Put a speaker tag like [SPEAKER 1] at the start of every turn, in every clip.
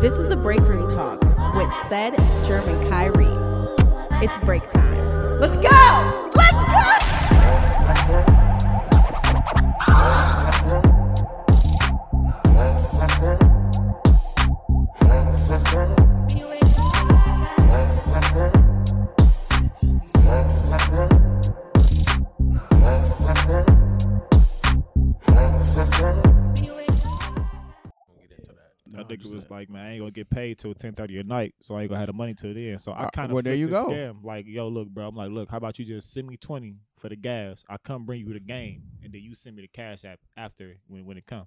[SPEAKER 1] This is the break room talk with said German Kyrie. It's break time. Let's go! Let's go!
[SPEAKER 2] That nigga was like, man, I ain't gonna get paid till ten thirty at night, so I ain't gonna have the money till then. So I
[SPEAKER 3] Uh,
[SPEAKER 2] kind of
[SPEAKER 3] well, there you go.
[SPEAKER 2] Scam. Like, yo, look, bro. I'm like, look, how about you just send me twenty for the gas? I come bring you the game, and then you send me the cash app after when when it come.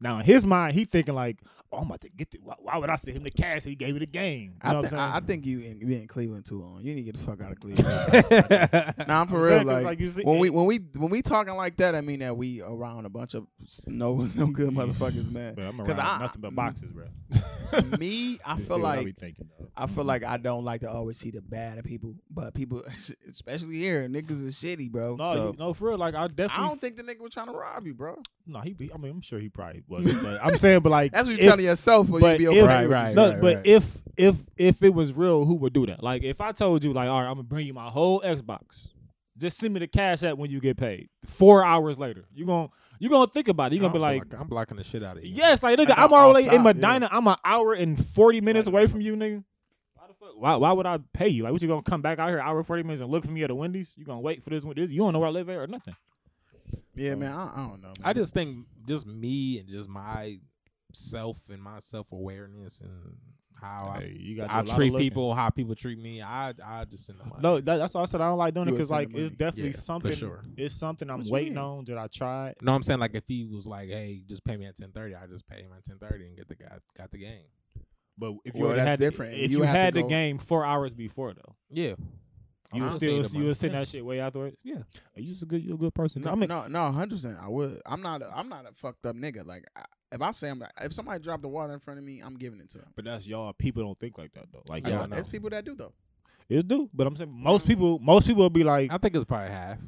[SPEAKER 2] Now in his mind, he thinking like, oh, I'm about to get. The, why, why would I send him the cash? He gave me the game. You
[SPEAKER 3] I,
[SPEAKER 2] know what
[SPEAKER 3] thi- I, I
[SPEAKER 2] I'm saying?
[SPEAKER 3] think you in, you in Cleveland too long. You need to get the fuck out of Cleveland. nah, I'm for
[SPEAKER 2] I'm
[SPEAKER 3] real.
[SPEAKER 2] saying, 'cause,
[SPEAKER 3] Like,
[SPEAKER 2] like, you see-
[SPEAKER 3] when we when we when we talking like that, I mean that we around a bunch of s- no no good motherfuckers, man.
[SPEAKER 2] Bro, I'm around
[SPEAKER 3] 'Cause I-
[SPEAKER 2] nothing but
[SPEAKER 3] mm,
[SPEAKER 2] boxes, bro.
[SPEAKER 3] Me, I
[SPEAKER 2] You see
[SPEAKER 3] feel
[SPEAKER 2] what I
[SPEAKER 3] like
[SPEAKER 2] be thinking, though.
[SPEAKER 3] I feel like I don't like to always see the bad of people, but people, especially here, niggas is shitty, bro.
[SPEAKER 2] No,
[SPEAKER 3] So,
[SPEAKER 2] you, no, for real. Like I definitely.
[SPEAKER 3] I don't think the nigga was trying to rob you, bro.
[SPEAKER 2] no, he. be- I mean, I'm sure he probably wasn't. But I'm saying, but like
[SPEAKER 3] That's what you
[SPEAKER 2] if-
[SPEAKER 3] telling yourself when you
[SPEAKER 2] but
[SPEAKER 3] be
[SPEAKER 2] if-
[SPEAKER 3] okay
[SPEAKER 4] Right,
[SPEAKER 3] with
[SPEAKER 4] right,
[SPEAKER 3] this
[SPEAKER 2] No,
[SPEAKER 3] shit.
[SPEAKER 2] but if if if it was real, who would do that? Like if I told you, like, all right, I'm gonna bring you my whole Xbox. Just send me the cash app when you get paid. Four hours later, you gonna you gonna think about it. You are gonna be like,
[SPEAKER 4] I'm blocking the shit out of you.
[SPEAKER 2] yes, like nigga,
[SPEAKER 3] Like,
[SPEAKER 2] I'm
[SPEAKER 3] off
[SPEAKER 2] already in
[SPEAKER 3] top, yeah.
[SPEAKER 2] Medina. I'm an hour and forty minutes
[SPEAKER 3] Like-
[SPEAKER 2] away from you, nigga. Why the fuck? Why, why would I pay you? Like, what you gonna come back out here hour and forty minutes and look for me at the Wendy's? You gonna wait for this? This you don't know where I live at or nothing.
[SPEAKER 3] yeah, man, I, I don't know. Man.
[SPEAKER 4] I just think just me and just my self and my self awareness and
[SPEAKER 3] Oh,
[SPEAKER 4] how
[SPEAKER 2] Hey, you got
[SPEAKER 4] I, I
[SPEAKER 2] a lot of
[SPEAKER 4] treat
[SPEAKER 2] looking.
[SPEAKER 4] people, how people treat me. I I just send them money.
[SPEAKER 2] No, that, that's why I said I don't like doing it
[SPEAKER 3] You would
[SPEAKER 2] because
[SPEAKER 3] send
[SPEAKER 2] like
[SPEAKER 3] the money.
[SPEAKER 2] it's definitely
[SPEAKER 4] Yeah, for
[SPEAKER 2] something.
[SPEAKER 4] sure.
[SPEAKER 2] It's something I'm
[SPEAKER 3] What you
[SPEAKER 2] waiting
[SPEAKER 3] mean?
[SPEAKER 2] on that I tried.
[SPEAKER 4] no, I'm saying like if he was like, hey, just pay me at ten thirty, I just pay him at ten thirty and get the guy got the game.
[SPEAKER 2] But if you
[SPEAKER 3] Well,
[SPEAKER 2] already
[SPEAKER 3] that's
[SPEAKER 2] had
[SPEAKER 3] different.
[SPEAKER 2] if you,
[SPEAKER 3] You have to
[SPEAKER 2] had the
[SPEAKER 3] go-
[SPEAKER 2] game four hours before though,
[SPEAKER 4] Yeah,
[SPEAKER 2] you
[SPEAKER 4] I'm
[SPEAKER 2] would
[SPEAKER 4] not
[SPEAKER 2] still
[SPEAKER 4] saying the
[SPEAKER 2] you would
[SPEAKER 4] money.
[SPEAKER 2] send
[SPEAKER 4] Yeah.
[SPEAKER 2] that shit way afterwards.
[SPEAKER 4] Yeah.
[SPEAKER 2] Are you just a good you a good person?
[SPEAKER 3] No,
[SPEAKER 2] I mean,
[SPEAKER 3] no, no, hundred percent. I would. I'm not. A, I'm not a fucked up nigga. Like, I, if I say I'm, if somebody dropped the water in front of me, I'm giving it to them.
[SPEAKER 2] but that's y'all. People don't think like that though. Like
[SPEAKER 4] I
[SPEAKER 3] That's
[SPEAKER 2] y'all,
[SPEAKER 4] know.
[SPEAKER 3] there's people that do though.
[SPEAKER 2] it's do. But I'm saying
[SPEAKER 3] Mm.
[SPEAKER 2] most people, most people will be like,
[SPEAKER 4] I think it's probably half.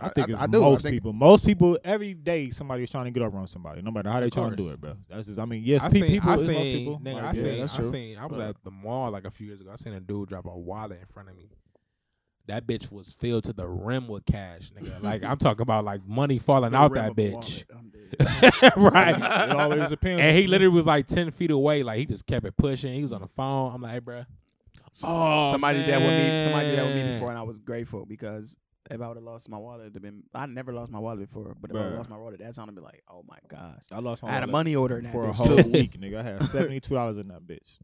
[SPEAKER 2] I,
[SPEAKER 3] I-
[SPEAKER 2] think
[SPEAKER 3] I-
[SPEAKER 2] it's
[SPEAKER 3] I do. I
[SPEAKER 2] most
[SPEAKER 3] think-
[SPEAKER 2] people. Most people every day somebody's trying to get over on somebody, no matter how they
[SPEAKER 4] Of
[SPEAKER 2] trying to do
[SPEAKER 4] course.
[SPEAKER 2] it, bro. That's just. I mean, yes,
[SPEAKER 4] I
[SPEAKER 2] pe-
[SPEAKER 4] seen,
[SPEAKER 2] people.
[SPEAKER 4] I
[SPEAKER 2] it's
[SPEAKER 4] seen,
[SPEAKER 2] most people.
[SPEAKER 4] nigga,
[SPEAKER 2] Like,
[SPEAKER 4] I
[SPEAKER 2] yeah,
[SPEAKER 4] seen,
[SPEAKER 2] that's
[SPEAKER 4] I
[SPEAKER 2] true.
[SPEAKER 4] seen, I was
[SPEAKER 3] But-
[SPEAKER 4] at the mall like a few years ago. I seen a dude drop a wallet in front of me. That bitch was filled to the rim with cash, nigga. Like I'm talking about like money falling out that bitch, right?
[SPEAKER 2] It always depends.
[SPEAKER 4] and he literally was like ten feet away. Like he just kept it pushing. He was on the phone. I'm like, hey, bro. Oh,
[SPEAKER 3] somebody did that with me. Somebody did that with me
[SPEAKER 4] man.
[SPEAKER 3] before, and I was grateful because if I would have lost my wallet, it'd have been. I never lost my wallet before, but if I
[SPEAKER 2] Bruh.
[SPEAKER 3] would've lost my wallet at that time, I'd be like, oh my gosh,
[SPEAKER 2] I lost my
[SPEAKER 3] I had a
[SPEAKER 2] wallet.
[SPEAKER 3] money order in that
[SPEAKER 2] for a
[SPEAKER 3] bitch,
[SPEAKER 2] whole
[SPEAKER 3] too.
[SPEAKER 2] week, nigga. I had seventy two dollars in that bitch.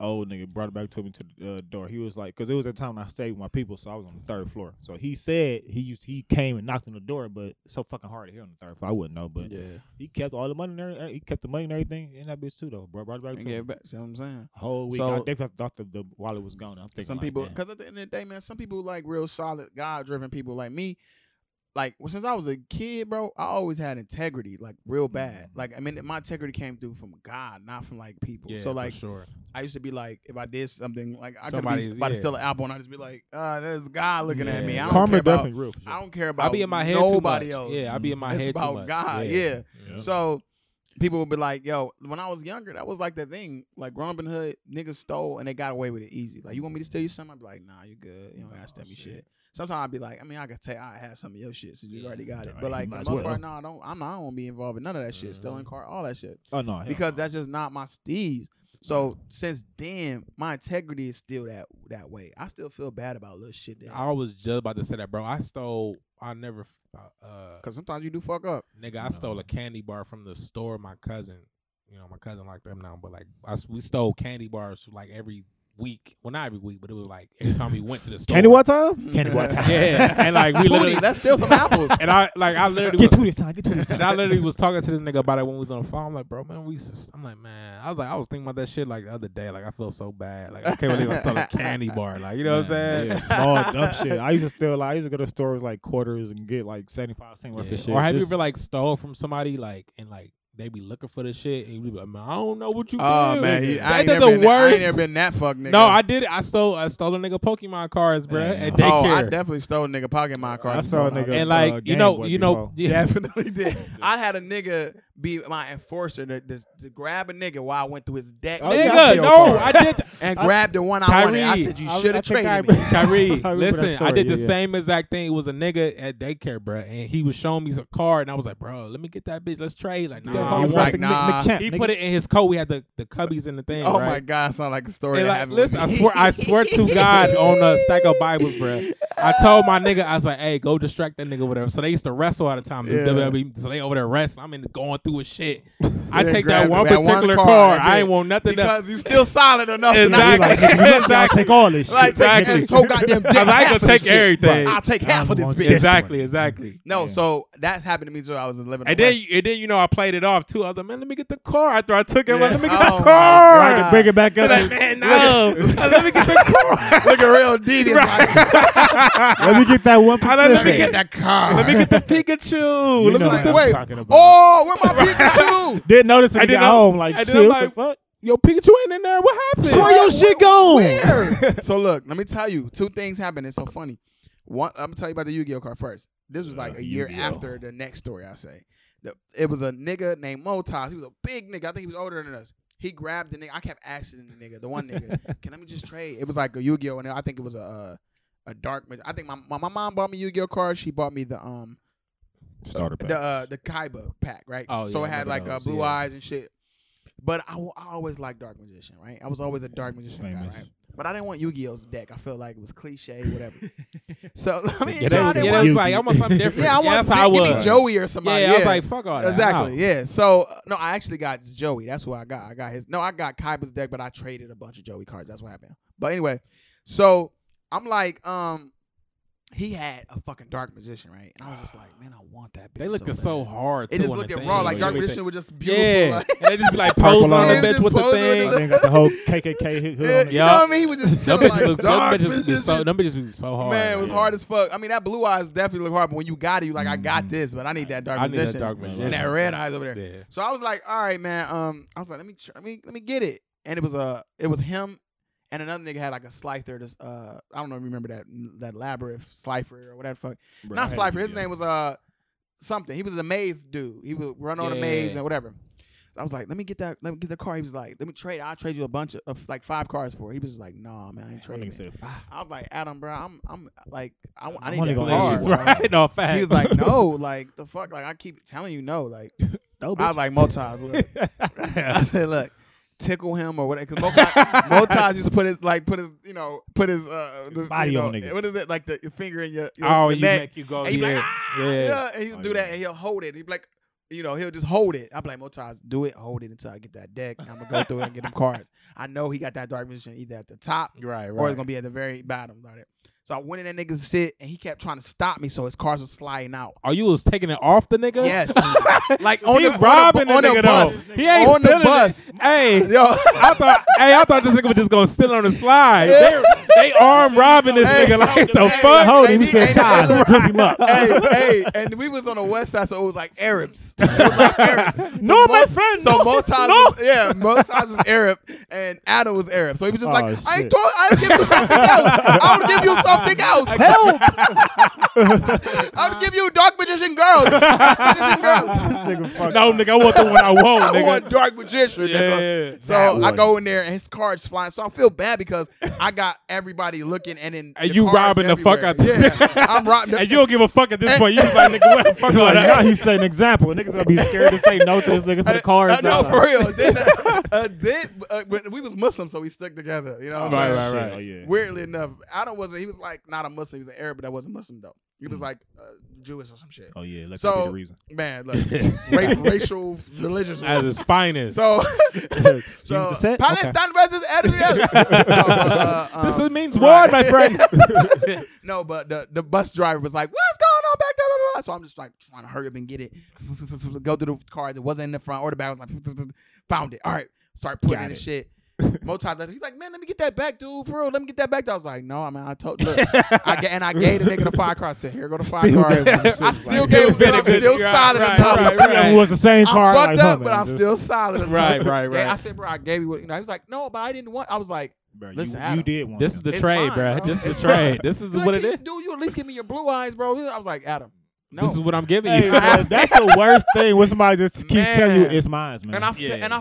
[SPEAKER 2] Old nigga brought it back to me to the uh, door. He was like, because it was the time I stayed with my people, so I was on the third floor. So he said he used he came and knocked on the door, but it's so fucking hard to hear on the third floor. I wouldn't know, but
[SPEAKER 3] Yeah,
[SPEAKER 2] he kept all the money and every- he kept the money and everything in that bitch too, though. Bro, brought it back
[SPEAKER 3] and
[SPEAKER 2] to
[SPEAKER 3] gave
[SPEAKER 2] me.
[SPEAKER 3] it back. See what I'm saying?
[SPEAKER 2] Whole week, I
[SPEAKER 3] So-
[SPEAKER 2] definitely thought the, the wallet was gone. I'm thinking
[SPEAKER 3] some
[SPEAKER 2] like,
[SPEAKER 3] people,
[SPEAKER 2] man.
[SPEAKER 3] because at the end of the day, man, some people like real solid, God-driven people like me. Like well, since I was a kid, bro, I always had integrity, like real bad.
[SPEAKER 2] Mhm.
[SPEAKER 3] Like I mean, my integrity came through from God, not from like people.
[SPEAKER 4] Yeah,
[SPEAKER 3] so
[SPEAKER 4] for
[SPEAKER 3] like,
[SPEAKER 4] sure.
[SPEAKER 3] I used to be like, if I did something, like I could be
[SPEAKER 4] Somebody's-
[SPEAKER 3] about to
[SPEAKER 4] yeah.
[SPEAKER 3] steal an apple, and I'd just be like, uh, there's God looking at
[SPEAKER 4] Yeah.
[SPEAKER 3] me. I don't
[SPEAKER 2] karma
[SPEAKER 3] care about,
[SPEAKER 2] definitely real. for sure.
[SPEAKER 3] I don't care about.
[SPEAKER 4] I be in my head
[SPEAKER 3] Nobody
[SPEAKER 4] too much.
[SPEAKER 3] else.
[SPEAKER 4] Yeah, I be in my
[SPEAKER 3] It's
[SPEAKER 4] head
[SPEAKER 3] about
[SPEAKER 4] too much.
[SPEAKER 3] God, yeah.
[SPEAKER 2] Yeah.
[SPEAKER 3] So people would be like, yo, when I was younger, that was like the thing. Like growing up in the hood, niggas stole and they got away with it easy. Like, you want me to steal you something? I'd be like, nah, you good. You don't gotta
[SPEAKER 4] Oh,
[SPEAKER 3] steal me shit. Sometimes I'd be like, I mean, I could tell I had some of your shit, so you
[SPEAKER 4] Yeah.
[SPEAKER 3] already got it.
[SPEAKER 2] Alright,
[SPEAKER 3] But like,
[SPEAKER 2] you might
[SPEAKER 3] for the
[SPEAKER 2] as
[SPEAKER 3] most
[SPEAKER 2] well.
[SPEAKER 3] part, no, I don't. I'm not, I won't be involved in none of that shit. Stealing
[SPEAKER 4] Mhm.
[SPEAKER 3] car, all that shit,
[SPEAKER 2] Oh no, hell
[SPEAKER 3] because
[SPEAKER 2] no.
[SPEAKER 3] that's just not my steez. So since then, my integrity is still that that way. I still feel bad about little shit. That
[SPEAKER 4] I was just about to say that, bro. I stole. I never. f- Uh, uh,
[SPEAKER 3] Cause sometimes you do fuck up.
[SPEAKER 4] Nigga, I stole
[SPEAKER 2] No.
[SPEAKER 4] a candy bar from the store. My cousin, you know, my cousin like them now, but like I s we stole candy bars like every week. Well, not every week, but it was like every time we went to the store.
[SPEAKER 2] Candy what time? Candy what time?
[SPEAKER 4] Yeah, and like we
[SPEAKER 3] Booty,
[SPEAKER 4] literally,
[SPEAKER 3] let's steal some apples.
[SPEAKER 4] and I like I literally
[SPEAKER 2] Get
[SPEAKER 4] was,
[SPEAKER 2] to this time. Get to this
[SPEAKER 4] and
[SPEAKER 2] time.
[SPEAKER 4] I literally was talking to this nigga about it when we was on the phone. I'm like, bro, man, we. Just, I'm like, man, I was like, I was thinking about that shit like the other day. Like, I feel so bad. Like, I can't believe I stole a candy bar. Like, you know what I'm saying?
[SPEAKER 2] Yeah, small dumb shit. I used to still like I used to go to stores like quarters and get like seventy five cent worth
[SPEAKER 4] Yeah.
[SPEAKER 2] of shit.
[SPEAKER 4] Or have
[SPEAKER 2] Just-
[SPEAKER 4] you ever like stole from somebody like and like they be looking for the shit and you be like, man, I don't know what you
[SPEAKER 3] Oh
[SPEAKER 4] did.
[SPEAKER 3] man, he,
[SPEAKER 4] Ain't
[SPEAKER 3] I, ain't
[SPEAKER 4] that
[SPEAKER 3] never been,
[SPEAKER 4] the
[SPEAKER 3] I ain't
[SPEAKER 4] worst?
[SPEAKER 3] never been that fuck nigga.
[SPEAKER 4] No, I did it. I stole I stole a nigga Pokemon cards, bruh,
[SPEAKER 2] Damn.
[SPEAKER 4] at
[SPEAKER 2] they
[SPEAKER 3] oh, I
[SPEAKER 4] daycare.
[SPEAKER 3] definitely stole a nigga pocket my car.
[SPEAKER 2] I saw a nigga.
[SPEAKER 4] and like
[SPEAKER 2] Uh,
[SPEAKER 4] you
[SPEAKER 2] Game
[SPEAKER 4] know,
[SPEAKER 2] Boy
[SPEAKER 4] you know,
[SPEAKER 2] before.
[SPEAKER 4] yeah.
[SPEAKER 3] definitely did. I had a nigga be my enforcer to, to, to grab a nigga while I went through his deck.
[SPEAKER 2] Oh, yeah, I
[SPEAKER 4] Nigga,
[SPEAKER 2] feel
[SPEAKER 4] no,
[SPEAKER 2] for
[SPEAKER 4] I did. th-
[SPEAKER 3] and
[SPEAKER 2] I-
[SPEAKER 3] grabbed the one I wanted. I
[SPEAKER 4] Kyrie,
[SPEAKER 3] said you
[SPEAKER 2] I-
[SPEAKER 3] should
[SPEAKER 2] I
[SPEAKER 3] have
[SPEAKER 2] think
[SPEAKER 3] traded
[SPEAKER 2] I-
[SPEAKER 3] me.
[SPEAKER 4] Kyrie,
[SPEAKER 2] I remember
[SPEAKER 4] listen,
[SPEAKER 2] that
[SPEAKER 4] I did
[SPEAKER 2] story,
[SPEAKER 4] the
[SPEAKER 2] yeah.
[SPEAKER 4] same exact thing. It was a nigga at daycare, bro, and he was showing me a card, and I was like, bro, let me get that bitch. Let's trade. Like,
[SPEAKER 2] That hoe
[SPEAKER 3] Nah,
[SPEAKER 4] nah,
[SPEAKER 3] he
[SPEAKER 4] I
[SPEAKER 2] was
[SPEAKER 4] want-
[SPEAKER 2] like Mc-
[SPEAKER 3] like, nah.
[SPEAKER 2] McChamp.
[SPEAKER 4] He
[SPEAKER 2] Nigga,
[SPEAKER 4] put it in his coat. We had the, the cubbies and the thing.
[SPEAKER 3] Oh
[SPEAKER 4] right?
[SPEAKER 3] my god, sound like a story.
[SPEAKER 4] And
[SPEAKER 3] that
[SPEAKER 4] like,
[SPEAKER 3] happened with
[SPEAKER 4] listen, I
[SPEAKER 3] me.
[SPEAKER 4] swear, I swear to God, on a stack of Bibles, bro. I told my nigga, I was like, "Hey, go distract that nigga, whatever." So they used to wrestle all the time,
[SPEAKER 3] Yeah.
[SPEAKER 4] yeah. WWE. So they over there wrestling. I'm in the, going through his shit. I
[SPEAKER 3] Yeah,
[SPEAKER 4] take
[SPEAKER 3] grab
[SPEAKER 4] that one
[SPEAKER 3] that one
[SPEAKER 4] particular
[SPEAKER 3] card,
[SPEAKER 4] card.
[SPEAKER 3] that's
[SPEAKER 4] I
[SPEAKER 3] it.
[SPEAKER 4] ain't want nothing. else.
[SPEAKER 3] because you still solid enough. to not be
[SPEAKER 2] I'll
[SPEAKER 4] Exactly.
[SPEAKER 3] Like,
[SPEAKER 2] take all this
[SPEAKER 3] like,
[SPEAKER 2] shit.
[SPEAKER 4] Exactly.
[SPEAKER 3] take this whole goddamn dick.
[SPEAKER 4] 'Cause I
[SPEAKER 3] half
[SPEAKER 4] can
[SPEAKER 3] of this
[SPEAKER 4] take
[SPEAKER 3] shit.
[SPEAKER 4] everything.
[SPEAKER 3] I'll take half
[SPEAKER 2] I
[SPEAKER 3] of this
[SPEAKER 2] want
[SPEAKER 3] bitch.
[SPEAKER 2] this.
[SPEAKER 4] Exactly, exactly.
[SPEAKER 3] No,
[SPEAKER 2] Yeah.
[SPEAKER 3] so that happened to me too. I was living.
[SPEAKER 4] And then, and then you know, I played it off too. I was like, "Man, let me get the car." After I took it, I'm like,
[SPEAKER 3] Yeah.
[SPEAKER 4] let me get
[SPEAKER 3] Oh,
[SPEAKER 4] the
[SPEAKER 3] my
[SPEAKER 4] car.
[SPEAKER 2] Right, to bring it back up.
[SPEAKER 4] Like, man, no. let me get the car.
[SPEAKER 3] look at real devious. Like,
[SPEAKER 2] Let me get that one
[SPEAKER 4] I let
[SPEAKER 2] percent.
[SPEAKER 4] me get that car. Let me get the Pikachu.
[SPEAKER 2] You
[SPEAKER 4] let me
[SPEAKER 2] know
[SPEAKER 4] get
[SPEAKER 2] what
[SPEAKER 4] the
[SPEAKER 2] I'm
[SPEAKER 3] wait,
[SPEAKER 2] talking about.
[SPEAKER 3] oh, where my Pikachu?
[SPEAKER 2] Didn't notice it
[SPEAKER 4] Oh. I
[SPEAKER 2] at
[SPEAKER 4] didn't know-
[SPEAKER 2] home. Like,
[SPEAKER 4] I
[SPEAKER 2] shit,
[SPEAKER 4] didn't
[SPEAKER 2] what the
[SPEAKER 4] like-
[SPEAKER 2] fuck?
[SPEAKER 4] yo Pikachu ain't in there. What happened?
[SPEAKER 2] Where your shit gone?
[SPEAKER 3] Where? so look, let me tell you, two things happened. It's so funny. One, I'm gonna tell you about the Yu-Gi-Oh card first. This was like
[SPEAKER 2] Uh,
[SPEAKER 3] a year
[SPEAKER 2] Yu-Gi-Oh.
[SPEAKER 3] after the next story. I say, The- it was a nigga named Motas. He was a big nigga. I think he was older than us. He grabbed the nigga. I kept asking the nigga, the one nigga, can let me just trade? It was like a Yu-Gi-Oh, and I think it was a uh, a dark. ma- I think my, my my mom bought me Yu-Gi-Oh cards. She bought me the um
[SPEAKER 2] Starter
[SPEAKER 3] the uh, the Kaiba pack, right?
[SPEAKER 4] Oh,
[SPEAKER 3] so
[SPEAKER 4] yeah,
[SPEAKER 3] it
[SPEAKER 4] I
[SPEAKER 3] had
[SPEAKER 4] remember
[SPEAKER 3] like uh,
[SPEAKER 4] those,
[SPEAKER 3] blue
[SPEAKER 4] yeah.
[SPEAKER 3] eyes and shit. But I, wa- I always liked Dark Magician, right? I was always a Dark Magician guy,
[SPEAKER 2] Famous.
[SPEAKER 3] right? But I didn't want Yu Gi Oh's deck. I felt like it was cliche, whatever. so I mean,
[SPEAKER 2] Yeah,
[SPEAKER 3] yeah,
[SPEAKER 2] that
[SPEAKER 3] I
[SPEAKER 2] was-
[SPEAKER 4] yeah,
[SPEAKER 3] didn't
[SPEAKER 4] that
[SPEAKER 3] want-
[SPEAKER 4] was like I want something
[SPEAKER 3] yeah,
[SPEAKER 4] different.
[SPEAKER 3] I
[SPEAKER 4] yeah,
[SPEAKER 3] wanted
[SPEAKER 4] that's how I
[SPEAKER 3] give me
[SPEAKER 4] was.
[SPEAKER 3] Joey or somebody.
[SPEAKER 4] yeah, I was like, fuck all that.
[SPEAKER 3] exactly,
[SPEAKER 4] I'm out.
[SPEAKER 3] yeah. So uh, no, I actually got Joey. That's who I got. I got his. No, I got Kaiba's deck, but I traded a bunch of Joey cards. That's what happened. But anyway, so I'm like, um, he had a fucking Dark Magician, right? And I was just like, man, I want that. Bitch
[SPEAKER 4] They looking
[SPEAKER 3] bad.
[SPEAKER 4] so hard.
[SPEAKER 3] It
[SPEAKER 4] too
[SPEAKER 3] just
[SPEAKER 4] on
[SPEAKER 3] looked
[SPEAKER 4] the
[SPEAKER 3] at
[SPEAKER 4] thing,
[SPEAKER 3] raw like
[SPEAKER 4] yo,
[SPEAKER 3] Dark
[SPEAKER 4] everything.
[SPEAKER 3] Magician was just beautiful.
[SPEAKER 4] Yeah,
[SPEAKER 3] like-
[SPEAKER 4] and they just be like
[SPEAKER 2] Purple
[SPEAKER 4] posing on
[SPEAKER 2] on
[SPEAKER 4] the
[SPEAKER 2] it.
[SPEAKER 4] bitch with the
[SPEAKER 3] Posing with
[SPEAKER 4] thing.
[SPEAKER 3] the-
[SPEAKER 2] Then got the whole KKK hood on
[SPEAKER 3] Yeah, you
[SPEAKER 2] it.
[SPEAKER 3] know
[SPEAKER 4] Yeah.
[SPEAKER 3] what I mean? He was just
[SPEAKER 4] Them
[SPEAKER 3] chilling like
[SPEAKER 4] bitches, them
[SPEAKER 3] Dark
[SPEAKER 4] bitches be so.
[SPEAKER 3] Magician.
[SPEAKER 4] Them bitches be so hard.
[SPEAKER 3] Man, it was
[SPEAKER 4] yeah.
[SPEAKER 3] hard as fuck. I mean, that blue eyes definitely look hard, but when you got it, you like, I got this, but I need that dark
[SPEAKER 4] Mm. I need
[SPEAKER 3] magician.
[SPEAKER 4] that dark magician.
[SPEAKER 3] And that red eyes over there.
[SPEAKER 4] Yeah.
[SPEAKER 3] So I was like, all right, man. Um, I was like, let me, tr- let me, let me get it. And it was a, it was him, and another nigga had like a slicer. This, uh, I don't know, if you remember that that labyrinth slifer or whatever the fuck. Not slifer. His name was uh something. He was a maze dude. He would run on a maze
[SPEAKER 4] Yeah.
[SPEAKER 3] and whatever. I was like, let me get that. Let me get the car. He was like, let me trade. I'll trade you a bunch of, of like five cars for. it. He was just like, nah, man, I ain't
[SPEAKER 2] That
[SPEAKER 3] trading.
[SPEAKER 2] nigga
[SPEAKER 3] it."
[SPEAKER 2] said, "Fuck."
[SPEAKER 3] I was like, Adam, bro, I'm, I'm like, I, want- I
[SPEAKER 2] I'm
[SPEAKER 3] need
[SPEAKER 2] only
[SPEAKER 3] that
[SPEAKER 2] gonna
[SPEAKER 3] car.
[SPEAKER 2] ask
[SPEAKER 4] Please,
[SPEAKER 2] you
[SPEAKER 3] bro.
[SPEAKER 4] right? No fact.
[SPEAKER 3] He was like, no, like the fuck, like I keep telling you, no, like
[SPEAKER 2] No,
[SPEAKER 3] I
[SPEAKER 2] bitch.
[SPEAKER 3] was like Motas. Look, I said, look, tickle him or whatever. Because Motas used to put his like put his you know put his uh the,
[SPEAKER 2] Body
[SPEAKER 3] you
[SPEAKER 2] on
[SPEAKER 3] know,
[SPEAKER 2] niggas.
[SPEAKER 3] What is it like the your finger in your, your
[SPEAKER 4] Oh,
[SPEAKER 3] your
[SPEAKER 4] you
[SPEAKER 3] neck?
[SPEAKER 4] make you go.
[SPEAKER 3] And he'd be like,
[SPEAKER 4] Yeah,
[SPEAKER 3] "Ah,"
[SPEAKER 4] yeah.
[SPEAKER 3] yeah, and he used to
[SPEAKER 2] Oh,
[SPEAKER 3] do
[SPEAKER 2] yeah.
[SPEAKER 3] that, and he'll hold it. He'd be like, you know, he'll just hold it. I'm like, Motas, do it, hold it until I get that deck. I'm gonna go through it and get them cards. I know he got that dark magician either at the top
[SPEAKER 4] Right,
[SPEAKER 3] or it's
[SPEAKER 4] right.
[SPEAKER 3] gonna be at the very bottom. Like that. So I went in that nigga's shit, and he kept trying to stop me, so his cars were sliding out.
[SPEAKER 4] Are Oh, you was taking it off the nigga?
[SPEAKER 3] Yes, like on
[SPEAKER 4] He
[SPEAKER 3] the
[SPEAKER 4] robbing
[SPEAKER 3] on
[SPEAKER 4] the
[SPEAKER 3] the,
[SPEAKER 4] nigga
[SPEAKER 3] bus.
[SPEAKER 4] though. He ain't
[SPEAKER 3] on the
[SPEAKER 4] stealing it.
[SPEAKER 3] bus.
[SPEAKER 4] Hey,
[SPEAKER 3] Yo,
[SPEAKER 4] I thought, hey, I thought this nigga was just gonna sit on the slide.
[SPEAKER 3] Yeah.
[SPEAKER 4] They, they arm robbing this
[SPEAKER 3] Hey,
[SPEAKER 4] nigga like the
[SPEAKER 3] hey,
[SPEAKER 4] fuck.
[SPEAKER 2] Hold
[SPEAKER 3] Hey,
[SPEAKER 2] him. He
[SPEAKER 3] he
[SPEAKER 2] said,
[SPEAKER 3] ain't
[SPEAKER 2] "Ties,
[SPEAKER 3] never-
[SPEAKER 2] grip him up."
[SPEAKER 3] hey, hey, and we was on the west side, so it was like Arabs. It was like Arabs. So
[SPEAKER 2] No, my
[SPEAKER 3] Mo-
[SPEAKER 2] friend,
[SPEAKER 3] So
[SPEAKER 2] no,
[SPEAKER 3] Motaz,
[SPEAKER 2] no.
[SPEAKER 3] was- yeah, Motaz was Arab, and Adam was Arab. So he was just
[SPEAKER 2] Oh,
[SPEAKER 3] like, I ain't
[SPEAKER 2] shit.
[SPEAKER 3] told, I will give you something else. I'll give you something else.
[SPEAKER 2] Help!
[SPEAKER 3] I'll give you dark magician girls. Dark magician girls.
[SPEAKER 2] This nigga fuck.
[SPEAKER 4] No, nigga, I want the one I want,
[SPEAKER 3] I
[SPEAKER 4] nigga.
[SPEAKER 3] want dark magician.
[SPEAKER 4] yeah,
[SPEAKER 3] nigga.
[SPEAKER 4] yeah, yeah.
[SPEAKER 3] So
[SPEAKER 2] That
[SPEAKER 3] I
[SPEAKER 2] one.
[SPEAKER 3] go in there and his card's flying. So I feel bad because I got everybody looking and then
[SPEAKER 4] And
[SPEAKER 3] the
[SPEAKER 4] you
[SPEAKER 3] cards
[SPEAKER 4] robbing the fuck
[SPEAKER 3] everywhere.
[SPEAKER 4] out this-
[SPEAKER 3] Yeah, I'm robbing.
[SPEAKER 4] and you don't give a fuck at this point. You just like, nigga, what the fuck?
[SPEAKER 2] Like,
[SPEAKER 4] Like,
[SPEAKER 2] now he set an example. Niggas gonna be scared to say no to this nigga for the cars.
[SPEAKER 3] Uh, no,
[SPEAKER 2] dog.
[SPEAKER 3] for real. Then, uh, uh, then, uh, but we was Muslim, so we stuck together. You know, what I'm
[SPEAKER 4] Right,
[SPEAKER 3] saying?
[SPEAKER 4] right, right.
[SPEAKER 2] Oh, yeah.
[SPEAKER 3] Weirdly enough, Adam wasn't. He was like not a Muslim. He was an Arab, but that wasn't Muslim though. He
[SPEAKER 4] Mm.
[SPEAKER 3] was like uh, Jewish or some shit.
[SPEAKER 2] Oh yeah, let
[SPEAKER 3] So-
[SPEAKER 2] that be the reason.
[SPEAKER 3] Man, look, ra- racial, religious.
[SPEAKER 4] At his finest.
[SPEAKER 3] So, so
[SPEAKER 2] Jesus said,
[SPEAKER 3] Palestine versus Israel. no, but, uh, um,
[SPEAKER 4] this is, means
[SPEAKER 3] right.
[SPEAKER 4] war, my friend.
[SPEAKER 3] no, but the, the bus driver was like, "What's going on back there?" Blah, blah, blah. So I'm just like trying to hurry up and get it. Go through the cards. It wasn't in the front or the back. I was like, found it. All right, start putting
[SPEAKER 2] Got
[SPEAKER 3] in the
[SPEAKER 2] it.
[SPEAKER 3] shit. Motai left. He's like, "Man, let me get that back, dude. For real, let me get that back." I was like, "No, I mean, I told look, I ga- and I gave the nigga the five card. I said, "Here go the five
[SPEAKER 2] Still
[SPEAKER 3] card."
[SPEAKER 2] gave him
[SPEAKER 3] I
[SPEAKER 2] the
[SPEAKER 3] still
[SPEAKER 2] six, like-
[SPEAKER 3] gave him.
[SPEAKER 4] Still been a
[SPEAKER 3] I'm
[SPEAKER 4] good-
[SPEAKER 3] still
[SPEAKER 4] right,
[SPEAKER 3] solid
[SPEAKER 4] right,
[SPEAKER 3] enough.
[SPEAKER 4] right,
[SPEAKER 2] Three of them
[SPEAKER 4] right.
[SPEAKER 2] was the same car.
[SPEAKER 3] I'm fucked
[SPEAKER 2] like,
[SPEAKER 3] up,
[SPEAKER 2] huh,
[SPEAKER 3] but
[SPEAKER 2] man,
[SPEAKER 3] I'm
[SPEAKER 2] just-
[SPEAKER 3] still solid. enough.
[SPEAKER 4] Right, right,
[SPEAKER 3] They- I
[SPEAKER 4] right.
[SPEAKER 3] said, bro, I gave you what you know. He was like, no, but I didn't want. I was like,
[SPEAKER 2] Bro, you-
[SPEAKER 3] Listen,
[SPEAKER 2] you,
[SPEAKER 3] Adam.
[SPEAKER 2] did one.
[SPEAKER 4] This is the
[SPEAKER 3] It's
[SPEAKER 4] trade,
[SPEAKER 3] fine,
[SPEAKER 4] bruh.
[SPEAKER 3] bro.
[SPEAKER 4] This is
[SPEAKER 3] It's
[SPEAKER 4] the trade. This is
[SPEAKER 3] Like,
[SPEAKER 4] what it
[SPEAKER 3] can you-
[SPEAKER 4] is.
[SPEAKER 3] Dude, you at least give me your blue eyes, bro. I was like, Adam,
[SPEAKER 4] This is what I'm giving
[SPEAKER 2] Hey,
[SPEAKER 4] you.
[SPEAKER 2] man, that's the worst thing when somebody just keep telling you
[SPEAKER 3] Man.
[SPEAKER 2] it's mine, man.
[SPEAKER 3] and I fe-
[SPEAKER 4] Yeah.
[SPEAKER 3] and I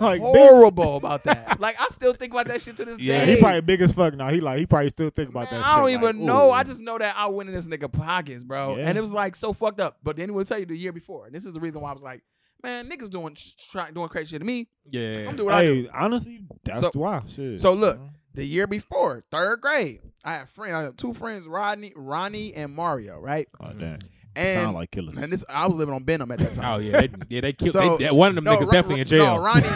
[SPEAKER 2] Like, bitch.
[SPEAKER 3] horrible about that. Like I still think about that shit to this
[SPEAKER 4] Yeah,
[SPEAKER 3] day.
[SPEAKER 2] he probably big as fuck now. He like he probably still think about
[SPEAKER 3] Man,
[SPEAKER 2] that.
[SPEAKER 3] I don't
[SPEAKER 2] shit,
[SPEAKER 3] even
[SPEAKER 2] like,
[SPEAKER 3] know.
[SPEAKER 2] ooh.
[SPEAKER 3] I just know that I went in this nigga pockets, bro.
[SPEAKER 2] Yeah.
[SPEAKER 3] And it was like so fucked up. But then he would tell you the year before. And this is the reason why I was like, man, niggas doing sh- try, doing crazy shit to me.
[SPEAKER 4] Yeah.
[SPEAKER 3] I'm doing what I do.
[SPEAKER 2] Hey, honestly, that's
[SPEAKER 3] So-
[SPEAKER 2] why. Shit.
[SPEAKER 3] so look, The year before, third grade, I had friend, I had two friends, Rodney, Ronnie, and Mario, right?
[SPEAKER 2] oh, damn.
[SPEAKER 3] And
[SPEAKER 2] sound like killers.
[SPEAKER 3] and this I was living on Benham at that time.
[SPEAKER 4] Oh yeah, they, yeah. They killed.
[SPEAKER 3] So-
[SPEAKER 4] they, that one of them niggas
[SPEAKER 3] Ron-
[SPEAKER 4] definitely in jail.
[SPEAKER 3] No, Ronnie,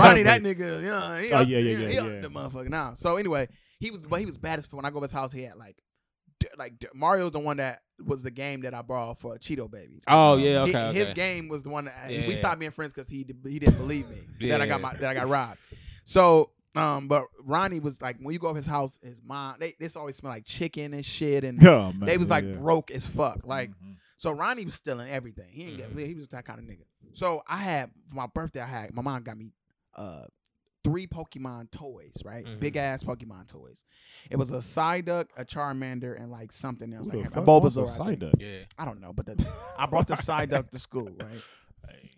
[SPEAKER 3] Ronnie, that nigga, you know, he
[SPEAKER 2] Oh,
[SPEAKER 3] up-
[SPEAKER 2] yeah, yeah,
[SPEAKER 3] he
[SPEAKER 2] yeah,
[SPEAKER 3] up
[SPEAKER 2] yeah.
[SPEAKER 3] the motherfucker now. So anyway, he was, but he was bad as fuck. When I go to his house, he had like, d- like d- Mario's the one that was the game that I borrowed for Cheeto Baby.
[SPEAKER 4] oh yeah.
[SPEAKER 3] Hi-
[SPEAKER 4] Okay.
[SPEAKER 3] his
[SPEAKER 4] okay.
[SPEAKER 3] game was the one that
[SPEAKER 4] Yeah,
[SPEAKER 3] we
[SPEAKER 4] yeah.
[SPEAKER 3] stopped being friends because he he didn't believe me that I
[SPEAKER 4] Yeah.
[SPEAKER 3] got my that I got robbed. So, um, but Ronnie was like, when you go to his house, his mom, they this always smell like chicken and shit, and
[SPEAKER 2] Yeah, Oh, man,
[SPEAKER 3] they was
[SPEAKER 2] yeah,
[SPEAKER 3] like
[SPEAKER 2] yeah.
[SPEAKER 3] broke as fuck, like.
[SPEAKER 2] Mhm.
[SPEAKER 3] So Ronnie was stealing everything. He didn't
[SPEAKER 2] Mm-hmm.
[SPEAKER 3] get, he was that kind of nigga. So I had for my birthday, I had my mom got me uh three Pokemon toys, right?
[SPEAKER 2] Mm-hmm.
[SPEAKER 4] Mhm.
[SPEAKER 3] Big ass Pokemon toys. It was a Psyduck, a Charmander, and like something else.
[SPEAKER 2] Who
[SPEAKER 3] Like
[SPEAKER 2] the
[SPEAKER 3] a
[SPEAKER 2] fuck wants
[SPEAKER 3] Bulbasaur.
[SPEAKER 2] a
[SPEAKER 3] I, think.
[SPEAKER 2] Psyduck?
[SPEAKER 4] Yeah.
[SPEAKER 3] I don't know, but the, I brought the Psyduck to school, right?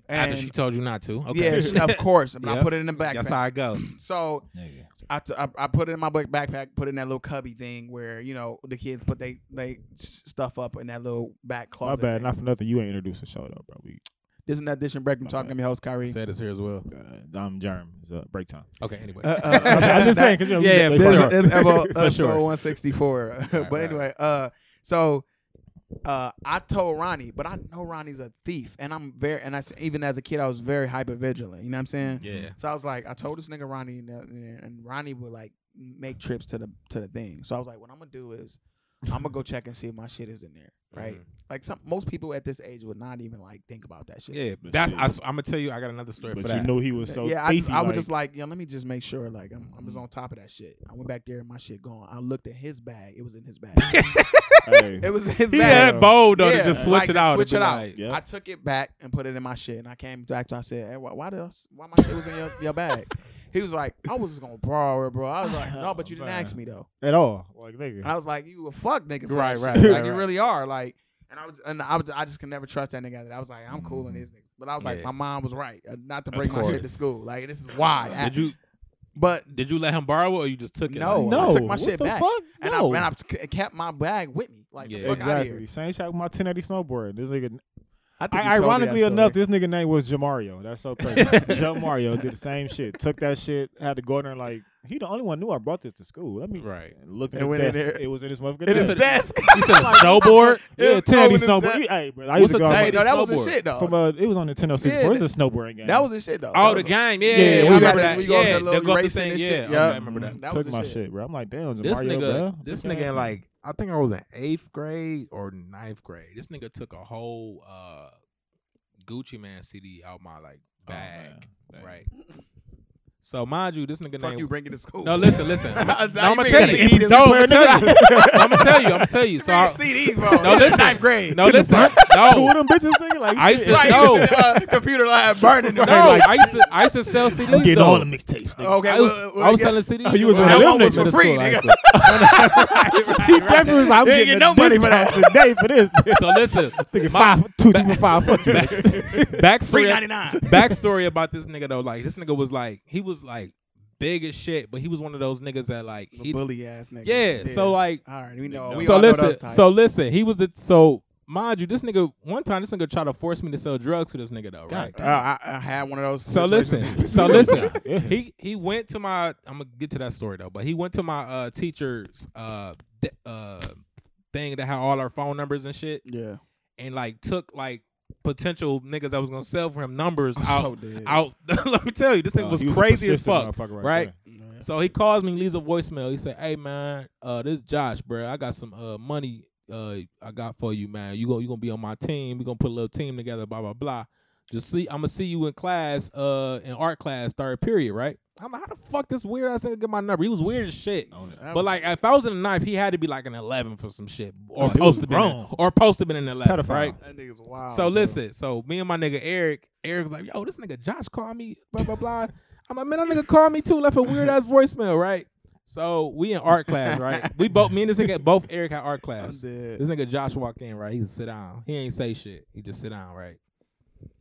[SPEAKER 4] After she told you not to.
[SPEAKER 3] Yeah,
[SPEAKER 4] Okay.
[SPEAKER 3] she- of course. But I
[SPEAKER 4] Yep.
[SPEAKER 3] put it in the backpack.
[SPEAKER 4] That's how I go.
[SPEAKER 3] so
[SPEAKER 2] Nigga.
[SPEAKER 3] I, t- I, I put it in my back- backpack, put it in that little cubby thing where you know the kids put they they s- stuff up in that little back
[SPEAKER 2] My
[SPEAKER 3] closet.
[SPEAKER 2] bad,
[SPEAKER 3] thing.
[SPEAKER 2] not for nothing. You ain't introduced the show though, bro. We,
[SPEAKER 3] This is not dish and break. I'm
[SPEAKER 2] My
[SPEAKER 3] talking
[SPEAKER 2] bad.
[SPEAKER 3] to your host Kyrie.
[SPEAKER 4] Said it's here as well.
[SPEAKER 2] uh, I'm Jerem. It's uh, break time.
[SPEAKER 4] Okay. Anyway.
[SPEAKER 3] Uh, uh,
[SPEAKER 2] I'm, I'm just saying, cause you know, we
[SPEAKER 4] Yeah,
[SPEAKER 2] get
[SPEAKER 4] yeah,
[SPEAKER 2] late for
[SPEAKER 4] for sure.
[SPEAKER 2] sure.
[SPEAKER 3] It's episode,
[SPEAKER 4] For
[SPEAKER 3] episode
[SPEAKER 4] sure.
[SPEAKER 3] 164.
[SPEAKER 4] Right,
[SPEAKER 3] but
[SPEAKER 4] right.
[SPEAKER 3] anyway, uh, so uh, I told Ronnie, but I know Ronnie's a thief, and I'm very, and I s- even as a kid, I was very hyper vigilant. You know what I'm saying?
[SPEAKER 4] yeah.
[SPEAKER 3] So I was like, I told this nigga Ronnie, and, uh, and Ronnie would like make trips to the to the thing. So I was like, what I'm gonna do is, I'm gonna go check and see if my shit is in there, right?
[SPEAKER 4] Mhm.
[SPEAKER 3] Like some most people at this age would not even like think about that shit.
[SPEAKER 4] Yeah.
[SPEAKER 2] But
[SPEAKER 4] That's.
[SPEAKER 2] shit.
[SPEAKER 4] I, am gonna tell you. I got another story for
[SPEAKER 2] But you
[SPEAKER 4] that.
[SPEAKER 2] knew he was so
[SPEAKER 3] yeah, I, just,
[SPEAKER 2] thiefy,
[SPEAKER 3] I was
[SPEAKER 2] like,
[SPEAKER 3] just like, yeah, let me just make sure, like, I'm, I'm
[SPEAKER 4] Mm-hmm.
[SPEAKER 3] just on top of that shit. I went back there and my shit gone. I looked at his bag; it was in his bag.
[SPEAKER 2] hey,
[SPEAKER 3] it was in his
[SPEAKER 4] He
[SPEAKER 3] bag.
[SPEAKER 4] had bold though
[SPEAKER 3] Yeah,
[SPEAKER 4] to just switch
[SPEAKER 3] like,
[SPEAKER 4] it out.
[SPEAKER 3] switch
[SPEAKER 4] and be
[SPEAKER 3] it out.
[SPEAKER 4] like-
[SPEAKER 2] yeah.
[SPEAKER 3] I took it back and put it in my shit, and I came back to. I said, hey, why, why the why my shit was in your, your bag? He was like, I was just gonna borrow it, bro. I was like, no, but you didn't
[SPEAKER 2] Man.
[SPEAKER 3] ask me though.
[SPEAKER 2] at all, like
[SPEAKER 3] And I
[SPEAKER 2] nigga.
[SPEAKER 3] was like, you a fuck nigga, for
[SPEAKER 4] Right,
[SPEAKER 3] that
[SPEAKER 4] right,
[SPEAKER 3] shit. Like
[SPEAKER 4] right,
[SPEAKER 3] you
[SPEAKER 4] right.
[SPEAKER 3] really are, like. And I was, and I was, I just could never trust that nigga. after that. I was like, I'm cool in this nigga. But I was like,
[SPEAKER 4] Mm. Yeah.
[SPEAKER 3] my mom was right, uh, not to
[SPEAKER 4] Of
[SPEAKER 3] bring my shit to
[SPEAKER 4] course.
[SPEAKER 3] school. Like this is why. I-
[SPEAKER 4] Did you
[SPEAKER 3] but
[SPEAKER 4] did you let him borrow it or you just took it?
[SPEAKER 3] No,
[SPEAKER 4] Like-
[SPEAKER 3] I
[SPEAKER 2] No,
[SPEAKER 3] took my
[SPEAKER 2] what
[SPEAKER 3] shit
[SPEAKER 2] the
[SPEAKER 3] back.
[SPEAKER 2] fuck?
[SPEAKER 3] and
[SPEAKER 2] no.
[SPEAKER 3] I and I c- kept my bag with me. Like the
[SPEAKER 4] Yeah.
[SPEAKER 3] fuck out
[SPEAKER 2] exactly.
[SPEAKER 3] here.
[SPEAKER 2] Same shit with my 1080 snowboard. This nigga,
[SPEAKER 3] I think you
[SPEAKER 2] I,
[SPEAKER 3] told me that
[SPEAKER 2] ironically
[SPEAKER 3] story.
[SPEAKER 2] enough, this nigga name was Jamario. That's so crazy. Jamario did the same shit. Took that shit. Had to go in there and like he the only one knew I brought this to school. Let me
[SPEAKER 4] Right.
[SPEAKER 2] and looked at
[SPEAKER 3] And
[SPEAKER 2] his
[SPEAKER 3] went in
[SPEAKER 2] desk.
[SPEAKER 3] there.
[SPEAKER 2] It was in his motherfucking
[SPEAKER 3] It is
[SPEAKER 2] desk.
[SPEAKER 3] a desk.
[SPEAKER 4] You said a snowboard?
[SPEAKER 2] Yeah,
[SPEAKER 3] It's over
[SPEAKER 2] Tandy
[SPEAKER 3] his
[SPEAKER 2] snowboard.
[SPEAKER 3] desk.
[SPEAKER 2] You- Hey, bro, I
[SPEAKER 4] What's
[SPEAKER 2] used to
[SPEAKER 4] a
[SPEAKER 2] go.
[SPEAKER 3] Hey,
[SPEAKER 4] Tandy?
[SPEAKER 2] out-
[SPEAKER 3] no, that was the
[SPEAKER 4] Snowboard.
[SPEAKER 3] shit though.
[SPEAKER 2] From a, it was on Nintendo 64. It's
[SPEAKER 3] that-
[SPEAKER 2] a snowboarding game.
[SPEAKER 3] that was the shit though.
[SPEAKER 4] Oh,
[SPEAKER 3] That
[SPEAKER 4] the
[SPEAKER 3] was-
[SPEAKER 4] game. Yeah,
[SPEAKER 2] Yeah, we
[SPEAKER 4] yeah, I
[SPEAKER 2] got
[SPEAKER 4] remember
[SPEAKER 2] the-
[SPEAKER 4] that.
[SPEAKER 3] we got the
[SPEAKER 4] yeah,
[SPEAKER 3] little
[SPEAKER 4] they go up the
[SPEAKER 3] racing
[SPEAKER 4] same-
[SPEAKER 3] and
[SPEAKER 4] yeah,
[SPEAKER 3] shit.
[SPEAKER 4] okay,
[SPEAKER 3] Yeah.
[SPEAKER 4] I remember that.
[SPEAKER 3] That was
[SPEAKER 2] Took
[SPEAKER 3] the
[SPEAKER 2] my
[SPEAKER 3] shit.
[SPEAKER 2] shit, bro. I'm like, damn, Jamario,
[SPEAKER 4] This nigga,
[SPEAKER 2] bro.
[SPEAKER 4] this
[SPEAKER 2] Look at
[SPEAKER 4] nigga,
[SPEAKER 2] us, man.
[SPEAKER 4] in like I think I was in eighth grade or ninth grade. This nigga took a whole uh, Gucci Man CD out my like
[SPEAKER 2] Oh,
[SPEAKER 4] bag,
[SPEAKER 2] man. Dang.
[SPEAKER 4] right? So mind you, this nigga
[SPEAKER 3] Fuck
[SPEAKER 4] name.
[SPEAKER 3] you, bring it to school.
[SPEAKER 4] no, listen, listen.
[SPEAKER 3] Now
[SPEAKER 4] I'm, no,
[SPEAKER 3] you
[SPEAKER 4] I'm gonna
[SPEAKER 3] bring
[SPEAKER 4] tell
[SPEAKER 3] the
[SPEAKER 4] you.
[SPEAKER 3] CDs.
[SPEAKER 4] No, I'm
[SPEAKER 2] Bring it
[SPEAKER 4] gonna tell
[SPEAKER 2] to
[SPEAKER 4] you. I'm gonna tell you. I'm gonna tell you. So
[SPEAKER 3] Bring
[SPEAKER 4] I,
[SPEAKER 3] the CD, bro.
[SPEAKER 4] No, listen.
[SPEAKER 3] Ninth grade.
[SPEAKER 4] no, listen.
[SPEAKER 2] Two
[SPEAKER 4] No,
[SPEAKER 2] of them bitches thinking like,
[SPEAKER 4] I used
[SPEAKER 2] shit.
[SPEAKER 4] to
[SPEAKER 3] Right,
[SPEAKER 4] no.
[SPEAKER 3] uh, computer lab burning.
[SPEAKER 4] no. I used to, I used to sell CDs.
[SPEAKER 2] I'm getting
[SPEAKER 4] though.
[SPEAKER 2] all the mixtapes. nigga.
[SPEAKER 3] Okay,
[SPEAKER 4] I was,
[SPEAKER 3] well, well,
[SPEAKER 4] I was
[SPEAKER 3] yeah.
[SPEAKER 4] selling CDs.
[SPEAKER 2] Oh, you was
[SPEAKER 4] when
[SPEAKER 2] one of
[SPEAKER 4] I
[SPEAKER 2] them
[SPEAKER 4] was
[SPEAKER 2] niggas
[SPEAKER 4] in
[SPEAKER 3] for free,
[SPEAKER 4] middle
[SPEAKER 3] nigga.
[SPEAKER 4] school,
[SPEAKER 2] He definitely was. I'm
[SPEAKER 3] You
[SPEAKER 2] getting
[SPEAKER 3] ain't get no
[SPEAKER 2] no money
[SPEAKER 3] money for that.
[SPEAKER 2] today for this. bitch.
[SPEAKER 4] So listen,
[SPEAKER 2] Nigga,
[SPEAKER 4] my-
[SPEAKER 2] five, two, three, for five. Fuck you. nigga.
[SPEAKER 3] Three
[SPEAKER 4] backstory
[SPEAKER 3] ninety nine.
[SPEAKER 4] backstory about this nigga though, like this nigga was like he was like big as shit, but he was one of those niggas that like he,
[SPEAKER 3] Bully ass nigga.
[SPEAKER 4] yeah, So like
[SPEAKER 3] all right, we know. We
[SPEAKER 4] so
[SPEAKER 3] all know those
[SPEAKER 4] listen,
[SPEAKER 3] types.
[SPEAKER 4] so listen, he was the so mind you, this nigga one time this nigga tried to force me to sell drugs to this nigga though,
[SPEAKER 2] God
[SPEAKER 4] right?
[SPEAKER 3] Uh, I, I had one of those.
[SPEAKER 4] So
[SPEAKER 3] situations.
[SPEAKER 4] listen, so listen.
[SPEAKER 2] Yeah.
[SPEAKER 4] He he went to my I'm gonna get to that story though, but he went to my uh teacher's uh d- uh thing that had all our phone numbers and shit,
[SPEAKER 3] Yeah.
[SPEAKER 4] and like took like potential niggas that was gonna sell for him numbers
[SPEAKER 3] I'm
[SPEAKER 4] out
[SPEAKER 3] so dead.
[SPEAKER 4] out. Let me tell you, this thing
[SPEAKER 2] Uh,
[SPEAKER 4] was,
[SPEAKER 2] he a
[SPEAKER 4] crazy as
[SPEAKER 2] persistent
[SPEAKER 4] fuck.
[SPEAKER 2] motherfucker
[SPEAKER 4] right?
[SPEAKER 2] there.
[SPEAKER 3] Yeah.
[SPEAKER 4] So he calls me, leaves a voicemail. He said, "Hey man, uh, this Josh, bro. I got some uh money uh I got for you, man. You go, you gonna be on my team. We gonna put a little team together. Blah blah blah. Just see, I'm gonna see you in class, uh, in art class, third period, right? I'm like, how the fuck this weird ass nigga get my number? He was weird as shit.
[SPEAKER 2] Own it.
[SPEAKER 4] But like, if I was in a knife, he had to be like an eleven for some shit,
[SPEAKER 2] Nah,
[SPEAKER 4] or
[SPEAKER 2] Oh, he was
[SPEAKER 4] posted been, an-
[SPEAKER 2] grown.
[SPEAKER 4] or posted been an eleven,
[SPEAKER 2] Pedophile.
[SPEAKER 4] right?
[SPEAKER 3] that nigga's wild.
[SPEAKER 4] So
[SPEAKER 3] bro.
[SPEAKER 4] listen, so me and my nigga Eric, Eric was like, yo, this nigga Josh called me, blah, blah, blah. I'm like, man, that nigga called me too, left a weird ass voicemail, right? So we in art class, right? We both me and this nigga both Eric had art class.
[SPEAKER 3] dead.
[SPEAKER 4] This nigga Josh walked in, right? He just sit down. He ain't say shit. He just sit down, right?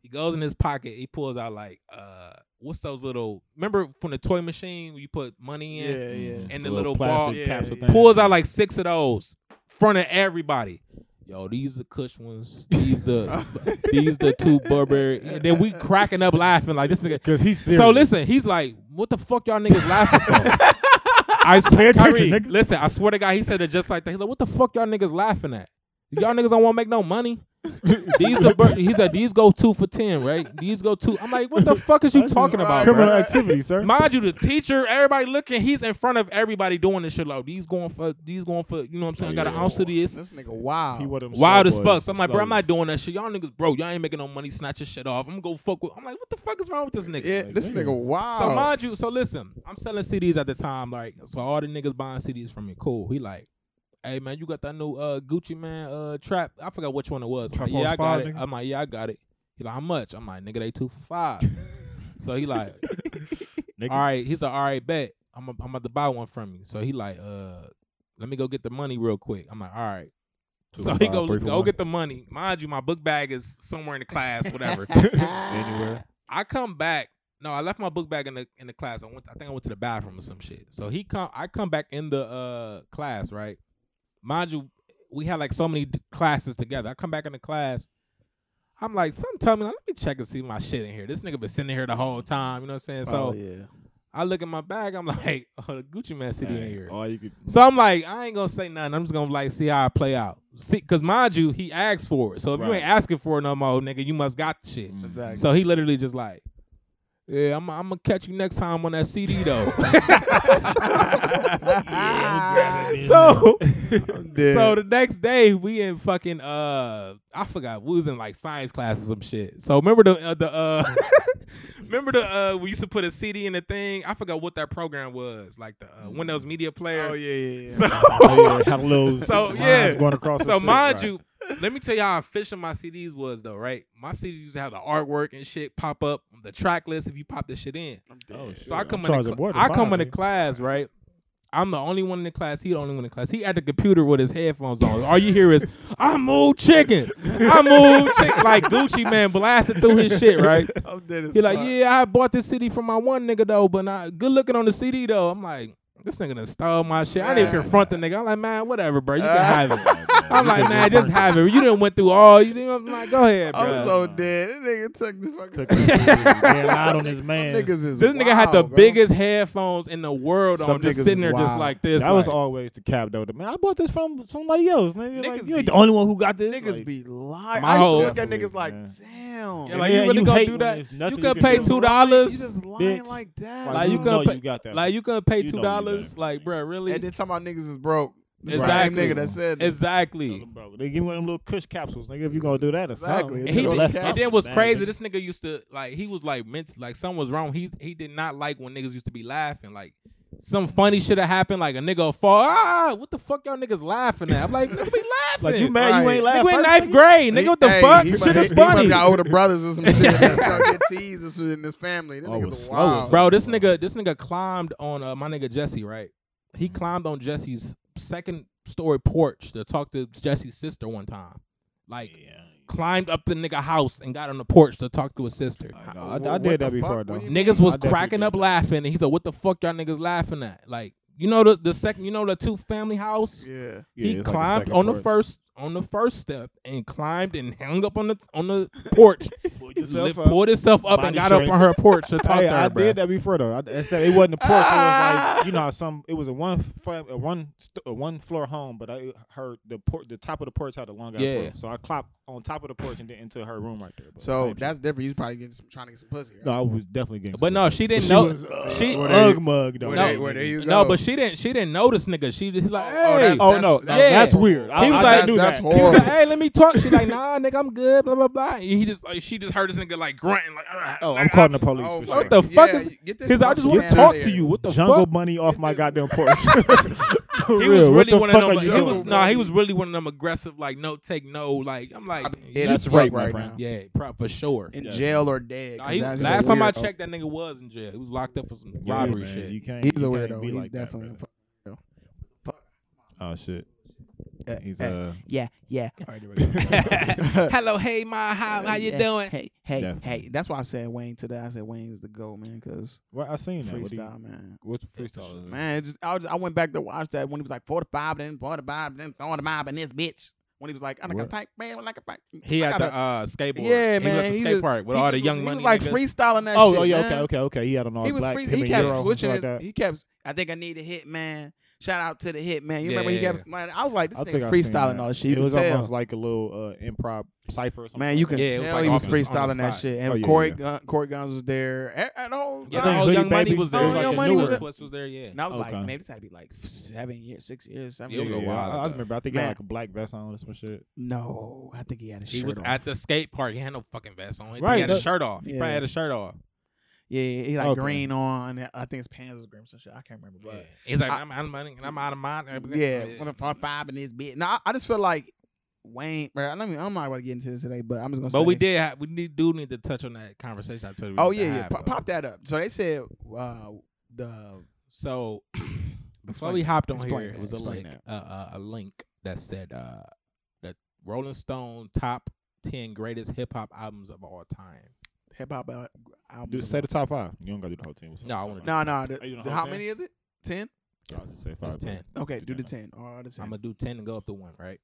[SPEAKER 4] He goes in his pocket. He pulls out like, uh, what's those little? Remember from the toy machine where you put money
[SPEAKER 3] Yeah,
[SPEAKER 4] in
[SPEAKER 3] yeah.
[SPEAKER 2] Mm.
[SPEAKER 4] and the little, ball
[SPEAKER 2] plastic
[SPEAKER 3] Yeah,
[SPEAKER 2] capsule
[SPEAKER 3] yeah.
[SPEAKER 2] thing.
[SPEAKER 4] pulls out like six of those front of everybody. Yo, these the cush ones. These the these the two Burberry. And then we cracking up laughing like this nigga.
[SPEAKER 2] because he's serious.
[SPEAKER 4] So listen, he's like, "What the fuck, y'all niggas laughing for?" I
[SPEAKER 2] Pay
[SPEAKER 4] swear,
[SPEAKER 2] attention,
[SPEAKER 4] Kyrie,
[SPEAKER 2] niggas.
[SPEAKER 4] listen, I swear to God, he said it just like that. He's like, "What the fuck, y'all niggas laughing at? Y'all niggas don't want to make no money." these the bur- he said these go two for ten, right? These go two. I'm like, what the fuck is you
[SPEAKER 2] That's
[SPEAKER 4] talking
[SPEAKER 2] just
[SPEAKER 4] about?
[SPEAKER 2] criminal
[SPEAKER 4] bro?
[SPEAKER 2] activity, sir.
[SPEAKER 4] Mind you, the teacher, everybody looking, he's in front of everybody doing this shit. Like these going for these going for, you know what I'm saying? I got an ounce of this.
[SPEAKER 3] This nigga wild.
[SPEAKER 2] He one of them
[SPEAKER 4] Wild as
[SPEAKER 2] slow
[SPEAKER 4] fuck.
[SPEAKER 2] boys,
[SPEAKER 4] So I'm like, bro, I'm not
[SPEAKER 2] slowies.
[SPEAKER 4] doing that shit. Y'all niggas, bro, y'all ain't making no money. Snatch your shit off. I'm gonna go fuck with. I'm like, what the fuck is wrong with this nigga?
[SPEAKER 3] yeah,
[SPEAKER 2] Like,
[SPEAKER 3] this
[SPEAKER 2] damn.
[SPEAKER 3] nigga wild.
[SPEAKER 4] So mind you, so listen, I'm selling CDs at the time, like so all the niggas buying CDs from me. Cool. He like, hey man, you got that new uh Gucci man uh trap. I forgot which one it was. I'm
[SPEAKER 2] Trap
[SPEAKER 4] like, yeah, I
[SPEAKER 2] on
[SPEAKER 4] got
[SPEAKER 2] five,
[SPEAKER 4] it.
[SPEAKER 2] nigga?
[SPEAKER 4] I'm like, yeah, I got it. He like, how much? I'm like, nigga, they two for five. so he like,
[SPEAKER 2] Nigga.
[SPEAKER 4] all right. He's like, all right, bet. I'm I'm about to buy one from you. So he like, uh, let me go get the money real quick. I'm like, all right.
[SPEAKER 2] Two
[SPEAKER 4] so
[SPEAKER 2] for
[SPEAKER 4] he
[SPEAKER 2] five,
[SPEAKER 4] go
[SPEAKER 2] three for
[SPEAKER 4] go
[SPEAKER 2] one.
[SPEAKER 4] get the money. Mind you, my book bag is somewhere in the class, whatever.
[SPEAKER 2] anywhere.
[SPEAKER 4] I come back. No, I left my book bag in the in the class. I went. I think I went to the bathroom or some shit. So he come. I come back in the uh class, right? Mind you, we had like so many d- classes together. I come back in the class. I'm like, something tell me. Like, let me check and see my shit in here. This nigga been sitting here the whole time. You know what I'm saying?
[SPEAKER 3] oh,
[SPEAKER 4] So
[SPEAKER 3] yeah.
[SPEAKER 4] I look at my bag. I'm like, oh, the Gucci man sitting in
[SPEAKER 2] Hey,
[SPEAKER 4] here.
[SPEAKER 2] all Oh, you could-
[SPEAKER 4] So I'm like, I ain't gonna say nothing. I'm just gonna like see how I play out. See, cause mind you, he asked for it. So if you
[SPEAKER 2] Right.
[SPEAKER 4] ain't asking for it no more, nigga, you must got the shit.
[SPEAKER 2] Mm.
[SPEAKER 3] Exactly.
[SPEAKER 4] So he literally just like, yeah, I'm I'm gonna catch you next time on that CD though. so
[SPEAKER 3] Oh,
[SPEAKER 4] so the next day we in fucking uh I forgot we was in like science class or some shit. So remember the uh, the uh remember the uh we used to put a CD in the thing. I forgot what that program was like the uh, Windows Media Player.
[SPEAKER 3] oh yeah, yeah, yeah.
[SPEAKER 4] So,
[SPEAKER 2] oh, yeah, had a little
[SPEAKER 4] So,
[SPEAKER 2] lines
[SPEAKER 4] yeah.
[SPEAKER 2] going across.
[SPEAKER 4] so
[SPEAKER 2] and shit,
[SPEAKER 4] mind
[SPEAKER 2] right.
[SPEAKER 4] you, let me tell you how efficient my CDs was though, right? My CDs used to have the artwork and shit pop up on the track list if you pop this shit in.
[SPEAKER 3] I'm
[SPEAKER 2] Oh,
[SPEAKER 3] dead.
[SPEAKER 2] shit.
[SPEAKER 4] So I
[SPEAKER 2] I'm
[SPEAKER 4] come in.
[SPEAKER 2] charging
[SPEAKER 4] The cl-
[SPEAKER 2] more than
[SPEAKER 4] I come
[SPEAKER 2] five,
[SPEAKER 4] in the
[SPEAKER 2] nigga.
[SPEAKER 4] class, right? I'm the only one in the class. He the only one in the class. He at the computer with his headphones on. All you hear is "I move chicken, I move chicken." Like Gucci man blasted through his shit, right?
[SPEAKER 3] I'm dead as
[SPEAKER 4] He like,
[SPEAKER 3] fuck.
[SPEAKER 4] yeah, I bought this CD from my one nigga though, but not good looking on the CD though. I'm like, this nigga done stole my shit. I didn't even confront the nigga. I'm like, man, whatever, bro. You can have
[SPEAKER 3] Oh,
[SPEAKER 4] it. I'm like, man, just have it. You didn't went through all. You didn't. I'm like, go ahead, bro.
[SPEAKER 3] I'm so dead. This nigga took the fucking.
[SPEAKER 2] Took his man out on his
[SPEAKER 3] Some
[SPEAKER 2] man.
[SPEAKER 3] Niggas is
[SPEAKER 4] This nigga had the
[SPEAKER 3] wild, bro.
[SPEAKER 4] biggest headphones in the world
[SPEAKER 3] Some
[SPEAKER 4] on, just
[SPEAKER 3] niggas
[SPEAKER 4] sitting
[SPEAKER 3] is
[SPEAKER 4] there just
[SPEAKER 3] wild.
[SPEAKER 4] like this.
[SPEAKER 2] That was
[SPEAKER 4] like-
[SPEAKER 2] always the cap though. The man, I bought this from somebody else. Nigga, Like,
[SPEAKER 3] Niggas
[SPEAKER 2] you ain't the
[SPEAKER 3] be-
[SPEAKER 2] only one who got this.
[SPEAKER 3] Niggas
[SPEAKER 2] Like,
[SPEAKER 3] be lying.
[SPEAKER 4] My
[SPEAKER 3] I used to
[SPEAKER 4] whole-
[SPEAKER 3] look at niggas
[SPEAKER 2] Definitely,
[SPEAKER 3] like,
[SPEAKER 2] man.
[SPEAKER 3] damn.
[SPEAKER 4] Yeah,
[SPEAKER 2] And then
[SPEAKER 4] like, you really gonna
[SPEAKER 2] hate
[SPEAKER 4] do
[SPEAKER 2] when
[SPEAKER 4] that?
[SPEAKER 2] there's nothing
[SPEAKER 4] You could
[SPEAKER 2] can
[SPEAKER 4] pay
[SPEAKER 2] do.
[SPEAKER 3] Just
[SPEAKER 4] two
[SPEAKER 3] lying- you
[SPEAKER 4] dollars,
[SPEAKER 3] just lying
[SPEAKER 2] bitch.
[SPEAKER 3] like that.
[SPEAKER 2] Like
[SPEAKER 4] you
[SPEAKER 2] you
[SPEAKER 4] could
[SPEAKER 2] know
[SPEAKER 4] pay-
[SPEAKER 2] you got that.
[SPEAKER 4] like you couldn't pay
[SPEAKER 2] You
[SPEAKER 4] two
[SPEAKER 2] know you got
[SPEAKER 4] dollars,
[SPEAKER 2] it.
[SPEAKER 4] like bro, really?
[SPEAKER 3] and then talking about niggas is broke. The
[SPEAKER 4] Exactly.
[SPEAKER 3] Same nigga that said that.
[SPEAKER 4] exactly.
[SPEAKER 2] bro. They give me one of them little Kush capsules, nigga. If you gonna do that, or
[SPEAKER 3] Exactly.
[SPEAKER 2] something.
[SPEAKER 3] It's
[SPEAKER 4] And, he
[SPEAKER 3] Little
[SPEAKER 4] did,
[SPEAKER 3] less
[SPEAKER 4] and then what's crazy, this nigga used to like he was like meant like something was wrong. He he did not like when niggas used to be laughing. Like some funny shit have happened, like a nigga will fall. Ah, what the fuck y'all niggas laughing at? I'm like, nigga, we laughing.
[SPEAKER 2] like you mad you
[SPEAKER 3] Right.
[SPEAKER 2] ain't
[SPEAKER 4] Nigga,
[SPEAKER 2] laughing.
[SPEAKER 4] we in ninth grade, nigga. What the
[SPEAKER 3] Hey,
[SPEAKER 4] fuck?
[SPEAKER 3] he
[SPEAKER 4] This
[SPEAKER 3] must-
[SPEAKER 4] shit is
[SPEAKER 3] he must
[SPEAKER 4] funny.
[SPEAKER 3] got older brothers or some shit. That's gonna get teased or something in this family. That
[SPEAKER 2] Oh,
[SPEAKER 3] niggas
[SPEAKER 2] was
[SPEAKER 3] are
[SPEAKER 2] slow as
[SPEAKER 3] wild.
[SPEAKER 2] fuck.
[SPEAKER 4] Bro, this nigga, this nigga climbed on uh, my nigga Jesse, right? He
[SPEAKER 2] Mm-hmm.
[SPEAKER 4] climbed on Jesse's second story porch to talk to Jesse's sister one time. Like, climbed up the nigga house and got on the porch to talk to his sister.
[SPEAKER 2] I, know.
[SPEAKER 3] Wh-
[SPEAKER 2] I- I
[SPEAKER 3] what
[SPEAKER 2] did
[SPEAKER 3] the
[SPEAKER 2] that before
[SPEAKER 3] fuck?
[SPEAKER 2] though.
[SPEAKER 3] What do you
[SPEAKER 4] Niggas
[SPEAKER 3] mean?
[SPEAKER 4] was
[SPEAKER 2] I definitely
[SPEAKER 4] cracking
[SPEAKER 2] did
[SPEAKER 4] up
[SPEAKER 2] that.
[SPEAKER 4] laughing, and he said, "What the fuck y'all niggas laughing at?" Like, you know the the second, you know the two family house.
[SPEAKER 3] Yeah.
[SPEAKER 2] Yeah,
[SPEAKER 4] he
[SPEAKER 2] it's like
[SPEAKER 4] climbed
[SPEAKER 2] second
[SPEAKER 4] on the
[SPEAKER 2] porch.
[SPEAKER 4] first on the first step and climbed and hung up on the on the porch,
[SPEAKER 2] Pulled
[SPEAKER 4] li-
[SPEAKER 2] yourself up.
[SPEAKER 4] pulled himself up
[SPEAKER 2] Body
[SPEAKER 4] and got
[SPEAKER 2] strength.
[SPEAKER 4] up on her porch to talk
[SPEAKER 2] Hey,
[SPEAKER 4] to her.
[SPEAKER 2] I
[SPEAKER 4] bruh. Ah.
[SPEAKER 2] did that before though. I, except it wasn't a porch. It was like you know how some. It was a one flat, a one st- a one floor home, but I heard the por- the top of the porch had a long ass
[SPEAKER 4] Yeah.
[SPEAKER 2] roof. So I clopped on top of the porch and then into her room right there. But same
[SPEAKER 3] So
[SPEAKER 2] shit.
[SPEAKER 3] that's different. You was probably getting some, trying to get some pussy. Right?
[SPEAKER 2] no, I was definitely getting.
[SPEAKER 4] But no, she didn't
[SPEAKER 2] she
[SPEAKER 4] know.
[SPEAKER 2] was, uh,
[SPEAKER 4] she
[SPEAKER 3] what
[SPEAKER 2] Ugg mug though.
[SPEAKER 3] Where,
[SPEAKER 4] No.
[SPEAKER 3] they, where they you
[SPEAKER 4] no,
[SPEAKER 3] go?
[SPEAKER 4] but she didn't. She didn't know this nigga. She just like,
[SPEAKER 3] Oh,
[SPEAKER 4] hey.
[SPEAKER 3] that's-
[SPEAKER 2] Oh no,
[SPEAKER 3] that's-
[SPEAKER 2] that-
[SPEAKER 4] yeah.
[SPEAKER 2] that's weird. I,
[SPEAKER 4] He was
[SPEAKER 2] I-
[SPEAKER 4] like-
[SPEAKER 2] I do
[SPEAKER 3] That's
[SPEAKER 2] that.
[SPEAKER 4] he was
[SPEAKER 3] horrible.
[SPEAKER 4] like, hey, let me talk. She like, nah, nigga, I'm good. Blah blah blah. And he just like, she just heard this nigga like grunting like, "Ah,
[SPEAKER 2] Oh,
[SPEAKER 4] nigga,
[SPEAKER 2] I'm calling the police
[SPEAKER 3] Oh
[SPEAKER 2] for
[SPEAKER 3] my
[SPEAKER 2] sure.
[SPEAKER 4] What the
[SPEAKER 3] God.
[SPEAKER 4] fuck
[SPEAKER 3] Yeah,
[SPEAKER 4] is-
[SPEAKER 3] you- get this
[SPEAKER 4] Cause I
[SPEAKER 3] pussy
[SPEAKER 4] just want
[SPEAKER 2] Get
[SPEAKER 4] to
[SPEAKER 3] down
[SPEAKER 4] talk
[SPEAKER 3] there.
[SPEAKER 4] to you. What the
[SPEAKER 2] Jungle
[SPEAKER 4] fuck?
[SPEAKER 2] Bunny off my goddamn porch. For
[SPEAKER 4] He was
[SPEAKER 2] real, what
[SPEAKER 4] really
[SPEAKER 2] the
[SPEAKER 4] one of
[SPEAKER 2] fuck
[SPEAKER 4] them.
[SPEAKER 2] are you
[SPEAKER 4] He was
[SPEAKER 2] doing?
[SPEAKER 4] nah. He was really one of them aggressive, like no take no. Like I'm like,
[SPEAKER 3] I'd be
[SPEAKER 4] yeah,
[SPEAKER 3] dead
[SPEAKER 2] that's
[SPEAKER 3] as fuck
[SPEAKER 2] rape, my
[SPEAKER 3] right
[SPEAKER 2] friend.
[SPEAKER 3] now.
[SPEAKER 4] yeah, pro- for sure.
[SPEAKER 3] In
[SPEAKER 2] Yeah.
[SPEAKER 3] jail or dead.
[SPEAKER 4] Nah,
[SPEAKER 3] 'cause
[SPEAKER 4] he-
[SPEAKER 3] that's just
[SPEAKER 4] last
[SPEAKER 3] a
[SPEAKER 4] time I
[SPEAKER 3] weirdo.
[SPEAKER 4] checked, that nigga was in jail. He was locked up for some
[SPEAKER 2] Yeah,
[SPEAKER 4] robbery
[SPEAKER 2] man,
[SPEAKER 4] shit.
[SPEAKER 2] You can't.
[SPEAKER 3] he's a
[SPEAKER 2] you can't
[SPEAKER 3] weirdo.
[SPEAKER 2] Be
[SPEAKER 3] He's
[SPEAKER 2] like that,
[SPEAKER 3] definitely.
[SPEAKER 2] brother.
[SPEAKER 3] a fuck-
[SPEAKER 2] Oh shit.
[SPEAKER 3] Uh,
[SPEAKER 2] He's
[SPEAKER 3] uh,
[SPEAKER 2] uh
[SPEAKER 3] yeah, yeah.
[SPEAKER 5] All right, there we go.
[SPEAKER 4] Hello, hey ma, how how you
[SPEAKER 3] Yeah.
[SPEAKER 4] doing?
[SPEAKER 3] Hey, hey,
[SPEAKER 2] Definitely.
[SPEAKER 3] hey. That's why I said Wayne today. I said Wayne's the goat, man, because
[SPEAKER 2] well, I seen that. What do you-
[SPEAKER 3] freestyle, man.
[SPEAKER 2] what's freestyle?
[SPEAKER 3] Man, it just, I, was, I went back to watch that when he was like 45, then 45, then throwing the mob in this bitch. When he was like, I don't got
[SPEAKER 2] What?
[SPEAKER 3] type, man, like a fight.
[SPEAKER 4] He
[SPEAKER 3] I
[SPEAKER 4] had the
[SPEAKER 3] gotta-
[SPEAKER 4] uh, skateboard.
[SPEAKER 3] Yeah,
[SPEAKER 4] He was at
[SPEAKER 3] man,
[SPEAKER 4] the
[SPEAKER 3] he
[SPEAKER 4] skate
[SPEAKER 3] just-
[SPEAKER 4] park with
[SPEAKER 3] he
[SPEAKER 4] all
[SPEAKER 3] just
[SPEAKER 4] the young
[SPEAKER 3] was,
[SPEAKER 4] money.
[SPEAKER 3] He was like
[SPEAKER 4] niggas.
[SPEAKER 3] freestyling that
[SPEAKER 2] Oh,
[SPEAKER 3] shit.
[SPEAKER 2] oh yeah,
[SPEAKER 3] man.
[SPEAKER 2] okay, okay, okay. He had an all
[SPEAKER 3] He was
[SPEAKER 2] black.
[SPEAKER 3] free.
[SPEAKER 2] him
[SPEAKER 3] He
[SPEAKER 2] and
[SPEAKER 3] kept
[SPEAKER 2] Euro,
[SPEAKER 3] switching
[SPEAKER 2] like uh
[SPEAKER 3] his.
[SPEAKER 2] that.
[SPEAKER 3] He kept. I think I need a hit man. Shout out to the hit man. You
[SPEAKER 4] Yeah,
[SPEAKER 3] remember he
[SPEAKER 4] yeah,
[SPEAKER 3] kept. Man, I was like, this
[SPEAKER 2] I think
[SPEAKER 3] nigga
[SPEAKER 2] I seen
[SPEAKER 3] freestyling
[SPEAKER 2] that.
[SPEAKER 3] all this shit. You
[SPEAKER 2] it
[SPEAKER 3] can
[SPEAKER 2] was
[SPEAKER 3] tell.
[SPEAKER 2] almost like a little uh, improv cipher or something.
[SPEAKER 3] man, you can
[SPEAKER 4] Yeah, it was
[SPEAKER 3] tell
[SPEAKER 4] like
[SPEAKER 3] he was
[SPEAKER 4] on the- on the
[SPEAKER 3] freestyling that
[SPEAKER 4] spot.
[SPEAKER 3] shit. And
[SPEAKER 2] Oh, yeah,
[SPEAKER 3] Corey
[SPEAKER 2] yeah.
[SPEAKER 3] Gun, Corey Guns was there. And, and all,
[SPEAKER 4] Yeah,
[SPEAKER 2] I think
[SPEAKER 4] all
[SPEAKER 2] Hoodie
[SPEAKER 4] young money
[SPEAKER 2] Baby-
[SPEAKER 4] was there.
[SPEAKER 3] Oh,
[SPEAKER 4] It was
[SPEAKER 3] Young
[SPEAKER 4] like
[SPEAKER 3] Money
[SPEAKER 4] the
[SPEAKER 3] was
[SPEAKER 4] newer
[SPEAKER 3] there.
[SPEAKER 4] twist was there. Yeah.
[SPEAKER 3] and I was
[SPEAKER 2] Okay.
[SPEAKER 3] like, maybe this had to be like seven years, six years, seven
[SPEAKER 4] Yeah,
[SPEAKER 2] Yeah,
[SPEAKER 3] years.
[SPEAKER 4] it was a
[SPEAKER 2] yeah,
[SPEAKER 4] while
[SPEAKER 2] I, I
[SPEAKER 4] ago.
[SPEAKER 2] remember. I think he
[SPEAKER 3] Man.
[SPEAKER 2] had like a black vest on or some shit.
[SPEAKER 3] No, I think he had a shirt
[SPEAKER 4] He was
[SPEAKER 3] on.
[SPEAKER 4] at the skate park. He had no fucking vest on. He
[SPEAKER 2] Right,
[SPEAKER 4] had a
[SPEAKER 2] that-
[SPEAKER 4] shirt off. He
[SPEAKER 3] Yeah.
[SPEAKER 4] probably had a shirt off.
[SPEAKER 3] yeah, yeah, he like
[SPEAKER 2] Okay.
[SPEAKER 3] green on. and I think his pants was green or some shit. I can't remember,
[SPEAKER 4] Yeah.
[SPEAKER 3] but
[SPEAKER 4] He's like,
[SPEAKER 3] I-
[SPEAKER 4] I'm out of money and I'm out of mind. and everything.
[SPEAKER 3] Yeah, one of our five in this bit. Now I, I just feel like Wayne. Bro, I mean, I'm not about to get into this today, but I'm just gonna.
[SPEAKER 4] But
[SPEAKER 3] say,
[SPEAKER 4] we did. Have, we need, do need to touch on that conversation. I told you. we
[SPEAKER 3] Oh
[SPEAKER 4] need to
[SPEAKER 3] yeah, yeah.
[SPEAKER 4] have,
[SPEAKER 3] Pop,
[SPEAKER 4] though.
[SPEAKER 3] pop that up. So they said uh, the
[SPEAKER 4] So before
[SPEAKER 3] Explain
[SPEAKER 4] we
[SPEAKER 3] that.
[SPEAKER 4] hopped on
[SPEAKER 3] Explain
[SPEAKER 4] here,
[SPEAKER 3] that.
[SPEAKER 4] it was a
[SPEAKER 3] Explain
[SPEAKER 4] link, uh, uh, a link that said uh, that Rolling Stone top ten greatest hip hop albums of all time.
[SPEAKER 3] hip hop al- album.
[SPEAKER 2] Dude, say the top five. You don't gotta do the whole team. What's up?
[SPEAKER 4] No, I
[SPEAKER 2] Top
[SPEAKER 4] wanna-
[SPEAKER 2] five?
[SPEAKER 3] No, no. The,
[SPEAKER 2] Are you in the
[SPEAKER 3] the-
[SPEAKER 2] whole
[SPEAKER 3] how
[SPEAKER 2] ten?
[SPEAKER 3] many is it? Ten.
[SPEAKER 2] I was gonna say five.
[SPEAKER 4] That's
[SPEAKER 2] but-
[SPEAKER 4] 10.
[SPEAKER 3] Okay, do the
[SPEAKER 2] ten.
[SPEAKER 3] ten. All right, the 10
[SPEAKER 4] I'm gonna do ten and go up to one, right?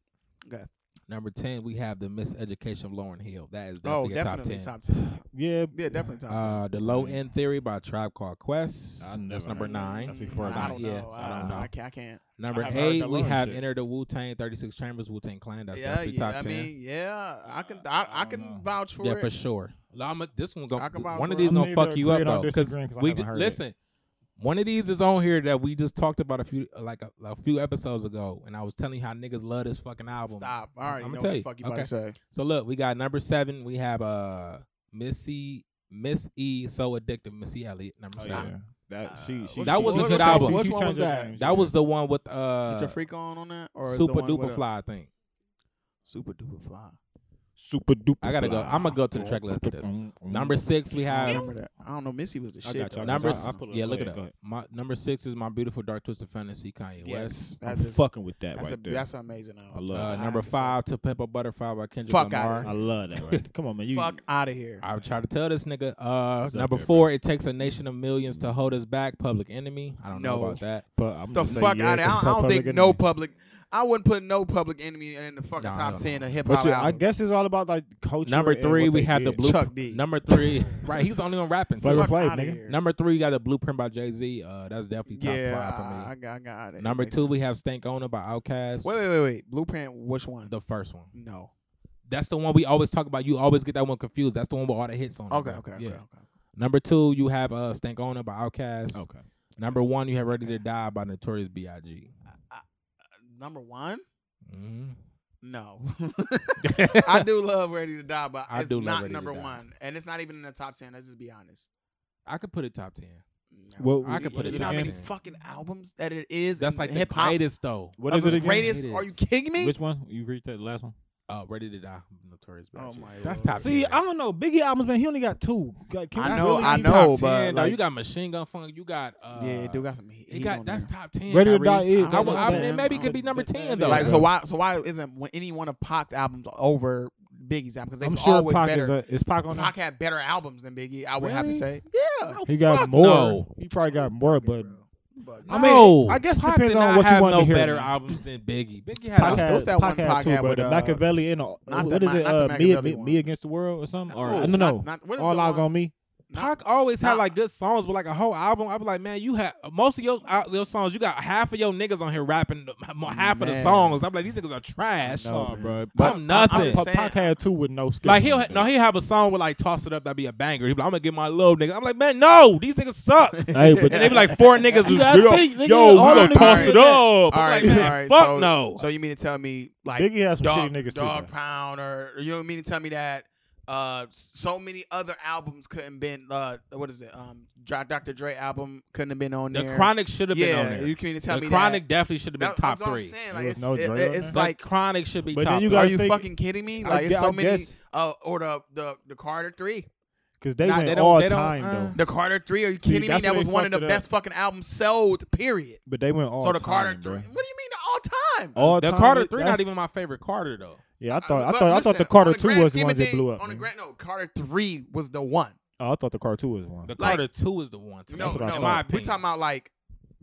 [SPEAKER 3] Okay.
[SPEAKER 4] Number ten, we have the Miseducation of Lauren Hill. That is
[SPEAKER 3] oh,
[SPEAKER 4] definitely, a
[SPEAKER 3] definitely
[SPEAKER 4] top ten.
[SPEAKER 3] top ten.
[SPEAKER 2] Yeah,
[SPEAKER 3] Yeah, definitely top ten.
[SPEAKER 4] Uh, the Low End Theory by Tribe Called Quest.
[SPEAKER 2] I never
[SPEAKER 4] That's
[SPEAKER 2] heard
[SPEAKER 4] number
[SPEAKER 2] that.
[SPEAKER 4] nine.
[SPEAKER 2] That's before I
[SPEAKER 3] I
[SPEAKER 2] got-
[SPEAKER 3] don't
[SPEAKER 4] yeah,
[SPEAKER 3] know.
[SPEAKER 4] so
[SPEAKER 3] I don't know. I can't. I can't.
[SPEAKER 4] Number
[SPEAKER 2] haven't heard
[SPEAKER 4] eight,
[SPEAKER 2] that
[SPEAKER 4] we
[SPEAKER 2] Lauren
[SPEAKER 4] have
[SPEAKER 2] shit.
[SPEAKER 4] Enter the Wu Tang, Thirty Six Chambers, Wu Tang Clan. That's
[SPEAKER 3] yeah,
[SPEAKER 4] definitely
[SPEAKER 3] yeah.
[SPEAKER 4] top
[SPEAKER 3] I
[SPEAKER 4] ten.
[SPEAKER 3] mean, yeah. I can.
[SPEAKER 2] I
[SPEAKER 3] I, I
[SPEAKER 2] don't
[SPEAKER 3] can
[SPEAKER 2] know.
[SPEAKER 3] vouch for
[SPEAKER 4] yeah,
[SPEAKER 3] it.
[SPEAKER 4] for sure. Like, I'ma- this one gonna,
[SPEAKER 3] Talk about
[SPEAKER 4] one of
[SPEAKER 3] bro-
[SPEAKER 4] these
[SPEAKER 2] I'm
[SPEAKER 4] gonna
[SPEAKER 2] neither
[SPEAKER 4] fuck you up
[SPEAKER 2] agreeing or
[SPEAKER 4] though. 'cause
[SPEAKER 2] disagreeing 'cause I
[SPEAKER 4] we
[SPEAKER 2] haven't
[SPEAKER 4] ju-
[SPEAKER 2] heard it.
[SPEAKER 4] listen, one of these is on here that we just talked about a few like a, a few episodes ago, and I was telling you how niggas love this fucking album.
[SPEAKER 3] Stop. All right.
[SPEAKER 4] I'ma
[SPEAKER 3] you know
[SPEAKER 4] tell
[SPEAKER 3] what the
[SPEAKER 4] you.
[SPEAKER 3] fuck you about
[SPEAKER 4] Okay.
[SPEAKER 3] to say.
[SPEAKER 4] So look, we got number seven. We have uh Missy Miss E, so addictive, Missy Elliott. Number
[SPEAKER 2] Oh,
[SPEAKER 4] seven.
[SPEAKER 2] yeah. That she, she
[SPEAKER 4] That
[SPEAKER 2] she-
[SPEAKER 4] was a
[SPEAKER 2] she-
[SPEAKER 4] good
[SPEAKER 2] she-
[SPEAKER 4] album.
[SPEAKER 2] she
[SPEAKER 4] Which
[SPEAKER 3] one
[SPEAKER 2] changed
[SPEAKER 3] was
[SPEAKER 2] her
[SPEAKER 3] that?
[SPEAKER 2] names,
[SPEAKER 4] That
[SPEAKER 2] yeah.
[SPEAKER 4] was the one with
[SPEAKER 3] Is your
[SPEAKER 4] uh
[SPEAKER 3] freak on on that or is the
[SPEAKER 4] Super
[SPEAKER 3] one with
[SPEAKER 4] Duper
[SPEAKER 3] a-
[SPEAKER 4] Fly. I think
[SPEAKER 2] Mm-hmm.
[SPEAKER 3] Super duper fly.
[SPEAKER 2] super duper.
[SPEAKER 4] I gotta go.
[SPEAKER 2] fly.
[SPEAKER 4] I'ma go to the track list for this. number six.
[SPEAKER 2] Mm-hmm.
[SPEAKER 4] We
[SPEAKER 3] I
[SPEAKER 4] have
[SPEAKER 3] remember that. I don't know. Missy was the
[SPEAKER 2] I
[SPEAKER 3] shit.
[SPEAKER 2] got y'all.
[SPEAKER 3] though.
[SPEAKER 4] number.
[SPEAKER 2] I-
[SPEAKER 4] s-
[SPEAKER 2] I put it up.
[SPEAKER 4] yeah,
[SPEAKER 2] Go
[SPEAKER 4] look it
[SPEAKER 2] ahead, go
[SPEAKER 4] up.
[SPEAKER 2] ahead.
[SPEAKER 4] My number six is my beautiful dark twisted fantasy, Kanye West.
[SPEAKER 3] Yes, that
[SPEAKER 2] I'm
[SPEAKER 3] is-
[SPEAKER 2] fucking with that
[SPEAKER 3] That's,
[SPEAKER 2] right
[SPEAKER 3] a,
[SPEAKER 2] there.
[SPEAKER 3] that's an amazing. Album.
[SPEAKER 2] I love
[SPEAKER 4] Uh,
[SPEAKER 2] I
[SPEAKER 4] number
[SPEAKER 3] have to say-
[SPEAKER 4] five, To Pimp a Butterfly by Kendrick
[SPEAKER 3] Fuck outta
[SPEAKER 4] Lamar.
[SPEAKER 2] I love that. Right. Come on, man. You
[SPEAKER 3] Fuck out of here.
[SPEAKER 4] I would try to tell this nigga. Uh,
[SPEAKER 2] It's up there, bro.
[SPEAKER 4] number four, it takes a nation of millions to hold us back. Public Enemy. I don't know
[SPEAKER 3] No.
[SPEAKER 4] about that.
[SPEAKER 2] but I'm
[SPEAKER 3] the
[SPEAKER 2] just saying,
[SPEAKER 3] fuck
[SPEAKER 2] yeah,
[SPEAKER 3] out of here. I
[SPEAKER 2] it's
[SPEAKER 3] don't, I don't
[SPEAKER 2] Public
[SPEAKER 3] think
[SPEAKER 2] Enemy.
[SPEAKER 3] no public. I wouldn't put no public enemy in the fucking
[SPEAKER 4] Nah,
[SPEAKER 3] top
[SPEAKER 4] I don't
[SPEAKER 3] ten of hip
[SPEAKER 2] But
[SPEAKER 3] hop.
[SPEAKER 2] you, I
[SPEAKER 3] albums.
[SPEAKER 2] guess it's all about like culture.
[SPEAKER 4] Number
[SPEAKER 2] and
[SPEAKER 4] three,
[SPEAKER 2] what
[SPEAKER 4] we
[SPEAKER 2] they
[SPEAKER 4] have the
[SPEAKER 2] did.
[SPEAKER 4] blue-
[SPEAKER 3] Chuck D.
[SPEAKER 4] Number three, right? He's the only one rapping.
[SPEAKER 2] Flavor
[SPEAKER 4] So.
[SPEAKER 3] fuck
[SPEAKER 2] Flav,
[SPEAKER 3] outta
[SPEAKER 2] nigga.
[SPEAKER 3] here.
[SPEAKER 4] Number three, you got the Blueprint by Jay Z. Uh, that's definitely top
[SPEAKER 3] yeah,
[SPEAKER 4] five for
[SPEAKER 3] I,
[SPEAKER 4] me.
[SPEAKER 3] I got, I got it.
[SPEAKER 4] number
[SPEAKER 3] Makes
[SPEAKER 4] two,
[SPEAKER 3] sense.
[SPEAKER 4] we have Stank Owner by Outkast.
[SPEAKER 3] Wait, wait, wait, wait. Blueprint. Which one?
[SPEAKER 4] The first one.
[SPEAKER 3] no.
[SPEAKER 4] That's the one we always talk about. You always get that one confused. That's the one with all the hits on. it,
[SPEAKER 3] Okay,
[SPEAKER 4] bro.
[SPEAKER 3] okay, okay,
[SPEAKER 4] Yeah.
[SPEAKER 3] okay.
[SPEAKER 4] Number two, you have uh Stank Owner by Outkast.
[SPEAKER 2] Okay.
[SPEAKER 4] Number one, you have Ready to Die by Notorious B.I.G.
[SPEAKER 3] Number one.
[SPEAKER 4] Mhm.
[SPEAKER 3] No, I do love Ready to Die, but
[SPEAKER 4] I
[SPEAKER 3] it's
[SPEAKER 4] do love
[SPEAKER 3] not
[SPEAKER 4] Ready to
[SPEAKER 3] number
[SPEAKER 4] Die.
[SPEAKER 3] one, and it's not even in the top ten. Let's just be honest.
[SPEAKER 4] I could put it top ten.
[SPEAKER 3] No.
[SPEAKER 2] Well,
[SPEAKER 4] I could put
[SPEAKER 3] you
[SPEAKER 4] it
[SPEAKER 3] know
[SPEAKER 4] top
[SPEAKER 3] how many
[SPEAKER 4] 10.
[SPEAKER 3] fucking albums that it is.
[SPEAKER 4] That's
[SPEAKER 3] in
[SPEAKER 4] like the
[SPEAKER 3] hip hop.
[SPEAKER 4] greatest though.
[SPEAKER 2] What is it again?
[SPEAKER 3] Greatest?
[SPEAKER 4] It
[SPEAKER 3] Are you
[SPEAKER 4] is.
[SPEAKER 3] kidding me?
[SPEAKER 2] Which one? You read that last one?
[SPEAKER 4] Uh, Ready to Die, Notorious B.I.G.
[SPEAKER 3] Oh my
[SPEAKER 4] That's
[SPEAKER 3] lord.
[SPEAKER 4] top.
[SPEAKER 2] See,
[SPEAKER 4] 10.
[SPEAKER 2] I don't know. Biggie albums, man. He only got two. Like, can
[SPEAKER 3] I
[SPEAKER 2] that's
[SPEAKER 3] know,
[SPEAKER 2] really
[SPEAKER 3] I
[SPEAKER 2] top
[SPEAKER 3] know,
[SPEAKER 2] 10,
[SPEAKER 3] but,
[SPEAKER 2] though.
[SPEAKER 4] No,
[SPEAKER 3] like-
[SPEAKER 4] you got Machine Gun Funk. You got uh,
[SPEAKER 3] yeah, dude got some. Heat
[SPEAKER 4] It
[SPEAKER 3] heat
[SPEAKER 4] got
[SPEAKER 3] on
[SPEAKER 4] that's
[SPEAKER 3] there.
[SPEAKER 4] top ten.
[SPEAKER 2] Ready to
[SPEAKER 4] Kyrie.
[SPEAKER 2] Die is.
[SPEAKER 3] I
[SPEAKER 4] I would,
[SPEAKER 3] know
[SPEAKER 4] I,
[SPEAKER 3] that.
[SPEAKER 4] it maybe it could be
[SPEAKER 2] That-
[SPEAKER 4] number
[SPEAKER 2] that-
[SPEAKER 4] ten
[SPEAKER 2] that-
[SPEAKER 4] though.
[SPEAKER 3] Like,
[SPEAKER 2] Yeah.
[SPEAKER 3] so why so why isn't one- any one of Pac's albums over Biggie's album? Because they
[SPEAKER 2] I'm
[SPEAKER 3] was
[SPEAKER 2] sure
[SPEAKER 3] always
[SPEAKER 2] Pac is,
[SPEAKER 3] better.
[SPEAKER 2] a, is Pac on there?
[SPEAKER 3] Pac had better albums than Biggie. I would have to
[SPEAKER 4] Really?
[SPEAKER 3] say, yeah.
[SPEAKER 2] He got more.
[SPEAKER 4] no.
[SPEAKER 2] He probably got more, but
[SPEAKER 3] But
[SPEAKER 2] I mean,
[SPEAKER 4] No.
[SPEAKER 2] I guess
[SPEAKER 4] Pac
[SPEAKER 2] depends
[SPEAKER 4] did
[SPEAKER 2] on
[SPEAKER 4] not
[SPEAKER 2] what you
[SPEAKER 4] have
[SPEAKER 2] want
[SPEAKER 4] no
[SPEAKER 2] to hear.
[SPEAKER 4] better albums than Biggie.
[SPEAKER 2] Pac
[SPEAKER 4] Biggie had
[SPEAKER 3] Pac
[SPEAKER 4] a,
[SPEAKER 2] had,
[SPEAKER 3] what's that
[SPEAKER 2] Pac
[SPEAKER 3] one
[SPEAKER 2] had
[SPEAKER 3] Pac
[SPEAKER 2] two,
[SPEAKER 3] had
[SPEAKER 2] bro.
[SPEAKER 3] with,
[SPEAKER 2] The
[SPEAKER 3] uh,
[SPEAKER 2] Machiavelli and uh,
[SPEAKER 3] not
[SPEAKER 2] what
[SPEAKER 3] the
[SPEAKER 2] is it?
[SPEAKER 3] Ma- not
[SPEAKER 2] Uh,
[SPEAKER 3] the
[SPEAKER 2] me,
[SPEAKER 3] Machiavelli
[SPEAKER 2] me,
[SPEAKER 3] one.
[SPEAKER 2] Me against the world or something? Or
[SPEAKER 3] No,
[SPEAKER 2] no, no,
[SPEAKER 3] not- not- what is
[SPEAKER 2] all
[SPEAKER 3] the
[SPEAKER 2] eyes
[SPEAKER 3] one-
[SPEAKER 2] on me.
[SPEAKER 4] Pac always had
[SPEAKER 3] Nah.
[SPEAKER 4] like good songs, but like a whole album. I'd be like, man, you had most of your uh, your songs. You got half of your niggas on here rapping the- half of the
[SPEAKER 3] Man.
[SPEAKER 4] songs. I'm like, these niggas are trash.
[SPEAKER 3] No,
[SPEAKER 2] Nah,
[SPEAKER 3] man.
[SPEAKER 2] bro.
[SPEAKER 4] I'm nothing.
[SPEAKER 2] Pac,
[SPEAKER 3] just saying-
[SPEAKER 2] Pac had two with no skill.
[SPEAKER 4] Like he'll no, he'll have a song with like toss it up that'd be a banger. He'd be like, I'm gonna get my love, nigga. I'm like, man, no, these niggas suck. and
[SPEAKER 2] Hey, but
[SPEAKER 4] they be like four niggas who's
[SPEAKER 2] I
[SPEAKER 4] yo,
[SPEAKER 2] think, nigga,
[SPEAKER 4] yo, we
[SPEAKER 2] all
[SPEAKER 4] gonna
[SPEAKER 2] them
[SPEAKER 4] toss
[SPEAKER 3] niggas
[SPEAKER 4] it
[SPEAKER 2] in there.
[SPEAKER 4] up.
[SPEAKER 3] all
[SPEAKER 4] I'm
[SPEAKER 3] right,
[SPEAKER 4] like,
[SPEAKER 3] all
[SPEAKER 4] man,
[SPEAKER 3] right.
[SPEAKER 4] fuck
[SPEAKER 3] so,
[SPEAKER 4] no.
[SPEAKER 3] So you mean to tell me like
[SPEAKER 2] Biggie has some
[SPEAKER 3] dog,
[SPEAKER 2] shitty niggas too.
[SPEAKER 3] dog
[SPEAKER 2] bro.
[SPEAKER 3] pound or you don't mean to tell me that uh so many other albums couldn't been uh what is it um Dr. Dr. Dre album couldn't have been on
[SPEAKER 4] the
[SPEAKER 3] there.
[SPEAKER 4] chronic should have
[SPEAKER 3] yeah,
[SPEAKER 4] been on there.
[SPEAKER 3] you can tell
[SPEAKER 4] the
[SPEAKER 3] me
[SPEAKER 4] chronic definitely should
[SPEAKER 3] that.
[SPEAKER 4] have been
[SPEAKER 3] That-
[SPEAKER 4] top
[SPEAKER 3] that's what I'm
[SPEAKER 4] three.
[SPEAKER 3] saying,
[SPEAKER 2] There
[SPEAKER 3] Like,
[SPEAKER 2] was
[SPEAKER 3] it's,
[SPEAKER 2] no Dre
[SPEAKER 3] it- it-
[SPEAKER 2] on
[SPEAKER 3] it's
[SPEAKER 2] there?
[SPEAKER 4] Like
[SPEAKER 3] like
[SPEAKER 4] chronic should be
[SPEAKER 2] But then
[SPEAKER 4] top.
[SPEAKER 2] you
[SPEAKER 4] three.
[SPEAKER 2] gotta
[SPEAKER 3] are you
[SPEAKER 2] think-
[SPEAKER 3] fucking kidding me?
[SPEAKER 2] I
[SPEAKER 3] Like
[SPEAKER 2] gu-
[SPEAKER 3] it's so
[SPEAKER 2] I
[SPEAKER 3] many
[SPEAKER 2] guess-
[SPEAKER 3] uh, or the the the Carter 3.
[SPEAKER 2] Because they
[SPEAKER 4] Nah,
[SPEAKER 2] went
[SPEAKER 4] they don't-
[SPEAKER 2] all
[SPEAKER 4] they don't,
[SPEAKER 2] time
[SPEAKER 4] uh,
[SPEAKER 2] though.
[SPEAKER 3] The Carter 3, are
[SPEAKER 2] See,
[SPEAKER 3] you kidding me?
[SPEAKER 2] that's
[SPEAKER 3] That
[SPEAKER 2] where
[SPEAKER 3] was
[SPEAKER 2] they
[SPEAKER 3] one of the
[SPEAKER 2] fucked it up.
[SPEAKER 3] best fucking albums sold, period.
[SPEAKER 2] But they went all
[SPEAKER 3] so the
[SPEAKER 2] time,
[SPEAKER 3] Carter 3.
[SPEAKER 2] bro.
[SPEAKER 3] What do you mean the all time.
[SPEAKER 2] All
[SPEAKER 4] the
[SPEAKER 2] time,
[SPEAKER 4] Carter
[SPEAKER 2] it-
[SPEAKER 4] three not
[SPEAKER 2] that's-
[SPEAKER 4] even my favorite Carter though.
[SPEAKER 2] Yeah, I thought I,
[SPEAKER 3] Uh, but
[SPEAKER 2] thought I thought
[SPEAKER 3] listen,
[SPEAKER 2] the Carter
[SPEAKER 3] on
[SPEAKER 2] two
[SPEAKER 3] grand
[SPEAKER 2] was the
[SPEAKER 3] scheme of
[SPEAKER 2] ones that blew
[SPEAKER 3] things-
[SPEAKER 2] up.
[SPEAKER 3] On the
[SPEAKER 2] man.
[SPEAKER 3] grand, no, Carter three was the one.
[SPEAKER 2] Oh, I thought the Carter two was one.
[SPEAKER 4] The
[SPEAKER 3] Like-
[SPEAKER 4] Carter two is the one. To
[SPEAKER 3] No,
[SPEAKER 4] me,
[SPEAKER 2] what I
[SPEAKER 3] no,
[SPEAKER 4] in my
[SPEAKER 3] we
[SPEAKER 4] opinion.
[SPEAKER 3] talking about like.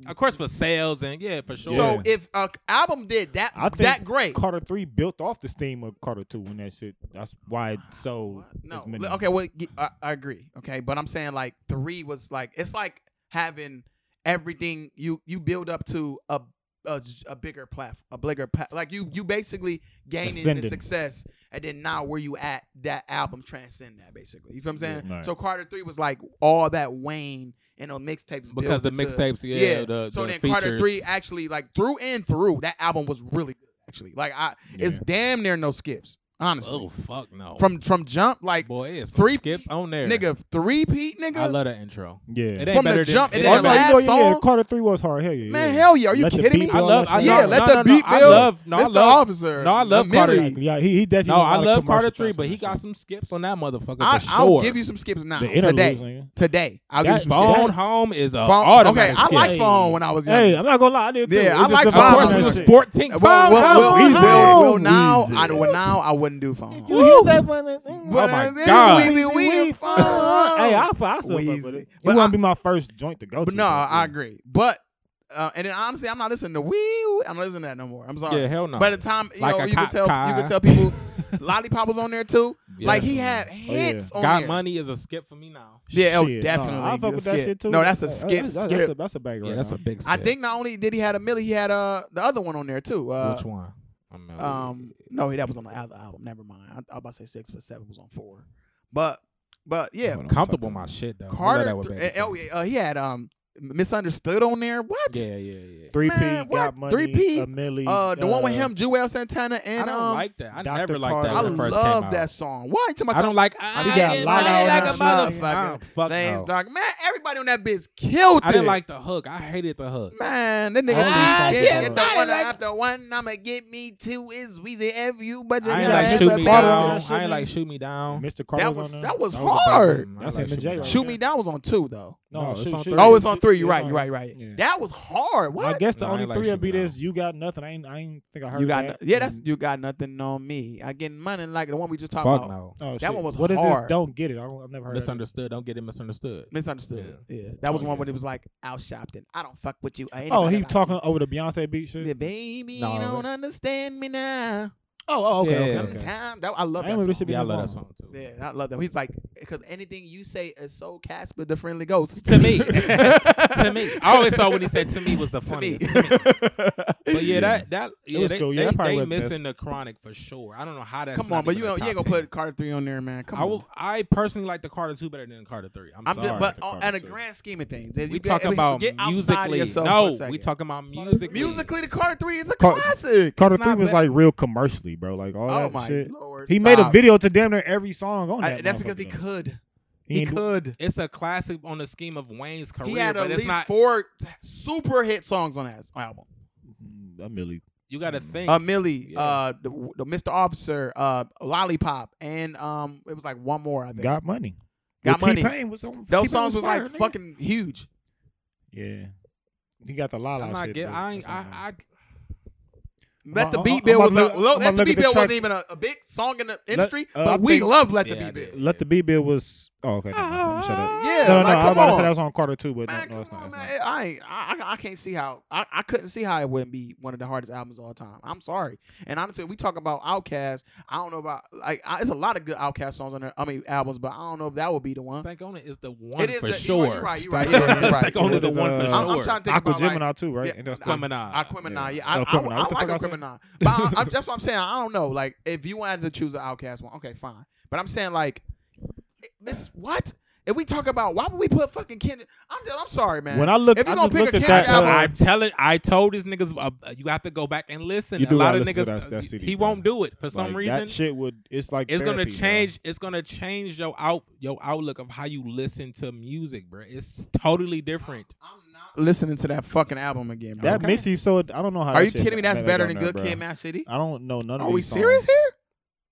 [SPEAKER 4] of course, for sales and yeah, for sure.
[SPEAKER 3] So if a album did that
[SPEAKER 2] I think
[SPEAKER 3] that great,
[SPEAKER 2] Carter three built off the steam of Carter two when that shit. That's why it sold.
[SPEAKER 3] What? No.
[SPEAKER 2] as many.
[SPEAKER 3] li- Okay. Well, g- I, I agree. Okay, but I'm saying like three was like it's like having everything you you build up to a a, a bigger platform, a bigger pa- like you you basically gaining the
[SPEAKER 2] Ascending.
[SPEAKER 3] success, and then now where you at that album transcend that basically. You feel what I'm saying?
[SPEAKER 2] Yeah. Right.
[SPEAKER 3] So Carter three was like all that Wayne and the mixtapes built
[SPEAKER 4] because the
[SPEAKER 3] into-
[SPEAKER 4] mixtapes, yeah, the,
[SPEAKER 3] so
[SPEAKER 4] the
[SPEAKER 3] then
[SPEAKER 4] features.
[SPEAKER 3] Carter three actually like through and through that album was really good actually. Like I, it's
[SPEAKER 2] Yeah.
[SPEAKER 3] damn near no skips honestly.
[SPEAKER 4] oh fuck no.
[SPEAKER 3] From from jump like
[SPEAKER 4] boy, it's
[SPEAKER 3] three-
[SPEAKER 4] three skips on there,
[SPEAKER 3] nigga three peat
[SPEAKER 4] I
[SPEAKER 3] nigga.
[SPEAKER 4] love that intro.
[SPEAKER 2] Yeah.
[SPEAKER 4] It ain't
[SPEAKER 3] From the
[SPEAKER 4] better
[SPEAKER 3] jump,
[SPEAKER 4] than,
[SPEAKER 3] it
[SPEAKER 4] it
[SPEAKER 3] ain't
[SPEAKER 2] oh
[SPEAKER 4] ain't
[SPEAKER 2] no,
[SPEAKER 4] better-
[SPEAKER 2] you
[SPEAKER 3] last
[SPEAKER 2] know, yeah,
[SPEAKER 3] song-
[SPEAKER 2] Carter three was hard. Hell yeah.
[SPEAKER 3] Man,
[SPEAKER 2] yeah.
[SPEAKER 3] hell yeah! Are you
[SPEAKER 2] Let the
[SPEAKER 3] kidding
[SPEAKER 2] beat
[SPEAKER 3] me?
[SPEAKER 4] I
[SPEAKER 2] go.
[SPEAKER 4] love. I,
[SPEAKER 3] Yeah,
[SPEAKER 4] no,
[SPEAKER 3] let
[SPEAKER 4] no,
[SPEAKER 3] the
[SPEAKER 4] no,
[SPEAKER 3] beat
[SPEAKER 4] no, I
[SPEAKER 3] build.
[SPEAKER 4] love. No, I
[SPEAKER 3] Mr.
[SPEAKER 4] love.
[SPEAKER 3] Officer.
[SPEAKER 4] no, I love
[SPEAKER 3] the
[SPEAKER 4] Carter.
[SPEAKER 3] Millie.
[SPEAKER 2] Exactly. Yeah, he, he definitely.
[SPEAKER 4] No,
[SPEAKER 2] was
[SPEAKER 4] I
[SPEAKER 2] out of
[SPEAKER 4] love
[SPEAKER 2] commercial
[SPEAKER 4] Carter three,
[SPEAKER 2] tracks
[SPEAKER 4] but
[SPEAKER 2] on
[SPEAKER 4] he
[SPEAKER 2] that
[SPEAKER 4] got
[SPEAKER 2] shit.
[SPEAKER 4] some skips on that motherfucker
[SPEAKER 3] I,
[SPEAKER 4] for
[SPEAKER 3] I'll
[SPEAKER 4] sure.
[SPEAKER 3] give you some skips now.
[SPEAKER 2] The
[SPEAKER 3] today,
[SPEAKER 2] interludes, nigga.
[SPEAKER 3] today, I'll give you
[SPEAKER 2] That
[SPEAKER 3] some
[SPEAKER 2] phone
[SPEAKER 4] Phone
[SPEAKER 3] skips.
[SPEAKER 4] home is a
[SPEAKER 3] Phone-
[SPEAKER 4] automatic
[SPEAKER 3] Okay, I
[SPEAKER 4] skip.
[SPEAKER 3] liked
[SPEAKER 2] Hey.
[SPEAKER 3] phone when I was young.
[SPEAKER 2] Hey, I'm not gonna lie. I did too.
[SPEAKER 3] Yeah,
[SPEAKER 2] It's
[SPEAKER 3] I
[SPEAKER 2] just
[SPEAKER 3] like
[SPEAKER 2] the
[SPEAKER 3] Phone
[SPEAKER 4] Of
[SPEAKER 2] vibe
[SPEAKER 4] course,
[SPEAKER 2] on
[SPEAKER 3] Home.
[SPEAKER 4] we
[SPEAKER 2] that
[SPEAKER 4] was
[SPEAKER 2] shit.
[SPEAKER 4] fourteen.
[SPEAKER 3] Well, well,
[SPEAKER 4] Phone
[SPEAKER 3] well,
[SPEAKER 4] home.
[SPEAKER 2] Weezy.
[SPEAKER 3] well, well, now
[SPEAKER 2] Weezy.
[SPEAKER 3] I well, now I wouldn't do phone.
[SPEAKER 2] You
[SPEAKER 3] home.
[SPEAKER 2] hear that one? that thing?
[SPEAKER 3] But
[SPEAKER 4] Oh my
[SPEAKER 3] I said,
[SPEAKER 4] God.
[SPEAKER 3] Weezy, we in phone.
[SPEAKER 2] Hey, I fuck with
[SPEAKER 3] Weezy.
[SPEAKER 2] it. But It
[SPEAKER 3] But I-
[SPEAKER 2] wouldn't be my first joint to go
[SPEAKER 3] But
[SPEAKER 2] to.
[SPEAKER 3] no, I agree. But uh, and then honestly, I'm not listening to wee. I'm not listening to that no more. I'm sorry.
[SPEAKER 4] Yeah, hell no.
[SPEAKER 3] By the time you
[SPEAKER 4] Like
[SPEAKER 3] know,
[SPEAKER 4] a
[SPEAKER 3] you could
[SPEAKER 4] cop
[SPEAKER 3] tell you
[SPEAKER 4] car.
[SPEAKER 3] could tell people, Lollipop was on there too.
[SPEAKER 4] Oh, Yeah.
[SPEAKER 3] Like he had hits on
[SPEAKER 4] got
[SPEAKER 3] there.
[SPEAKER 4] money is a skip for me now.
[SPEAKER 3] Yeah, oh,
[SPEAKER 2] Shit, nah,
[SPEAKER 3] definitely.
[SPEAKER 2] I fuck
[SPEAKER 3] Good
[SPEAKER 2] with that
[SPEAKER 3] skip.
[SPEAKER 2] shit too.
[SPEAKER 3] No, that's a
[SPEAKER 2] That-
[SPEAKER 3] skip,
[SPEAKER 2] that's- that's-
[SPEAKER 3] skip.
[SPEAKER 2] That's a, that's a bag right
[SPEAKER 4] Yeah, that's
[SPEAKER 2] now.
[SPEAKER 4] a big. Skip.
[SPEAKER 3] I think not only did he had a Millie, he had uh the other one on there too. Uh,
[SPEAKER 4] Which one? I mean,
[SPEAKER 3] um, no, that was on the other album. Never mind. I, I was about to say six, but seven was on four. But but yeah,
[SPEAKER 2] Hold on,
[SPEAKER 4] comfortable
[SPEAKER 2] fuck
[SPEAKER 4] my shit though. I love
[SPEAKER 3] Carter.
[SPEAKER 4] that with
[SPEAKER 3] th-
[SPEAKER 4] Babyface.
[SPEAKER 3] and- oh yeah, uh, he had um misunderstood on there. What?
[SPEAKER 4] Yeah, yeah, yeah.
[SPEAKER 2] Three
[SPEAKER 3] Man,
[SPEAKER 2] P
[SPEAKER 3] what?
[SPEAKER 2] got money.
[SPEAKER 3] 3P?
[SPEAKER 2] a Millie.
[SPEAKER 3] Uh, the one with him, Joel Santana, and
[SPEAKER 4] I don't
[SPEAKER 3] um,
[SPEAKER 4] like that. I
[SPEAKER 2] Dr.
[SPEAKER 4] never liked
[SPEAKER 2] Carter.
[SPEAKER 4] that
[SPEAKER 3] I
[SPEAKER 4] when it first came
[SPEAKER 3] love
[SPEAKER 4] out.
[SPEAKER 3] that song. Why you talking about?
[SPEAKER 4] I don't like.
[SPEAKER 2] I
[SPEAKER 4] I,
[SPEAKER 2] got
[SPEAKER 4] didn't
[SPEAKER 2] locked
[SPEAKER 4] like
[SPEAKER 2] out last
[SPEAKER 4] like
[SPEAKER 3] night.
[SPEAKER 4] a motherfucker. Fuck
[SPEAKER 3] James
[SPEAKER 4] no.
[SPEAKER 3] Dog? Man, everybody on that bitch killed
[SPEAKER 4] I didn't
[SPEAKER 3] it.
[SPEAKER 4] like the hook. I hated the hook.
[SPEAKER 3] Man, that nigga
[SPEAKER 4] All these
[SPEAKER 3] I
[SPEAKER 4] songs
[SPEAKER 3] get,
[SPEAKER 4] are
[SPEAKER 3] get the
[SPEAKER 4] hard.
[SPEAKER 3] one after one. I'ma get me two is Weezy F you, but you
[SPEAKER 4] I ain't
[SPEAKER 3] gotta
[SPEAKER 4] like
[SPEAKER 3] have
[SPEAKER 4] shoot
[SPEAKER 3] the
[SPEAKER 4] me
[SPEAKER 3] Carter on
[SPEAKER 4] down.
[SPEAKER 3] that
[SPEAKER 4] I ain't
[SPEAKER 3] shit.
[SPEAKER 4] like shoot me down.
[SPEAKER 2] Mr.
[SPEAKER 3] That
[SPEAKER 2] Carter
[SPEAKER 3] was
[SPEAKER 2] on there.
[SPEAKER 3] that was
[SPEAKER 4] That was a bad
[SPEAKER 3] hard.
[SPEAKER 4] album. I
[SPEAKER 2] That's
[SPEAKER 4] like
[SPEAKER 2] him and
[SPEAKER 4] Shoot Me
[SPEAKER 2] J-Rock.
[SPEAKER 4] Down.
[SPEAKER 3] Shoot me down was on two though.
[SPEAKER 4] No,
[SPEAKER 2] No,
[SPEAKER 4] it's
[SPEAKER 2] shoot,
[SPEAKER 4] on
[SPEAKER 2] shoot
[SPEAKER 4] three.
[SPEAKER 2] me
[SPEAKER 3] Oh, it's
[SPEAKER 2] down.
[SPEAKER 3] on three. You're right.
[SPEAKER 2] Yeah.
[SPEAKER 3] You're right. You're right.
[SPEAKER 2] Yeah.
[SPEAKER 3] That was hard.
[SPEAKER 2] I
[SPEAKER 3] What?
[SPEAKER 2] guess the
[SPEAKER 4] No, I
[SPEAKER 2] only
[SPEAKER 4] ain't like
[SPEAKER 2] three would be
[SPEAKER 4] Shoot Me
[SPEAKER 2] this.
[SPEAKER 4] Down.
[SPEAKER 2] You got nothing. I ain't. I ain't think I heard.
[SPEAKER 3] You got no,
[SPEAKER 2] that.
[SPEAKER 3] yeah. That's
[SPEAKER 2] And-
[SPEAKER 3] you got nothing on me. I getting money like the one we just talked
[SPEAKER 4] Fuck
[SPEAKER 3] about.
[SPEAKER 4] no.
[SPEAKER 2] Oh,
[SPEAKER 3] That
[SPEAKER 2] shit.
[SPEAKER 3] one was
[SPEAKER 2] What is
[SPEAKER 3] hard.
[SPEAKER 2] this? Don't get it. I don't, I've never heard. of it.
[SPEAKER 4] Misunderstood. Don't get it misunderstood.
[SPEAKER 3] Misunderstood. Yeah, that was
[SPEAKER 4] Oh,
[SPEAKER 3] one
[SPEAKER 4] yeah.
[SPEAKER 3] where it was like out shopped and I don't fuck with you. I ain't
[SPEAKER 2] Oh,
[SPEAKER 3] nobody
[SPEAKER 2] he
[SPEAKER 3] like
[SPEAKER 2] talking over the Beyonce beat
[SPEAKER 3] you.
[SPEAKER 2] shit.
[SPEAKER 3] Yeah, baby,
[SPEAKER 4] No,
[SPEAKER 3] you don't
[SPEAKER 4] that-
[SPEAKER 3] understand me now.
[SPEAKER 2] Oh, oh, okay,
[SPEAKER 4] Yeah.
[SPEAKER 2] okay, okay.
[SPEAKER 3] Sometimes that I love
[SPEAKER 2] I
[SPEAKER 3] that.
[SPEAKER 2] ain't remember
[SPEAKER 3] song.
[SPEAKER 2] this shit being
[SPEAKER 4] Yeah, I
[SPEAKER 2] this
[SPEAKER 4] love that
[SPEAKER 2] long.
[SPEAKER 4] song too.
[SPEAKER 3] Yeah, I love that. He's like, because anything you say is so Casper the Friendly Ghost
[SPEAKER 4] To me, to me, I always thought when he said to me was the
[SPEAKER 3] To me.
[SPEAKER 4] funniest. To me. But yeah, that that yeah,
[SPEAKER 2] was
[SPEAKER 4] they,
[SPEAKER 2] cool. Yeah, that
[SPEAKER 4] they,
[SPEAKER 2] probably
[SPEAKER 4] they
[SPEAKER 2] was best.
[SPEAKER 4] missing the chronic for sure. I don't know how that's.
[SPEAKER 3] Come
[SPEAKER 4] not
[SPEAKER 3] on, but
[SPEAKER 4] even
[SPEAKER 3] you
[SPEAKER 4] a
[SPEAKER 3] ain't, you ain't
[SPEAKER 4] top
[SPEAKER 3] gonna
[SPEAKER 4] 10.
[SPEAKER 3] put Carter three on there, man. Come
[SPEAKER 4] I
[SPEAKER 3] on.
[SPEAKER 4] will, I personally like the Carter two better than the Carter three. I'm,
[SPEAKER 3] I'm
[SPEAKER 4] sorry,
[SPEAKER 3] just, but
[SPEAKER 4] the
[SPEAKER 3] on,
[SPEAKER 4] Carter
[SPEAKER 3] in a
[SPEAKER 4] two.
[SPEAKER 3] grand scheme of things, if
[SPEAKER 4] we
[SPEAKER 3] you get-
[SPEAKER 4] talking
[SPEAKER 3] if you
[SPEAKER 4] about
[SPEAKER 3] get outside of
[SPEAKER 4] musically.
[SPEAKER 3] yourself for a
[SPEAKER 4] No,
[SPEAKER 3] second.
[SPEAKER 4] we talking about musically.
[SPEAKER 3] musically. The Carter three is a
[SPEAKER 2] Car-
[SPEAKER 3] classic.
[SPEAKER 2] Carter
[SPEAKER 4] It's
[SPEAKER 2] Three
[SPEAKER 4] not
[SPEAKER 2] was
[SPEAKER 4] bad.
[SPEAKER 2] like real commercially, bro. Like all
[SPEAKER 3] oh
[SPEAKER 2] that
[SPEAKER 3] my
[SPEAKER 2] shit.
[SPEAKER 3] lord!
[SPEAKER 2] He made a
[SPEAKER 3] stop.
[SPEAKER 2] video to damn near every song on
[SPEAKER 3] I-
[SPEAKER 2] that.
[SPEAKER 3] that's because he
[SPEAKER 2] motherfucker, though.
[SPEAKER 3] could.
[SPEAKER 2] He
[SPEAKER 3] He
[SPEAKER 2] ain't do-
[SPEAKER 3] could.
[SPEAKER 4] It's a classic on the scheme of Wayne's career,
[SPEAKER 3] He had
[SPEAKER 4] but
[SPEAKER 3] at
[SPEAKER 4] it's
[SPEAKER 3] least
[SPEAKER 4] not.
[SPEAKER 3] four super hit songs on that album.
[SPEAKER 2] Mm, I'm really
[SPEAKER 4] You got to
[SPEAKER 2] Mm.
[SPEAKER 4] think.
[SPEAKER 3] Uh, Millie,
[SPEAKER 4] Yeah.
[SPEAKER 3] uh, the, the Mr. Officer, uh, Lollipop, and um, it was like one more. I think
[SPEAKER 2] got money.
[SPEAKER 3] Got
[SPEAKER 2] Well,
[SPEAKER 3] Money.
[SPEAKER 2] T-Pain was on.
[SPEAKER 3] those
[SPEAKER 2] T-Pain
[SPEAKER 3] songs was
[SPEAKER 2] fire,
[SPEAKER 3] like
[SPEAKER 2] nigga.
[SPEAKER 3] fucking huge.
[SPEAKER 2] Yeah, he got the la
[SPEAKER 4] I'm
[SPEAKER 2] la
[SPEAKER 4] not
[SPEAKER 2] shit.
[SPEAKER 4] get,
[SPEAKER 2] but
[SPEAKER 4] I, ain't,
[SPEAKER 2] that's all right.
[SPEAKER 4] I, I,
[SPEAKER 3] Let the
[SPEAKER 2] I'm-
[SPEAKER 3] beat
[SPEAKER 2] I'm
[SPEAKER 3] bill
[SPEAKER 2] about
[SPEAKER 3] was
[SPEAKER 2] to look-
[SPEAKER 3] a, Lo-
[SPEAKER 2] I'm
[SPEAKER 3] let
[SPEAKER 2] about
[SPEAKER 3] the
[SPEAKER 2] to look
[SPEAKER 3] beat bill
[SPEAKER 2] at the
[SPEAKER 3] wasn't even a, a big song in the industry,
[SPEAKER 2] uh,
[SPEAKER 3] but
[SPEAKER 2] I
[SPEAKER 3] we
[SPEAKER 2] think-
[SPEAKER 3] love let
[SPEAKER 4] Yeah, I
[SPEAKER 3] the beat bill.
[SPEAKER 4] did.
[SPEAKER 2] Let the B bill was. Oh, okay. never mind. Let me shut up.
[SPEAKER 3] Yeah,
[SPEAKER 2] No, no,
[SPEAKER 3] like,
[SPEAKER 2] I was
[SPEAKER 3] come
[SPEAKER 2] about to
[SPEAKER 3] on.
[SPEAKER 2] say that was on Carter Two, but
[SPEAKER 3] Man,
[SPEAKER 2] no, no, it's
[SPEAKER 3] come
[SPEAKER 2] not.
[SPEAKER 3] on,
[SPEAKER 2] it's
[SPEAKER 3] man.
[SPEAKER 2] not.
[SPEAKER 3] I, ain't- I I I can't see how I, I couldn't see how it wouldn't be one of the hardest albums of all time. I'm sorry, and honestly, we talking about Outkast. I don't know about like I, it's a lot of good Outkast songs on there. I mean albums, but I don't know if that would be the one.
[SPEAKER 4] Stank on it is the one
[SPEAKER 3] is
[SPEAKER 4] for
[SPEAKER 3] the- you
[SPEAKER 4] sure.
[SPEAKER 3] right, you right, you right,
[SPEAKER 4] Stank
[SPEAKER 3] yeah,
[SPEAKER 4] on
[SPEAKER 3] you
[SPEAKER 4] it-
[SPEAKER 3] right.
[SPEAKER 4] Stank on
[SPEAKER 2] It
[SPEAKER 4] is the
[SPEAKER 2] is,
[SPEAKER 4] one for
[SPEAKER 2] uh,
[SPEAKER 4] sure.
[SPEAKER 3] I'm, I'm trying to think
[SPEAKER 2] Aqua
[SPEAKER 3] about like,
[SPEAKER 2] Gemini too, right?
[SPEAKER 3] Yeah,
[SPEAKER 2] And that's-
[SPEAKER 4] Aquemini.
[SPEAKER 3] Aquemini. Yeah, I,
[SPEAKER 2] Oh,
[SPEAKER 3] I,
[SPEAKER 2] Aquemini.
[SPEAKER 3] I,
[SPEAKER 2] What the
[SPEAKER 3] like
[SPEAKER 2] fuck I said?
[SPEAKER 3] Aquemini, but I, I, that's what I'm saying. I don't know. Like, if you wanted to choose an Outcast one, okay, fine. But I'm saying like, it- this what? If we talk about why would we put fucking Kendrick? I'm I'm sorry, man.
[SPEAKER 2] When I look,
[SPEAKER 3] If you
[SPEAKER 2] I
[SPEAKER 3] gonna
[SPEAKER 2] just
[SPEAKER 3] pick a
[SPEAKER 2] looked at
[SPEAKER 3] Kendrick
[SPEAKER 2] that.
[SPEAKER 3] album,
[SPEAKER 2] uh,
[SPEAKER 4] I'm telling. I told these niggas uh, you have to go back and listen.
[SPEAKER 2] You
[SPEAKER 4] a
[SPEAKER 2] do
[SPEAKER 4] lot
[SPEAKER 2] gotta
[SPEAKER 4] of
[SPEAKER 2] listen
[SPEAKER 4] niggas, uh,
[SPEAKER 2] to that- that CD,
[SPEAKER 4] he
[SPEAKER 2] bro.
[SPEAKER 4] won't do it for some
[SPEAKER 2] like,
[SPEAKER 4] reason.
[SPEAKER 2] that shit would. It's like
[SPEAKER 4] it's gonna
[SPEAKER 2] therapy, bro.
[SPEAKER 4] change. It's gonna change your out your outlook of how you listen to music, bro. It's totally different.
[SPEAKER 3] I'm not listening to that fucking album again, bro.
[SPEAKER 2] That Missy, so I don't know how.
[SPEAKER 3] Are
[SPEAKER 2] that
[SPEAKER 3] you
[SPEAKER 2] shit
[SPEAKER 3] kidding me?
[SPEAKER 2] met
[SPEAKER 3] That's
[SPEAKER 2] up
[SPEAKER 3] better
[SPEAKER 2] on
[SPEAKER 3] than
[SPEAKER 2] there,
[SPEAKER 3] Good
[SPEAKER 2] bro.
[SPEAKER 3] Kid, Mad City.
[SPEAKER 2] I don't know none of
[SPEAKER 3] Are we
[SPEAKER 2] these
[SPEAKER 3] serious
[SPEAKER 2] songs.
[SPEAKER 3] here?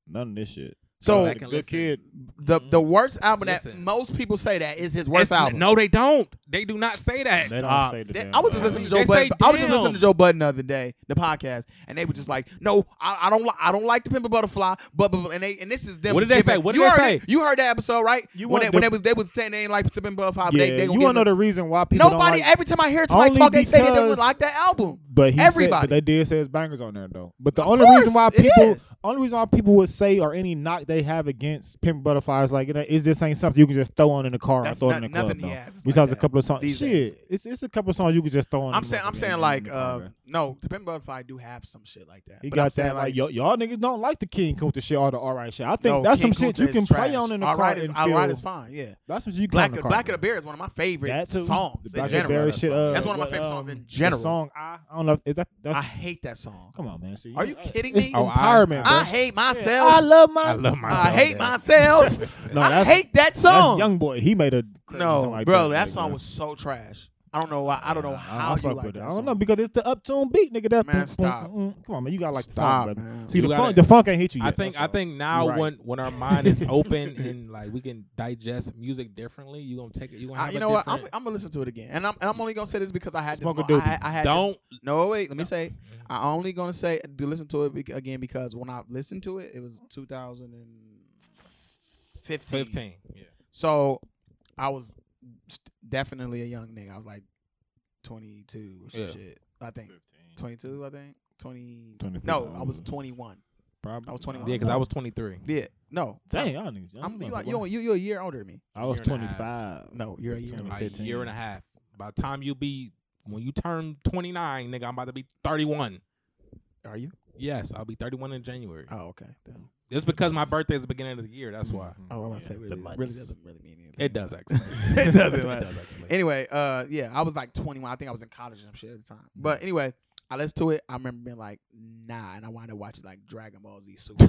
[SPEAKER 2] None of this shit.
[SPEAKER 3] So
[SPEAKER 4] Back and
[SPEAKER 2] good
[SPEAKER 4] listen.
[SPEAKER 2] kid.
[SPEAKER 3] the the worst album that
[SPEAKER 4] Listen.
[SPEAKER 3] most people say that is his
[SPEAKER 4] It's-
[SPEAKER 3] worst album.
[SPEAKER 4] No, they don't. They do not say that.
[SPEAKER 2] They don't
[SPEAKER 3] Stop.
[SPEAKER 2] say the
[SPEAKER 3] They-
[SPEAKER 2] damn
[SPEAKER 3] I was
[SPEAKER 2] thing.
[SPEAKER 3] just listening to
[SPEAKER 4] They
[SPEAKER 3] Joe
[SPEAKER 4] say
[SPEAKER 3] Budden. I was just
[SPEAKER 4] damn.
[SPEAKER 3] listening to Joe Budden the other day, the podcast, and they were just like, "No, I, I don't, li- I don't like the Pimp a Butterfly." But, but, but- and they, and this is them.
[SPEAKER 4] What did they
[SPEAKER 3] giving-
[SPEAKER 4] say? What did
[SPEAKER 3] you
[SPEAKER 4] they
[SPEAKER 3] heard
[SPEAKER 4] say?
[SPEAKER 3] it. You heard that episode, right?
[SPEAKER 2] You
[SPEAKER 3] when
[SPEAKER 2] want
[SPEAKER 3] they, when
[SPEAKER 2] the-
[SPEAKER 3] they was they was saying they ain't like the Pimp a Butterfly. but
[SPEAKER 2] Yeah,
[SPEAKER 3] they, they
[SPEAKER 2] you want to know the reason why people don't
[SPEAKER 3] Nobody.
[SPEAKER 2] like-
[SPEAKER 3] every time I hear somebody
[SPEAKER 2] Only
[SPEAKER 3] talk, they say they don't
[SPEAKER 2] because-
[SPEAKER 3] like that album.
[SPEAKER 2] But he
[SPEAKER 3] Everybody.
[SPEAKER 2] said, but they did say his bangers on there though. But the
[SPEAKER 3] Of
[SPEAKER 2] only reason why
[SPEAKER 3] course, it
[SPEAKER 2] people,
[SPEAKER 3] is.
[SPEAKER 2] only reason why people would say or any knock they have against Pimp Butterfly is like, you know, is this ain't something you can just throw on in the car
[SPEAKER 3] That's
[SPEAKER 2] or throw
[SPEAKER 3] not-
[SPEAKER 2] it in the club?
[SPEAKER 3] nothing
[SPEAKER 2] though.
[SPEAKER 3] he has. It's
[SPEAKER 2] Which
[SPEAKER 3] like
[SPEAKER 2] has a
[SPEAKER 3] that
[SPEAKER 2] couple of songs.
[SPEAKER 3] these days.
[SPEAKER 2] Shit, it's it's a couple of songs you can just throw on.
[SPEAKER 3] I'm
[SPEAKER 2] the
[SPEAKER 3] saying, I'm
[SPEAKER 2] motherfucking-
[SPEAKER 3] saying
[SPEAKER 2] in
[SPEAKER 3] like,
[SPEAKER 2] the car,
[SPEAKER 3] uh,
[SPEAKER 2] man.
[SPEAKER 3] no, the Pimp a Butterfly do have some shit like that.
[SPEAKER 2] He
[SPEAKER 3] But I'm
[SPEAKER 2] got
[SPEAKER 3] saying,
[SPEAKER 2] that like, y'all y'all niggas don't like the King Kunta shit, all the all right shit. I think
[SPEAKER 3] no,
[SPEAKER 2] that's
[SPEAKER 3] King
[SPEAKER 2] some shit
[SPEAKER 3] Kunta
[SPEAKER 2] you
[SPEAKER 3] is
[SPEAKER 2] can
[SPEAKER 3] trash.
[SPEAKER 2] play on in the
[SPEAKER 3] All
[SPEAKER 2] car
[SPEAKER 3] right is,
[SPEAKER 2] and
[SPEAKER 3] all
[SPEAKER 2] feel.
[SPEAKER 3] right is fine. Yeah,
[SPEAKER 2] That's what you
[SPEAKER 3] Black
[SPEAKER 2] can
[SPEAKER 3] Black of the Bear is one of my favorite
[SPEAKER 2] That too.
[SPEAKER 3] songs
[SPEAKER 2] The
[SPEAKER 3] in
[SPEAKER 2] Black
[SPEAKER 3] general.
[SPEAKER 2] Berry shit. Uh,
[SPEAKER 3] That's one of my
[SPEAKER 2] what,
[SPEAKER 3] favorite
[SPEAKER 2] um,
[SPEAKER 3] songs in
[SPEAKER 2] the
[SPEAKER 3] general.
[SPEAKER 2] Song I, I don't know. Is that that's
[SPEAKER 3] I hate that song.
[SPEAKER 2] come on, man. See,
[SPEAKER 3] Are you kidding
[SPEAKER 2] It's
[SPEAKER 3] me?
[SPEAKER 4] Oh,
[SPEAKER 2] empowerment. bro.
[SPEAKER 4] I-
[SPEAKER 3] I hate myself.
[SPEAKER 2] Yeah, I love my.
[SPEAKER 4] I love
[SPEAKER 3] I
[SPEAKER 4] myself.
[SPEAKER 3] hate
[SPEAKER 4] yeah.
[SPEAKER 3] myself.
[SPEAKER 2] No,
[SPEAKER 3] I
[SPEAKER 2] that's-
[SPEAKER 3] hate that
[SPEAKER 2] That's
[SPEAKER 3] song.
[SPEAKER 2] young boy. He made a crazy
[SPEAKER 3] no,
[SPEAKER 2] song like
[SPEAKER 3] bro,
[SPEAKER 2] that,
[SPEAKER 3] that
[SPEAKER 2] nigga.
[SPEAKER 3] song was so trash. I don't know why. I don't know
[SPEAKER 2] Yeah, I
[SPEAKER 3] how you
[SPEAKER 2] fuck
[SPEAKER 3] like
[SPEAKER 2] with
[SPEAKER 3] that.
[SPEAKER 2] it. I don't
[SPEAKER 3] song.
[SPEAKER 2] know because it's the uptune beat, nigga. That
[SPEAKER 3] Man,
[SPEAKER 2] boom, boom,
[SPEAKER 3] stop.
[SPEAKER 2] boom. come on, man. You gotta like the
[SPEAKER 3] Stop,
[SPEAKER 2] funk, brother.
[SPEAKER 3] man.
[SPEAKER 2] See
[SPEAKER 4] You
[SPEAKER 2] the
[SPEAKER 4] gotta-
[SPEAKER 2] funk. The funk ain't hit you.
[SPEAKER 4] I
[SPEAKER 2] yet,
[SPEAKER 4] think
[SPEAKER 2] that's
[SPEAKER 4] I
[SPEAKER 2] all.
[SPEAKER 4] think now
[SPEAKER 3] You're right.
[SPEAKER 4] when when our mind is open and like we can digest music differently, you gonna take it. You gonna
[SPEAKER 3] I,
[SPEAKER 4] have
[SPEAKER 3] you
[SPEAKER 4] a
[SPEAKER 3] know what? I'm,
[SPEAKER 4] different-
[SPEAKER 3] I'm gonna listen to it again, and I'm, and I'm only gonna say this because I had
[SPEAKER 2] Smoke a
[SPEAKER 3] this. mo- I,
[SPEAKER 2] doobie.
[SPEAKER 3] I had this-
[SPEAKER 4] don't
[SPEAKER 3] no, wait. Let me say. I only gonna say do listen to it bec- again because when I listened to it, it was 2015.
[SPEAKER 4] fifteen. Yeah.
[SPEAKER 3] So I was st- definitely a young nigga. I was like 22 or some
[SPEAKER 4] Yeah.
[SPEAKER 3] shit. I think 22. I think 20.
[SPEAKER 2] 24.
[SPEAKER 3] No, I was 21.
[SPEAKER 2] Probably.
[SPEAKER 3] I was 21.
[SPEAKER 4] Yeah, because I was 23.
[SPEAKER 3] Yeah. No.
[SPEAKER 2] Dang, y'all niggas. young.
[SPEAKER 3] I'm you
[SPEAKER 2] motherfucker.
[SPEAKER 3] like you you you're a year older than me.
[SPEAKER 2] I was
[SPEAKER 4] Year and a half.
[SPEAKER 2] 25.
[SPEAKER 3] No, you're a year.
[SPEAKER 2] Between
[SPEAKER 3] older.
[SPEAKER 4] Like a
[SPEAKER 2] 15.
[SPEAKER 4] year and a half. By the time you be when you turn 29, nigga, I'm about to be 31.
[SPEAKER 3] Are you?
[SPEAKER 4] Yes, I'll be 31 in January.
[SPEAKER 3] Oh, okay. Damn.
[SPEAKER 4] It's because my birthday is the beginning of the year. That's why.
[SPEAKER 3] Oh, I'm gonna
[SPEAKER 2] Yeah,
[SPEAKER 3] say
[SPEAKER 2] the
[SPEAKER 3] really, really
[SPEAKER 2] months.
[SPEAKER 3] doesn't really mean anything.
[SPEAKER 4] It does actually.
[SPEAKER 3] It doesn't
[SPEAKER 4] It
[SPEAKER 3] matter.
[SPEAKER 4] does actually.
[SPEAKER 3] Anyway, uh, yeah, I was like 21. I think I was in college and shit at the time. But anyway, I listened to it. I remember being like, nah, and I wanted to watch it like Dragon Ball Z Super.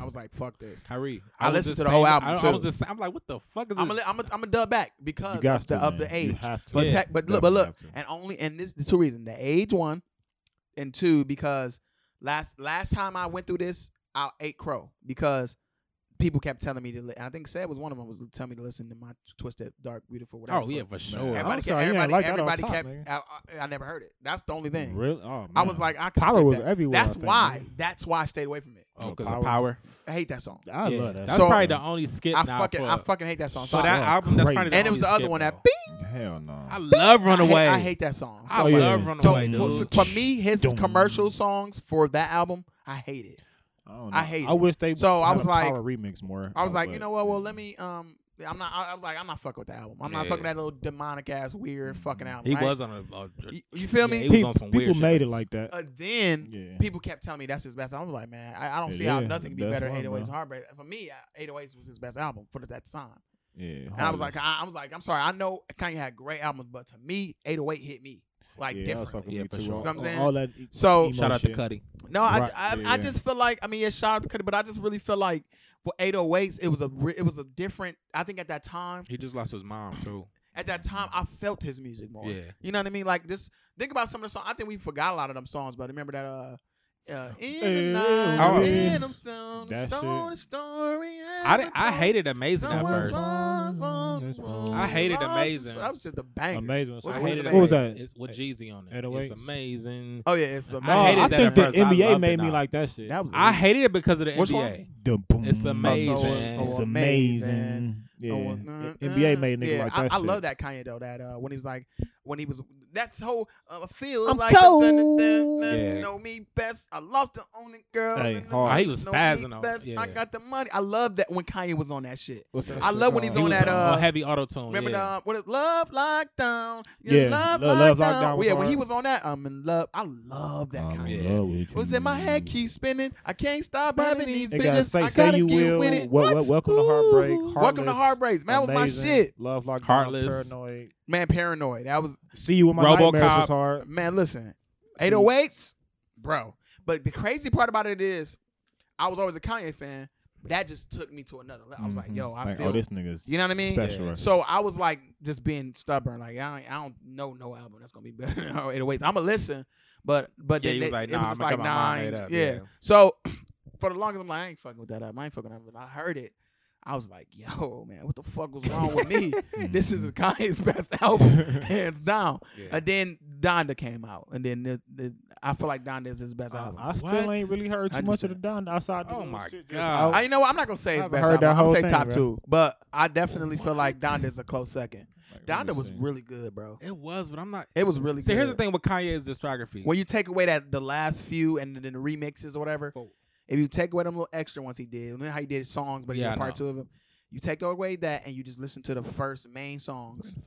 [SPEAKER 3] I was like, fuck this.
[SPEAKER 4] Kyrie,
[SPEAKER 3] I
[SPEAKER 4] was
[SPEAKER 3] listened
[SPEAKER 4] just
[SPEAKER 3] to the whole
[SPEAKER 4] saying-
[SPEAKER 3] album,
[SPEAKER 4] I, I
[SPEAKER 3] too.
[SPEAKER 4] was just, I'm like, what the fuck is
[SPEAKER 3] I'm
[SPEAKER 4] this?
[SPEAKER 3] gonna I'm I'm dub back because
[SPEAKER 2] You got
[SPEAKER 3] of uh,
[SPEAKER 2] to,
[SPEAKER 3] the, of the
[SPEAKER 2] man. You
[SPEAKER 3] age.
[SPEAKER 2] have to.
[SPEAKER 3] But
[SPEAKER 4] Yeah.
[SPEAKER 3] that- but look, but
[SPEAKER 2] Definitely
[SPEAKER 3] look,
[SPEAKER 2] have to.
[SPEAKER 3] and only and this the two reasons: the age one, and two because last last time I went through this, I ate crow because people kept telling me to. Li- and I think said was one of them was telling me to listen to my twisted, dark, beautiful, whatever.
[SPEAKER 4] oh yeah,
[SPEAKER 3] fuck.
[SPEAKER 4] for sure.
[SPEAKER 2] Man,
[SPEAKER 3] everybody
[SPEAKER 2] I'm
[SPEAKER 3] kept,
[SPEAKER 2] sorry, you ain't
[SPEAKER 3] everybody,
[SPEAKER 2] like that
[SPEAKER 3] everybody
[SPEAKER 2] off top,
[SPEAKER 3] kept. I, I, I never heard it. That's the only thing.
[SPEAKER 2] Really? Oh, man.
[SPEAKER 3] I was like, I could
[SPEAKER 2] power
[SPEAKER 3] skip
[SPEAKER 2] was
[SPEAKER 3] that.
[SPEAKER 2] everywhere. I
[SPEAKER 3] That's
[SPEAKER 2] think,
[SPEAKER 3] why.
[SPEAKER 2] man.
[SPEAKER 3] That's why I stayed away from it.
[SPEAKER 4] Oh,
[SPEAKER 2] Oh,
[SPEAKER 4] because of
[SPEAKER 2] power.
[SPEAKER 4] power.
[SPEAKER 3] I hate that song.
[SPEAKER 2] I
[SPEAKER 4] Yeah,
[SPEAKER 2] love that.
[SPEAKER 4] That's
[SPEAKER 2] song,
[SPEAKER 4] probably the
[SPEAKER 2] man.
[SPEAKER 4] only skip
[SPEAKER 3] I
[SPEAKER 4] now
[SPEAKER 3] fucking
[SPEAKER 4] for,
[SPEAKER 3] I fucking hate that song.
[SPEAKER 4] for
[SPEAKER 3] Sorry.
[SPEAKER 4] that
[SPEAKER 2] Fuck,
[SPEAKER 4] album. That's
[SPEAKER 2] crazy.
[SPEAKER 4] probably the
[SPEAKER 3] and it was
[SPEAKER 4] only
[SPEAKER 3] the other
[SPEAKER 4] skip,
[SPEAKER 3] one
[SPEAKER 4] though.
[SPEAKER 3] that.
[SPEAKER 2] Mm-hmm. Hell no.
[SPEAKER 4] I love Runaway.
[SPEAKER 3] I hate, I hate that song.
[SPEAKER 4] I
[SPEAKER 2] So, yeah.
[SPEAKER 4] love
[SPEAKER 3] So
[SPEAKER 4] Runaway.
[SPEAKER 2] Dum,
[SPEAKER 3] for,
[SPEAKER 4] dude.
[SPEAKER 3] for me, his
[SPEAKER 2] dum.
[SPEAKER 3] commercial songs for that album, I hate it.
[SPEAKER 2] I, don't
[SPEAKER 3] I
[SPEAKER 2] know.
[SPEAKER 3] hate
[SPEAKER 2] I
[SPEAKER 3] it.
[SPEAKER 2] wish they
[SPEAKER 3] So I
[SPEAKER 2] had
[SPEAKER 3] was
[SPEAKER 2] a
[SPEAKER 3] like-
[SPEAKER 2] power remix more.
[SPEAKER 3] I was
[SPEAKER 2] out,
[SPEAKER 3] like,
[SPEAKER 2] but-
[SPEAKER 3] you know what? Well, let me. Um, I'm not. I, I was like, I'm not fucking with the album. I'm not
[SPEAKER 4] Yeah.
[SPEAKER 3] fucking that little demonic ass weird fucking album.
[SPEAKER 4] He
[SPEAKER 3] right?
[SPEAKER 4] was on a. a-
[SPEAKER 3] You, you feel
[SPEAKER 4] Yeah,
[SPEAKER 3] me?
[SPEAKER 4] It was
[SPEAKER 2] People-
[SPEAKER 4] on some
[SPEAKER 2] people
[SPEAKER 4] weird shit
[SPEAKER 2] made it
[SPEAKER 4] like
[SPEAKER 2] like that.
[SPEAKER 3] Uh, then
[SPEAKER 2] Yeah.
[SPEAKER 3] people kept telling me that's his best. album. I was like, man, I, I don't see
[SPEAKER 2] Yeah,
[SPEAKER 3] how nothing could be
[SPEAKER 2] that's
[SPEAKER 3] better.
[SPEAKER 2] why,
[SPEAKER 3] 808s and
[SPEAKER 2] bro.
[SPEAKER 3] Heartbreak. For me, uh, I- 808s was his best album for that time.
[SPEAKER 2] Yeah.
[SPEAKER 3] And I was like, I, I was like, I'm sorry. I know Kanye had great albums, but to me, 808 hit me like
[SPEAKER 2] yeah, I was
[SPEAKER 3] differently.
[SPEAKER 2] fucking
[SPEAKER 4] Yeah,
[SPEAKER 2] with
[SPEAKER 4] for
[SPEAKER 2] you
[SPEAKER 4] sure.
[SPEAKER 2] all-
[SPEAKER 4] You know
[SPEAKER 3] what I'm saying?
[SPEAKER 2] all that e-
[SPEAKER 3] So
[SPEAKER 2] emo
[SPEAKER 4] Shout out to
[SPEAKER 2] shit.
[SPEAKER 4] Cuddy.
[SPEAKER 3] No, I,
[SPEAKER 2] Right,
[SPEAKER 3] I,
[SPEAKER 2] yeah,
[SPEAKER 3] I
[SPEAKER 2] yeah.
[SPEAKER 3] just feel like I mean, yeah, shout out to Cudi, but I just really feel like for 808s, it was a re- it was a different. I think at that time,
[SPEAKER 4] He just lost his mom too.
[SPEAKER 3] at that time, I felt his music more.
[SPEAKER 4] Yeah.
[SPEAKER 3] You know what I mean? Like this. Think about some of the songs. I think we forgot a lot of them songs, but remember that. uh uh, in the
[SPEAKER 2] Eh,
[SPEAKER 3] night,
[SPEAKER 4] oh,
[SPEAKER 3] in the town, the
[SPEAKER 2] that
[SPEAKER 3] stone,
[SPEAKER 2] shit.
[SPEAKER 3] the story, and
[SPEAKER 4] I,
[SPEAKER 3] the
[SPEAKER 4] di- I
[SPEAKER 3] tone.
[SPEAKER 4] hated Amazing at
[SPEAKER 3] Someone's
[SPEAKER 4] first.
[SPEAKER 3] wrong, wrong,
[SPEAKER 2] That's
[SPEAKER 3] wrong.
[SPEAKER 4] I hated Amazing.
[SPEAKER 3] That was just a banger.
[SPEAKER 2] Amazing.
[SPEAKER 3] What's
[SPEAKER 4] I
[SPEAKER 3] the one
[SPEAKER 4] hated
[SPEAKER 3] that
[SPEAKER 2] What was
[SPEAKER 3] they-
[SPEAKER 2] that?
[SPEAKER 4] It's with Jeezy on it.
[SPEAKER 2] 808s.
[SPEAKER 4] It's amazing.
[SPEAKER 3] Oh yeah, it's amazing.
[SPEAKER 2] No,
[SPEAKER 4] hated
[SPEAKER 2] I
[SPEAKER 4] that
[SPEAKER 2] think
[SPEAKER 4] at
[SPEAKER 2] the
[SPEAKER 4] first. I loved
[SPEAKER 2] NBA
[SPEAKER 4] it
[SPEAKER 2] made me
[SPEAKER 4] now.
[SPEAKER 2] like that shit.
[SPEAKER 3] that was
[SPEAKER 4] I hated it because of the
[SPEAKER 3] Which one?
[SPEAKER 4] NBA.
[SPEAKER 2] The boom.
[SPEAKER 4] It's amazing.
[SPEAKER 2] It's
[SPEAKER 4] So
[SPEAKER 2] amazing. Yeah.
[SPEAKER 3] Oh, uh,
[SPEAKER 2] It- NBA
[SPEAKER 3] uh,
[SPEAKER 2] made a nigga
[SPEAKER 3] yeah,
[SPEAKER 2] like
[SPEAKER 3] I,
[SPEAKER 2] that
[SPEAKER 3] I
[SPEAKER 2] shit.
[SPEAKER 3] love that Kanye though. That uh, when he was like, when he was that's whole uh, feel
[SPEAKER 2] I'm
[SPEAKER 3] like the- the- the-
[SPEAKER 2] cold.
[SPEAKER 3] the-
[SPEAKER 4] Yeah.
[SPEAKER 3] know me best. I lost the only girl.
[SPEAKER 2] Hey,
[SPEAKER 3] in the
[SPEAKER 2] hard.
[SPEAKER 3] world.
[SPEAKER 4] Oh, he was
[SPEAKER 3] Know me
[SPEAKER 4] spazzing on it.
[SPEAKER 3] best. I
[SPEAKER 4] Yeah.
[SPEAKER 3] got the money. I love that when Kanye was on that shit.
[SPEAKER 2] What's that
[SPEAKER 3] I
[SPEAKER 2] shit
[SPEAKER 3] love when
[SPEAKER 2] called?
[SPEAKER 3] he's
[SPEAKER 4] He
[SPEAKER 3] on
[SPEAKER 4] was
[SPEAKER 3] that,
[SPEAKER 4] on
[SPEAKER 3] uh,
[SPEAKER 4] a heavy auto tune.
[SPEAKER 3] Remember
[SPEAKER 4] Oh, yeah.
[SPEAKER 3] the uh, what is love lockdown?
[SPEAKER 2] Yeah,
[SPEAKER 3] love,
[SPEAKER 2] Lo- Love
[SPEAKER 3] lockdown.
[SPEAKER 2] Lockdown was
[SPEAKER 3] yeah, when he
[SPEAKER 2] hard.
[SPEAKER 3] was on that, I'm in love. I love that
[SPEAKER 2] I'm
[SPEAKER 3] Kanye.
[SPEAKER 2] in love with
[SPEAKER 3] What's
[SPEAKER 2] you.
[SPEAKER 3] in my head keeps spinning. I can't stop
[SPEAKER 4] Running
[SPEAKER 3] having these
[SPEAKER 4] these-
[SPEAKER 2] They gotta
[SPEAKER 3] bitches.
[SPEAKER 2] say,
[SPEAKER 3] I
[SPEAKER 2] say
[SPEAKER 3] gotta
[SPEAKER 2] you
[SPEAKER 3] get
[SPEAKER 2] will.
[SPEAKER 3] with it.
[SPEAKER 2] What-
[SPEAKER 3] What?
[SPEAKER 2] what- Welcome to heartbreak.
[SPEAKER 4] Welcome
[SPEAKER 3] Welcome to
[SPEAKER 2] Heartless,
[SPEAKER 3] Heartbreaks. Man, that was my
[SPEAKER 2] Amazing,
[SPEAKER 3] shit.
[SPEAKER 2] Love lockdown.
[SPEAKER 4] Heartless.
[SPEAKER 2] Paranoid.
[SPEAKER 3] Man, paranoid. That was
[SPEAKER 2] See you in my
[SPEAKER 4] Robocop.
[SPEAKER 2] nightmares is hard.
[SPEAKER 3] Man, listen,
[SPEAKER 2] See-
[SPEAKER 3] 808s, bro. But the crazy part about it is, I was always a Kanye fan. But that just took me to another level. I was
[SPEAKER 4] Mm-hmm.
[SPEAKER 3] like,
[SPEAKER 2] Mhm.
[SPEAKER 3] yo, I
[SPEAKER 2] Like,
[SPEAKER 3] feel.
[SPEAKER 2] oh, this nigga's
[SPEAKER 3] you know what I mean?
[SPEAKER 2] special. right
[SPEAKER 3] So I was like, just being stubborn. Like, I don't, I don't know no album that's gonna be better than oh, 808s. I'm gonna listen, but but
[SPEAKER 4] Yeah,
[SPEAKER 3] then
[SPEAKER 4] he was
[SPEAKER 3] they-
[SPEAKER 4] like,
[SPEAKER 3] it was
[SPEAKER 4] nah,
[SPEAKER 3] just
[SPEAKER 4] I'ma
[SPEAKER 3] like
[SPEAKER 4] get my mind
[SPEAKER 3] nine.
[SPEAKER 4] made up,
[SPEAKER 3] yeah.
[SPEAKER 4] yeah.
[SPEAKER 3] So for the longest, I'm like, I ain't fucking with that album. I ain't fucking with that. But I heard it. I was like, yo, man, what the fuck was wrong with me? this is Kanye's best album, hands down.
[SPEAKER 4] Yeah.
[SPEAKER 3] And then Donda came out, and then the, the, I feel like Donda is his best
[SPEAKER 2] I,
[SPEAKER 3] album.
[SPEAKER 2] I still ain't really heard too much of the
[SPEAKER 3] 100%.
[SPEAKER 2] Don outside. the
[SPEAKER 4] Oh
[SPEAKER 2] little
[SPEAKER 4] my
[SPEAKER 2] shit just
[SPEAKER 4] God.
[SPEAKER 3] I,
[SPEAKER 2] out.
[SPEAKER 3] you know what? I'm not gonna say
[SPEAKER 2] I
[SPEAKER 3] his
[SPEAKER 2] haven't
[SPEAKER 3] best
[SPEAKER 2] heard
[SPEAKER 3] album.
[SPEAKER 2] that
[SPEAKER 3] I'm gonna
[SPEAKER 2] whole
[SPEAKER 3] say
[SPEAKER 2] thing,
[SPEAKER 3] top
[SPEAKER 2] bro.
[SPEAKER 3] two, but I definitely feel like Donda's a close second.
[SPEAKER 2] Like, what
[SPEAKER 3] Donda
[SPEAKER 2] you
[SPEAKER 3] was
[SPEAKER 2] saying?
[SPEAKER 3] really good, bro.
[SPEAKER 4] It was, but I'm not.
[SPEAKER 3] It was really
[SPEAKER 4] See,
[SPEAKER 3] good.
[SPEAKER 4] here's the thing with Kanye's discography.
[SPEAKER 3] When you take away that the last few and then the remixes or whatever,
[SPEAKER 4] Four.
[SPEAKER 3] if you take away them little extra ones he did, remember how he did songs, but he
[SPEAKER 4] Yeah, I
[SPEAKER 3] did part
[SPEAKER 4] know.
[SPEAKER 3] two of them. You take away that and you just listen to the first main songs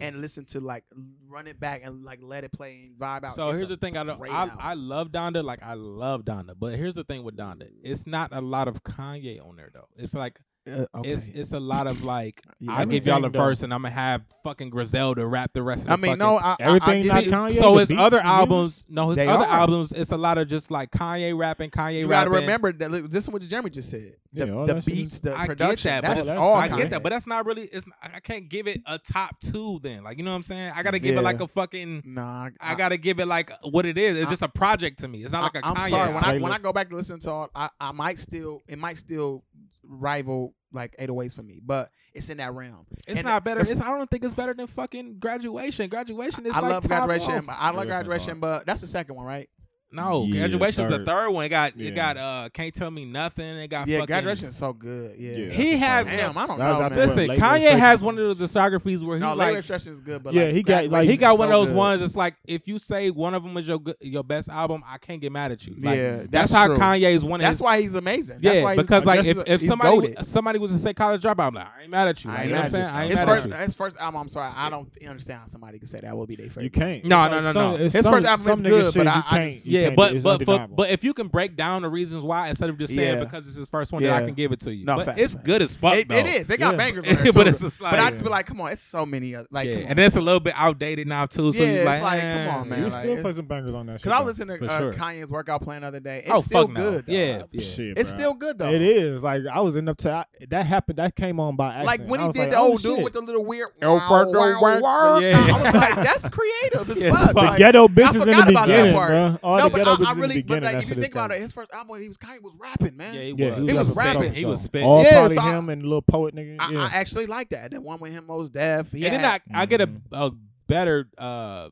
[SPEAKER 3] and listen to like run it back and like let it play and vibe out.
[SPEAKER 4] So
[SPEAKER 3] It's
[SPEAKER 4] here's
[SPEAKER 3] a-
[SPEAKER 4] the thing. I, don't-
[SPEAKER 3] great
[SPEAKER 4] I
[SPEAKER 3] album.
[SPEAKER 4] I love Donda. Like I love Donda, but here's the thing with Donda.
[SPEAKER 3] Mm-hmm.
[SPEAKER 4] It's not a lot of Kanye on there though. It's like
[SPEAKER 3] Uh, okay.
[SPEAKER 4] it's it's a lot of like
[SPEAKER 3] Yeah,
[SPEAKER 4] I give y'all a
[SPEAKER 2] everything, though.
[SPEAKER 4] verse and I'm gonna have fucking Griselda rap the rest of. The
[SPEAKER 3] I mean,
[SPEAKER 4] fucking-
[SPEAKER 3] no, I, I-
[SPEAKER 2] Everything
[SPEAKER 3] I,
[SPEAKER 2] not
[SPEAKER 3] I,
[SPEAKER 4] See,
[SPEAKER 2] Kanye,
[SPEAKER 4] so
[SPEAKER 2] the
[SPEAKER 4] his
[SPEAKER 2] beats
[SPEAKER 4] other
[SPEAKER 2] and music?
[SPEAKER 4] albums, no, his
[SPEAKER 3] They
[SPEAKER 4] other
[SPEAKER 3] are.
[SPEAKER 4] albums, it's a lot of just like Kanye rapping, Kanye
[SPEAKER 3] You
[SPEAKER 4] rapping.
[SPEAKER 3] gotta remember that. Look, this is what Jeremy just said. The,
[SPEAKER 2] Yeah, all
[SPEAKER 3] the
[SPEAKER 2] that shit
[SPEAKER 3] beats,
[SPEAKER 2] is-
[SPEAKER 3] the
[SPEAKER 4] I get
[SPEAKER 3] production.
[SPEAKER 4] that, but
[SPEAKER 3] that's
[SPEAKER 2] that's
[SPEAKER 3] all.
[SPEAKER 4] I
[SPEAKER 3] Kanye.
[SPEAKER 4] get that, but that's not really. It's I I can't give it a top two. Then, like you know what I'm saying? I gotta give
[SPEAKER 3] Yeah.
[SPEAKER 4] it like a fucking.
[SPEAKER 3] nah,
[SPEAKER 4] I gotta give it like what it is. It's
[SPEAKER 3] I-
[SPEAKER 4] just a project to me. It's not like a
[SPEAKER 3] I,
[SPEAKER 4] Kanye.
[SPEAKER 3] I'm sorry. When I when I
[SPEAKER 2] playlist.
[SPEAKER 3] go back to listen to all, I, I might still it might still rival like 808s for me, but it's in that realm.
[SPEAKER 4] It's
[SPEAKER 3] And
[SPEAKER 4] not better.
[SPEAKER 3] the-
[SPEAKER 4] It's, I don't think it's better than fucking graduation. Graduation is
[SPEAKER 3] I
[SPEAKER 4] like
[SPEAKER 3] love
[SPEAKER 4] top
[SPEAKER 3] graduation.
[SPEAKER 4] off.
[SPEAKER 3] I love
[SPEAKER 2] Graduation's
[SPEAKER 3] graduation, but that's the second one, right?
[SPEAKER 4] No,
[SPEAKER 2] Yeah,
[SPEAKER 4] graduation's the
[SPEAKER 2] third.
[SPEAKER 4] third one. It got
[SPEAKER 2] Yeah.
[SPEAKER 4] it got uh can't tell me nothing. It got
[SPEAKER 3] yeah,
[SPEAKER 4] fucking
[SPEAKER 3] graduation is so good. Yeah.
[SPEAKER 2] Yeah.
[SPEAKER 4] He has
[SPEAKER 3] Damn, I
[SPEAKER 2] That was
[SPEAKER 3] don't know,
[SPEAKER 2] after
[SPEAKER 3] man.
[SPEAKER 2] what,
[SPEAKER 4] Listen,
[SPEAKER 2] Labor
[SPEAKER 4] Kanye
[SPEAKER 2] Restriction?
[SPEAKER 4] has one of the discographies where he's
[SPEAKER 3] no, labor
[SPEAKER 4] like
[SPEAKER 3] instruction is good, but
[SPEAKER 2] Yeah,
[SPEAKER 3] like,
[SPEAKER 2] he got, like-
[SPEAKER 3] graduation
[SPEAKER 4] he
[SPEAKER 3] is
[SPEAKER 4] got
[SPEAKER 3] so
[SPEAKER 4] one of those
[SPEAKER 3] good.
[SPEAKER 4] ones. It's like if you say one of them was your good, your best album, I can't get mad at you. Like,
[SPEAKER 3] yeah,
[SPEAKER 4] that's,
[SPEAKER 3] that's,
[SPEAKER 4] how
[SPEAKER 3] true.
[SPEAKER 4] Kanye is one of
[SPEAKER 3] That's
[SPEAKER 4] his.
[SPEAKER 3] why he's amazing.
[SPEAKER 4] yeah,
[SPEAKER 3] that's why he's,
[SPEAKER 4] because like
[SPEAKER 3] that's-
[SPEAKER 4] if, if
[SPEAKER 3] he's
[SPEAKER 4] somebody
[SPEAKER 3] goated.
[SPEAKER 4] w- somebody was to say college dropout, I'm like, I ain't mad at you.
[SPEAKER 3] I
[SPEAKER 4] Like,
[SPEAKER 3] ain't
[SPEAKER 4] you know what I'm
[SPEAKER 3] mad
[SPEAKER 4] saying?
[SPEAKER 2] at
[SPEAKER 4] I
[SPEAKER 2] you.
[SPEAKER 4] ain't
[SPEAKER 3] his
[SPEAKER 4] mad
[SPEAKER 3] first,
[SPEAKER 4] at you.
[SPEAKER 3] his first album, I'm sorry, I don't understand how somebody could say that would be their favorite.
[SPEAKER 2] You can't.
[SPEAKER 4] No,
[SPEAKER 2] It's
[SPEAKER 4] no,
[SPEAKER 2] like
[SPEAKER 4] no,
[SPEAKER 2] some-
[SPEAKER 4] no.
[SPEAKER 2] it's
[SPEAKER 3] His
[SPEAKER 2] some-
[SPEAKER 3] first album
[SPEAKER 2] some
[SPEAKER 3] is
[SPEAKER 2] nigga
[SPEAKER 3] good,
[SPEAKER 2] shit
[SPEAKER 3] but
[SPEAKER 2] you
[SPEAKER 3] I- I
[SPEAKER 2] can't-
[SPEAKER 3] just-
[SPEAKER 2] you
[SPEAKER 4] Yeah,
[SPEAKER 2] can't-
[SPEAKER 4] but
[SPEAKER 2] it's
[SPEAKER 4] but for,
[SPEAKER 2] undeniable.
[SPEAKER 4] but if you can break down the reasons why instead of just saying
[SPEAKER 3] Yeah.
[SPEAKER 4] because it's his first one, then
[SPEAKER 3] Yeah.
[SPEAKER 4] I can give it to you.
[SPEAKER 3] No,
[SPEAKER 4] but
[SPEAKER 3] facts,
[SPEAKER 4] it's
[SPEAKER 3] facts.
[SPEAKER 4] good as fuck.
[SPEAKER 3] It- it
[SPEAKER 4] though.
[SPEAKER 3] is. They got
[SPEAKER 2] Yeah.
[SPEAKER 3] bangers on there
[SPEAKER 4] but
[SPEAKER 3] too.
[SPEAKER 4] it's just like,
[SPEAKER 3] But I just be like, come on, it's so many. Other, like,
[SPEAKER 4] yeah.
[SPEAKER 3] come on.
[SPEAKER 4] and it's a little bit outdated now too. So
[SPEAKER 3] Yeah,
[SPEAKER 4] you
[SPEAKER 3] it's
[SPEAKER 4] like,
[SPEAKER 3] like, come
[SPEAKER 4] eh.
[SPEAKER 3] on, man.
[SPEAKER 2] You
[SPEAKER 3] like,
[SPEAKER 2] still
[SPEAKER 3] it's-
[SPEAKER 2] play some bangers on that shit.
[SPEAKER 3] Cause I
[SPEAKER 2] though.
[SPEAKER 3] listened to
[SPEAKER 4] For
[SPEAKER 3] uh,
[SPEAKER 4] sure.
[SPEAKER 3] Kanye's workout plan the other day. It's
[SPEAKER 4] Oh
[SPEAKER 3] still
[SPEAKER 4] fuck, no.
[SPEAKER 3] good. though.
[SPEAKER 4] Yeah, yeah.
[SPEAKER 2] Shit,
[SPEAKER 3] It's
[SPEAKER 2] bro.
[SPEAKER 3] still good though.
[SPEAKER 2] It is like I was in up to that happened. That came on by accident.
[SPEAKER 3] Like when
[SPEAKER 2] I
[SPEAKER 3] he
[SPEAKER 2] was
[SPEAKER 3] did
[SPEAKER 2] like,
[SPEAKER 3] the
[SPEAKER 2] oh,
[SPEAKER 3] old dude
[SPEAKER 2] shit.
[SPEAKER 3] with the little weird
[SPEAKER 2] El
[SPEAKER 3] wow,
[SPEAKER 2] Fardo
[SPEAKER 3] wow,
[SPEAKER 2] work.
[SPEAKER 3] wow.
[SPEAKER 4] Yeah.
[SPEAKER 3] I was like, that's creative as
[SPEAKER 4] Yes,
[SPEAKER 3] fuck.
[SPEAKER 2] But
[SPEAKER 4] but
[SPEAKER 3] Like,
[SPEAKER 2] ghetto bitches in the
[SPEAKER 3] forgot about that
[SPEAKER 2] beginning,
[SPEAKER 3] part.
[SPEAKER 2] bro. All
[SPEAKER 3] no,
[SPEAKER 2] the
[SPEAKER 3] but
[SPEAKER 2] ghetto
[SPEAKER 3] I,
[SPEAKER 2] bitches
[SPEAKER 3] I
[SPEAKER 2] in the
[SPEAKER 3] really, but
[SPEAKER 2] beginning.
[SPEAKER 3] like,
[SPEAKER 2] that
[SPEAKER 3] if you
[SPEAKER 2] shit is
[SPEAKER 3] think about
[SPEAKER 2] crazy.
[SPEAKER 3] it, his first album, he was Kanye was rapping, man.
[SPEAKER 4] Yeah, he
[SPEAKER 2] Yeah,
[SPEAKER 4] was.
[SPEAKER 3] He was
[SPEAKER 2] up to
[SPEAKER 3] rapping.
[SPEAKER 2] something.
[SPEAKER 4] He was spitting.
[SPEAKER 2] All
[SPEAKER 3] Yeah,
[SPEAKER 2] party
[SPEAKER 3] so I-
[SPEAKER 2] him and little poet nigga.
[SPEAKER 3] I,
[SPEAKER 2] yeah.
[SPEAKER 3] I actually like that. That one with him, most deaf. He
[SPEAKER 4] and then I,
[SPEAKER 3] had-
[SPEAKER 4] I get a,
[SPEAKER 2] Mhm.
[SPEAKER 4] a better uh,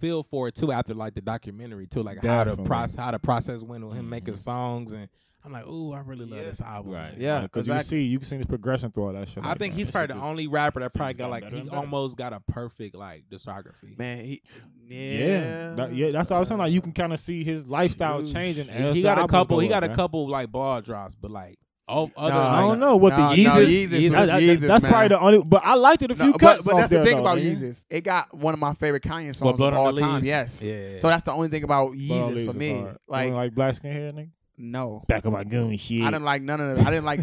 [SPEAKER 4] feel for it too after like the documentary too, like how to
[SPEAKER 2] Definitely.
[SPEAKER 4] process how the process went on him
[SPEAKER 2] Mhm.
[SPEAKER 4] making songs, and I'm like, oh, I really love
[SPEAKER 3] Yeah.
[SPEAKER 4] this album.
[SPEAKER 2] Right.
[SPEAKER 3] Yeah,
[SPEAKER 2] because you
[SPEAKER 3] exactly.
[SPEAKER 2] see, you can see this progression through all that shit.
[SPEAKER 4] I
[SPEAKER 2] like,
[SPEAKER 4] think
[SPEAKER 2] bro,
[SPEAKER 4] he's
[SPEAKER 2] that shit
[SPEAKER 4] probably the
[SPEAKER 2] just-
[SPEAKER 4] only rapper that
[SPEAKER 2] shit
[SPEAKER 4] probably
[SPEAKER 2] just
[SPEAKER 4] got
[SPEAKER 2] got
[SPEAKER 4] like
[SPEAKER 2] better
[SPEAKER 4] he
[SPEAKER 2] and better.
[SPEAKER 4] almost got a perfect like discography.
[SPEAKER 3] man, he yeah,
[SPEAKER 2] Yeah, that- yeah. That's what I was saying. Like you can kind of see his lifestyle
[SPEAKER 3] Shoot.
[SPEAKER 2] changing.
[SPEAKER 4] He-
[SPEAKER 2] As
[SPEAKER 4] he
[SPEAKER 2] the
[SPEAKER 4] got a
[SPEAKER 2] albums
[SPEAKER 4] couple.
[SPEAKER 2] go
[SPEAKER 4] He
[SPEAKER 2] up,
[SPEAKER 4] got a
[SPEAKER 2] bro.
[SPEAKER 4] couple like ball drops, but like all other.
[SPEAKER 3] Nah,
[SPEAKER 2] I
[SPEAKER 4] like,
[SPEAKER 2] don't know what
[SPEAKER 3] Nah, nah,
[SPEAKER 2] the Yeezus.
[SPEAKER 3] Yeezus was
[SPEAKER 2] that- that-
[SPEAKER 3] Yeezus,
[SPEAKER 2] that's
[SPEAKER 3] man.
[SPEAKER 2] probably the only. But I liked it a few
[SPEAKER 3] No,
[SPEAKER 2] cuts.
[SPEAKER 3] but, but
[SPEAKER 2] off
[SPEAKER 3] that's the
[SPEAKER 2] there,
[SPEAKER 3] thing
[SPEAKER 2] though,
[SPEAKER 3] about
[SPEAKER 2] man.
[SPEAKER 3] Yeezus. It got one of my favorite Kanye
[SPEAKER 4] What,
[SPEAKER 3] songs
[SPEAKER 4] Blood
[SPEAKER 3] of
[SPEAKER 4] on
[SPEAKER 3] all
[SPEAKER 4] the
[SPEAKER 3] time.
[SPEAKER 4] Leaves?
[SPEAKER 3] Yes.
[SPEAKER 4] Yeah.
[SPEAKER 3] So that's the only thing about
[SPEAKER 2] Bro,
[SPEAKER 3] Yeezus
[SPEAKER 2] Yeezus
[SPEAKER 3] for me.
[SPEAKER 2] hard. You
[SPEAKER 3] Like,
[SPEAKER 2] don't like black skin hair nigga.
[SPEAKER 3] no,
[SPEAKER 2] Back of my goon shit.
[SPEAKER 3] I didn't like none of it. I didn't like.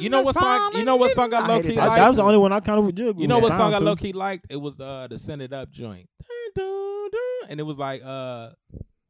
[SPEAKER 4] You know what song- you know what song I low-key
[SPEAKER 3] hated
[SPEAKER 2] I-
[SPEAKER 3] that.
[SPEAKER 4] like?
[SPEAKER 2] that was the only one I kind of jiggled.
[SPEAKER 4] You know what song I
[SPEAKER 2] Down to.
[SPEAKER 4] low key liked? It was uh the Send It Up joint. Dun, dun, dun. And it was like uh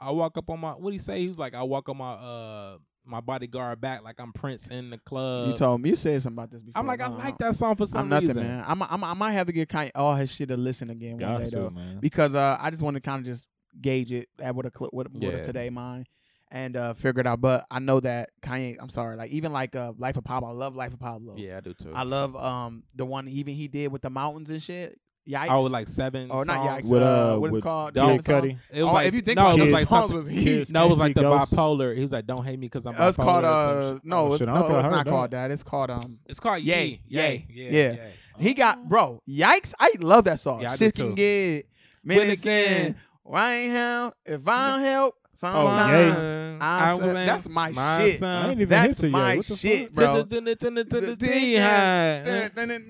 [SPEAKER 4] I walk up on my what do you say? He was like I walk on my uh my bodyguard back like I'm Prince in the club.
[SPEAKER 3] You told me you said something about this before.
[SPEAKER 4] I'm like I
[SPEAKER 3] No,
[SPEAKER 4] like that song for some
[SPEAKER 3] I'm nothing,
[SPEAKER 4] reason.
[SPEAKER 3] man. I'm, I'm, I might have to get Kanye all his shit to listen again one
[SPEAKER 2] Got
[SPEAKER 3] day
[SPEAKER 2] to,
[SPEAKER 3] though,
[SPEAKER 2] man.
[SPEAKER 3] because uh, I just want to kind of just gauge it at what a cl- what, what a
[SPEAKER 4] Yeah.
[SPEAKER 3] today mine and uh, figure it out. But I know that Kanye. I'm sorry, like even like uh, Life of Pablo. I love Life of Pablo.
[SPEAKER 4] Yeah, I do too.
[SPEAKER 3] I
[SPEAKER 4] I,
[SPEAKER 3] love um the one even he did with the mountains and shit. Yikes.
[SPEAKER 4] was like seven.
[SPEAKER 3] oh not
[SPEAKER 4] songs.
[SPEAKER 3] yikes.
[SPEAKER 2] With,
[SPEAKER 3] uh,
[SPEAKER 2] uh,
[SPEAKER 3] what is it
[SPEAKER 2] with
[SPEAKER 3] called?
[SPEAKER 4] Kid
[SPEAKER 3] Dolphin song?
[SPEAKER 2] Cudi.
[SPEAKER 4] It was
[SPEAKER 3] Oh,
[SPEAKER 4] like,
[SPEAKER 3] if you think
[SPEAKER 4] no,
[SPEAKER 3] about
[SPEAKER 4] it was
[SPEAKER 2] Kids.
[SPEAKER 3] those
[SPEAKER 4] like
[SPEAKER 3] songs
[SPEAKER 4] something.
[SPEAKER 3] was huge.
[SPEAKER 2] Kids.
[SPEAKER 4] No, it was
[SPEAKER 2] Can't
[SPEAKER 4] like
[SPEAKER 2] See
[SPEAKER 4] the
[SPEAKER 2] Ghosts.
[SPEAKER 4] bipolar. He was like, "Don't hate me because I'm bipolar."
[SPEAKER 3] It's called
[SPEAKER 4] or some
[SPEAKER 3] uh
[SPEAKER 4] shit.
[SPEAKER 3] no,
[SPEAKER 2] Oh,
[SPEAKER 3] it's,
[SPEAKER 2] shit, I
[SPEAKER 3] no,
[SPEAKER 2] don't think I
[SPEAKER 3] it's
[SPEAKER 2] heard
[SPEAKER 3] not
[SPEAKER 2] that.
[SPEAKER 3] called that. It's called um.
[SPEAKER 4] it's called
[SPEAKER 3] Yay,
[SPEAKER 4] Yay,
[SPEAKER 3] Yay,
[SPEAKER 4] Yay,
[SPEAKER 3] yeah. He got bro. Yikes! I love that song.
[SPEAKER 4] Oh. Yeah, I do
[SPEAKER 3] Shit can
[SPEAKER 4] too.
[SPEAKER 3] get
[SPEAKER 4] When
[SPEAKER 3] men again.
[SPEAKER 4] again.
[SPEAKER 3] Why ain't help if I don't help?
[SPEAKER 4] Oh,
[SPEAKER 3] Sometimes
[SPEAKER 4] Yay.
[SPEAKER 3] I said- that's my shit.
[SPEAKER 2] I ain't even hit
[SPEAKER 3] that's
[SPEAKER 2] to yet.
[SPEAKER 3] my
[SPEAKER 2] What the
[SPEAKER 3] shit,
[SPEAKER 2] fuck?
[SPEAKER 3] bro. The thing
[SPEAKER 4] That's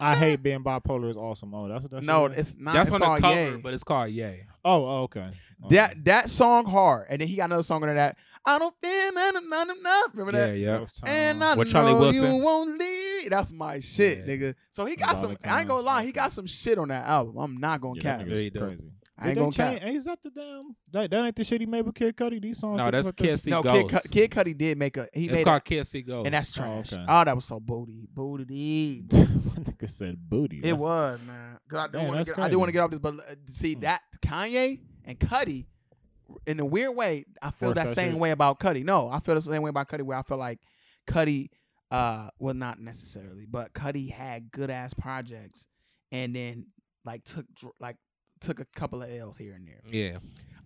[SPEAKER 2] I hate being bipolar. Is awesome. Oh, that's what that's.
[SPEAKER 3] No, it's not. That's it's
[SPEAKER 4] on the
[SPEAKER 3] called
[SPEAKER 4] cover,
[SPEAKER 3] Yay.
[SPEAKER 4] but it's called Yay.
[SPEAKER 2] Oh, oh, okay. Okay.
[SPEAKER 3] That that song hard, and then he got another song under that. I don't feel none of none enough. Remember that?
[SPEAKER 4] yeah.
[SPEAKER 2] Those times.
[SPEAKER 3] And I
[SPEAKER 4] With
[SPEAKER 3] know
[SPEAKER 4] Charlie Wilson.
[SPEAKER 3] you won't leave. That's my shit,
[SPEAKER 4] Yeah.
[SPEAKER 3] nigga. So he got
[SPEAKER 2] Dollar
[SPEAKER 3] some. I ain't gonna
[SPEAKER 2] Coins,
[SPEAKER 3] lie, he
[SPEAKER 2] okay.
[SPEAKER 3] got some shit on that album. I'm not gonna
[SPEAKER 2] Yeah,
[SPEAKER 3] cap.
[SPEAKER 2] that
[SPEAKER 4] There you
[SPEAKER 2] nigga's
[SPEAKER 4] go.
[SPEAKER 2] crazy.
[SPEAKER 3] I ain't
[SPEAKER 2] Did
[SPEAKER 3] gonna
[SPEAKER 2] they change-
[SPEAKER 3] cap.
[SPEAKER 2] Is that the damn? That, that ain't the shit he made with Kid Cudi. These songs.
[SPEAKER 4] No,
[SPEAKER 2] look
[SPEAKER 4] that's
[SPEAKER 2] like that
[SPEAKER 4] Kiss.
[SPEAKER 2] shit.
[SPEAKER 4] See
[SPEAKER 3] No, Kid,
[SPEAKER 4] Ghosts.
[SPEAKER 3] Cu- Kid Cudi did make a. He
[SPEAKER 4] It's
[SPEAKER 3] made
[SPEAKER 4] called
[SPEAKER 3] a,
[SPEAKER 4] Kiss It Goes.
[SPEAKER 3] and that's
[SPEAKER 2] Oh,
[SPEAKER 3] trash. Oh,
[SPEAKER 2] okay.
[SPEAKER 3] that was so booty, booty.
[SPEAKER 2] My nigga said booty.
[SPEAKER 3] It
[SPEAKER 2] That's-
[SPEAKER 3] was man. 'Cause I do
[SPEAKER 2] Man,
[SPEAKER 3] want
[SPEAKER 2] that's Hmm.
[SPEAKER 3] to get. I do want
[SPEAKER 2] crazy.
[SPEAKER 3] to get off this, but uh, see
[SPEAKER 2] Hmm.
[SPEAKER 3] that Kanye and Cudi in a weird way, I feel
[SPEAKER 2] Force
[SPEAKER 3] that
[SPEAKER 2] that
[SPEAKER 3] same
[SPEAKER 2] shit.
[SPEAKER 3] way about Cuddy. No, I feel the same way about Cuddy, where I feel like Cuddy, uh, well, not necessarily, but Cuddy had good ass projects, and then like took dr- like took a couple of L's here and there.
[SPEAKER 4] Yeah.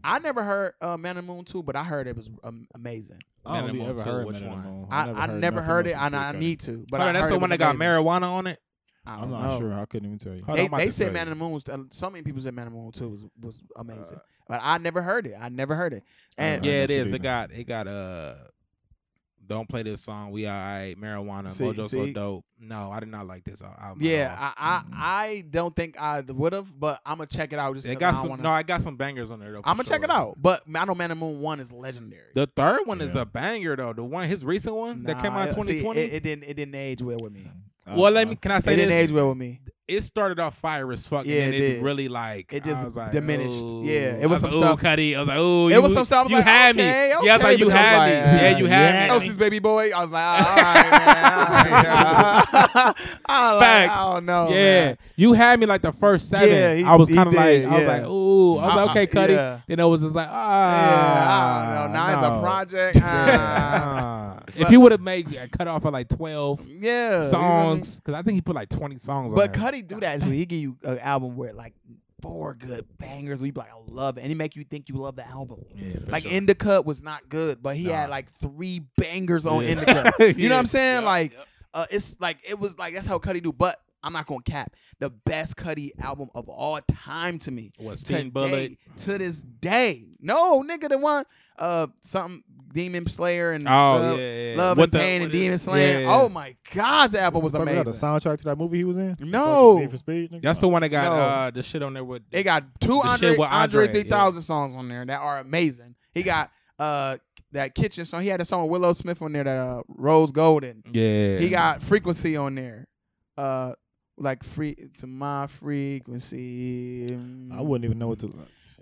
[SPEAKER 3] I
[SPEAKER 2] Mm-hmm.
[SPEAKER 3] never heard uh, Man and Moon two, but I heard it was um, amazing.
[SPEAKER 2] I don't
[SPEAKER 4] Man
[SPEAKER 2] think
[SPEAKER 4] in
[SPEAKER 2] I
[SPEAKER 4] the
[SPEAKER 2] ever
[SPEAKER 4] Moon too,
[SPEAKER 2] heard
[SPEAKER 4] which
[SPEAKER 2] Man in the
[SPEAKER 4] one?
[SPEAKER 2] Moon.
[SPEAKER 3] I, I never heard it, and I need to. But
[SPEAKER 4] All
[SPEAKER 3] I
[SPEAKER 4] right, that's
[SPEAKER 3] heard
[SPEAKER 4] the
[SPEAKER 3] it
[SPEAKER 4] one
[SPEAKER 3] was
[SPEAKER 4] that got
[SPEAKER 3] amazing.
[SPEAKER 4] marijuana on it.
[SPEAKER 3] I don't
[SPEAKER 2] I'm not
[SPEAKER 3] know.
[SPEAKER 2] sure. I couldn't even tell you.
[SPEAKER 4] Hold on,
[SPEAKER 3] They,
[SPEAKER 4] I'm about
[SPEAKER 3] they
[SPEAKER 4] to
[SPEAKER 3] said
[SPEAKER 4] tell
[SPEAKER 3] Man
[SPEAKER 4] you.
[SPEAKER 3] in the Moon was uh, so many people said Man in the Moon too was was amazing,
[SPEAKER 4] Uh,
[SPEAKER 3] but I never heard it. I never heard it.
[SPEAKER 2] I
[SPEAKER 3] And
[SPEAKER 2] don't know.
[SPEAKER 4] Yeah,
[SPEAKER 2] that
[SPEAKER 4] it
[SPEAKER 2] shit
[SPEAKER 4] is. It
[SPEAKER 2] either.
[SPEAKER 4] got it got uh Don't play this song. We all right. Marijuana.
[SPEAKER 3] See-
[SPEAKER 4] Mojo so
[SPEAKER 3] see?
[SPEAKER 4] dope. No, I did not like this al- album. at
[SPEAKER 3] yeah,
[SPEAKER 4] all.
[SPEAKER 3] I, I I don't think I would have, but I'm gonna check it out. Just
[SPEAKER 4] it
[SPEAKER 3] 'cause
[SPEAKER 4] got
[SPEAKER 3] I
[SPEAKER 4] some.
[SPEAKER 3] Wanna,
[SPEAKER 4] No, I got some bangers on there though. for
[SPEAKER 3] I'm gonna check
[SPEAKER 4] sure.
[SPEAKER 3] it out. But I know Man in the Moon one is legendary.
[SPEAKER 4] The third one is
[SPEAKER 2] Yeah.
[SPEAKER 4] a banger though. The one his recent one that came
[SPEAKER 3] Nah,
[SPEAKER 4] out in
[SPEAKER 3] it- see,
[SPEAKER 4] 2020.
[SPEAKER 3] It, it didn't it didn't age well with me.
[SPEAKER 4] well, let me. Can I
[SPEAKER 3] It
[SPEAKER 4] say
[SPEAKER 3] didn't
[SPEAKER 4] this?
[SPEAKER 3] age well with me.
[SPEAKER 4] It started off fire as fuck,
[SPEAKER 3] Yeah,
[SPEAKER 4] and
[SPEAKER 3] it
[SPEAKER 4] then it,
[SPEAKER 3] did.
[SPEAKER 4] really like
[SPEAKER 3] It
[SPEAKER 4] I
[SPEAKER 3] just
[SPEAKER 4] was like,
[SPEAKER 3] diminished.
[SPEAKER 4] "Ooh."
[SPEAKER 3] Yeah, it
[SPEAKER 4] I
[SPEAKER 3] was some
[SPEAKER 4] like, "Ooh,
[SPEAKER 3] stuff-
[SPEAKER 4] Cuddy. I was like, oh,
[SPEAKER 3] It was some stuff. I was
[SPEAKER 4] You
[SPEAKER 3] like,
[SPEAKER 4] had me.
[SPEAKER 3] okay,
[SPEAKER 4] Yeah, I was
[SPEAKER 3] okay,
[SPEAKER 4] like, you
[SPEAKER 3] but I was
[SPEAKER 4] had me.
[SPEAKER 3] like,
[SPEAKER 4] Yeah,
[SPEAKER 3] uh,
[SPEAKER 4] you
[SPEAKER 2] yeah.
[SPEAKER 4] had me.
[SPEAKER 2] I
[SPEAKER 4] I
[SPEAKER 2] was
[SPEAKER 4] mean,
[SPEAKER 3] Elsie's baby boy. I was like, all right, man. all right. I, was like, I don't know. oh,
[SPEAKER 4] yeah,
[SPEAKER 3] man.
[SPEAKER 4] you had me like the first seven.
[SPEAKER 3] Yeah, he-
[SPEAKER 4] I was
[SPEAKER 3] he
[SPEAKER 4] kind of like,
[SPEAKER 3] did,
[SPEAKER 4] I was
[SPEAKER 3] yeah.
[SPEAKER 4] like, ooh, I was
[SPEAKER 3] I-
[SPEAKER 4] like, okay,
[SPEAKER 3] I-
[SPEAKER 4] Cuddy.
[SPEAKER 3] yeah.
[SPEAKER 4] Then it was just like, ah,
[SPEAKER 3] yeah, I don't know. Now it's
[SPEAKER 4] no.
[SPEAKER 3] a project. Ah.
[SPEAKER 4] Ah. if you would have made a cut off at like twelve
[SPEAKER 3] yeah, you know what I mean?
[SPEAKER 4] songs, because I think he put like twenty songs.
[SPEAKER 3] But
[SPEAKER 4] on there.
[SPEAKER 3] Cuddy do that. too. He give you an album where like four good bangers. Where you be like, I love it, and he make you think you love the album.
[SPEAKER 4] yeah, for
[SPEAKER 3] Like
[SPEAKER 4] sure.
[SPEAKER 3] Indica was not good, but he had
[SPEAKER 4] Nah.
[SPEAKER 3] like three bangers on
[SPEAKER 4] Yeah.
[SPEAKER 3] Indica. You know what I'm saying?
[SPEAKER 4] Yeah,
[SPEAKER 3] like,
[SPEAKER 4] yeah.
[SPEAKER 3] uh, it's like it was like that's how Cuddy do. But I'm not gonna cap the best Cuddy album of all time to me.
[SPEAKER 4] was
[SPEAKER 3] Today,
[SPEAKER 4] Teen Bullet.
[SPEAKER 3] to this day, no nigga, the one uh something Demon Slayer and
[SPEAKER 4] Oh
[SPEAKER 3] uh,
[SPEAKER 4] yeah, yeah,
[SPEAKER 3] Love
[SPEAKER 4] What
[SPEAKER 3] and
[SPEAKER 4] the-
[SPEAKER 3] Pain and
[SPEAKER 4] what is-
[SPEAKER 3] Demon Slayer.
[SPEAKER 4] yeah, yeah.
[SPEAKER 3] Oh my God, that album was
[SPEAKER 2] Probably got
[SPEAKER 3] amazing.
[SPEAKER 2] the soundtrack to that movie he was in.
[SPEAKER 3] No.
[SPEAKER 2] Need for Speed, nigga?
[SPEAKER 4] That's the one that got
[SPEAKER 3] No.
[SPEAKER 4] uh, the shit on there with.
[SPEAKER 3] They got two
[SPEAKER 4] The
[SPEAKER 3] Andre,
[SPEAKER 4] shit with
[SPEAKER 3] Andre,
[SPEAKER 4] Andre,
[SPEAKER 3] 3000 songs on there that are amazing. He got uh that kitchen song. He had a song with Willow Smith on there that uh Rose Golden.
[SPEAKER 4] yeah.
[SPEAKER 3] He got frequency on there. Uh like free to my frequency.
[SPEAKER 2] I wouldn't even know what to.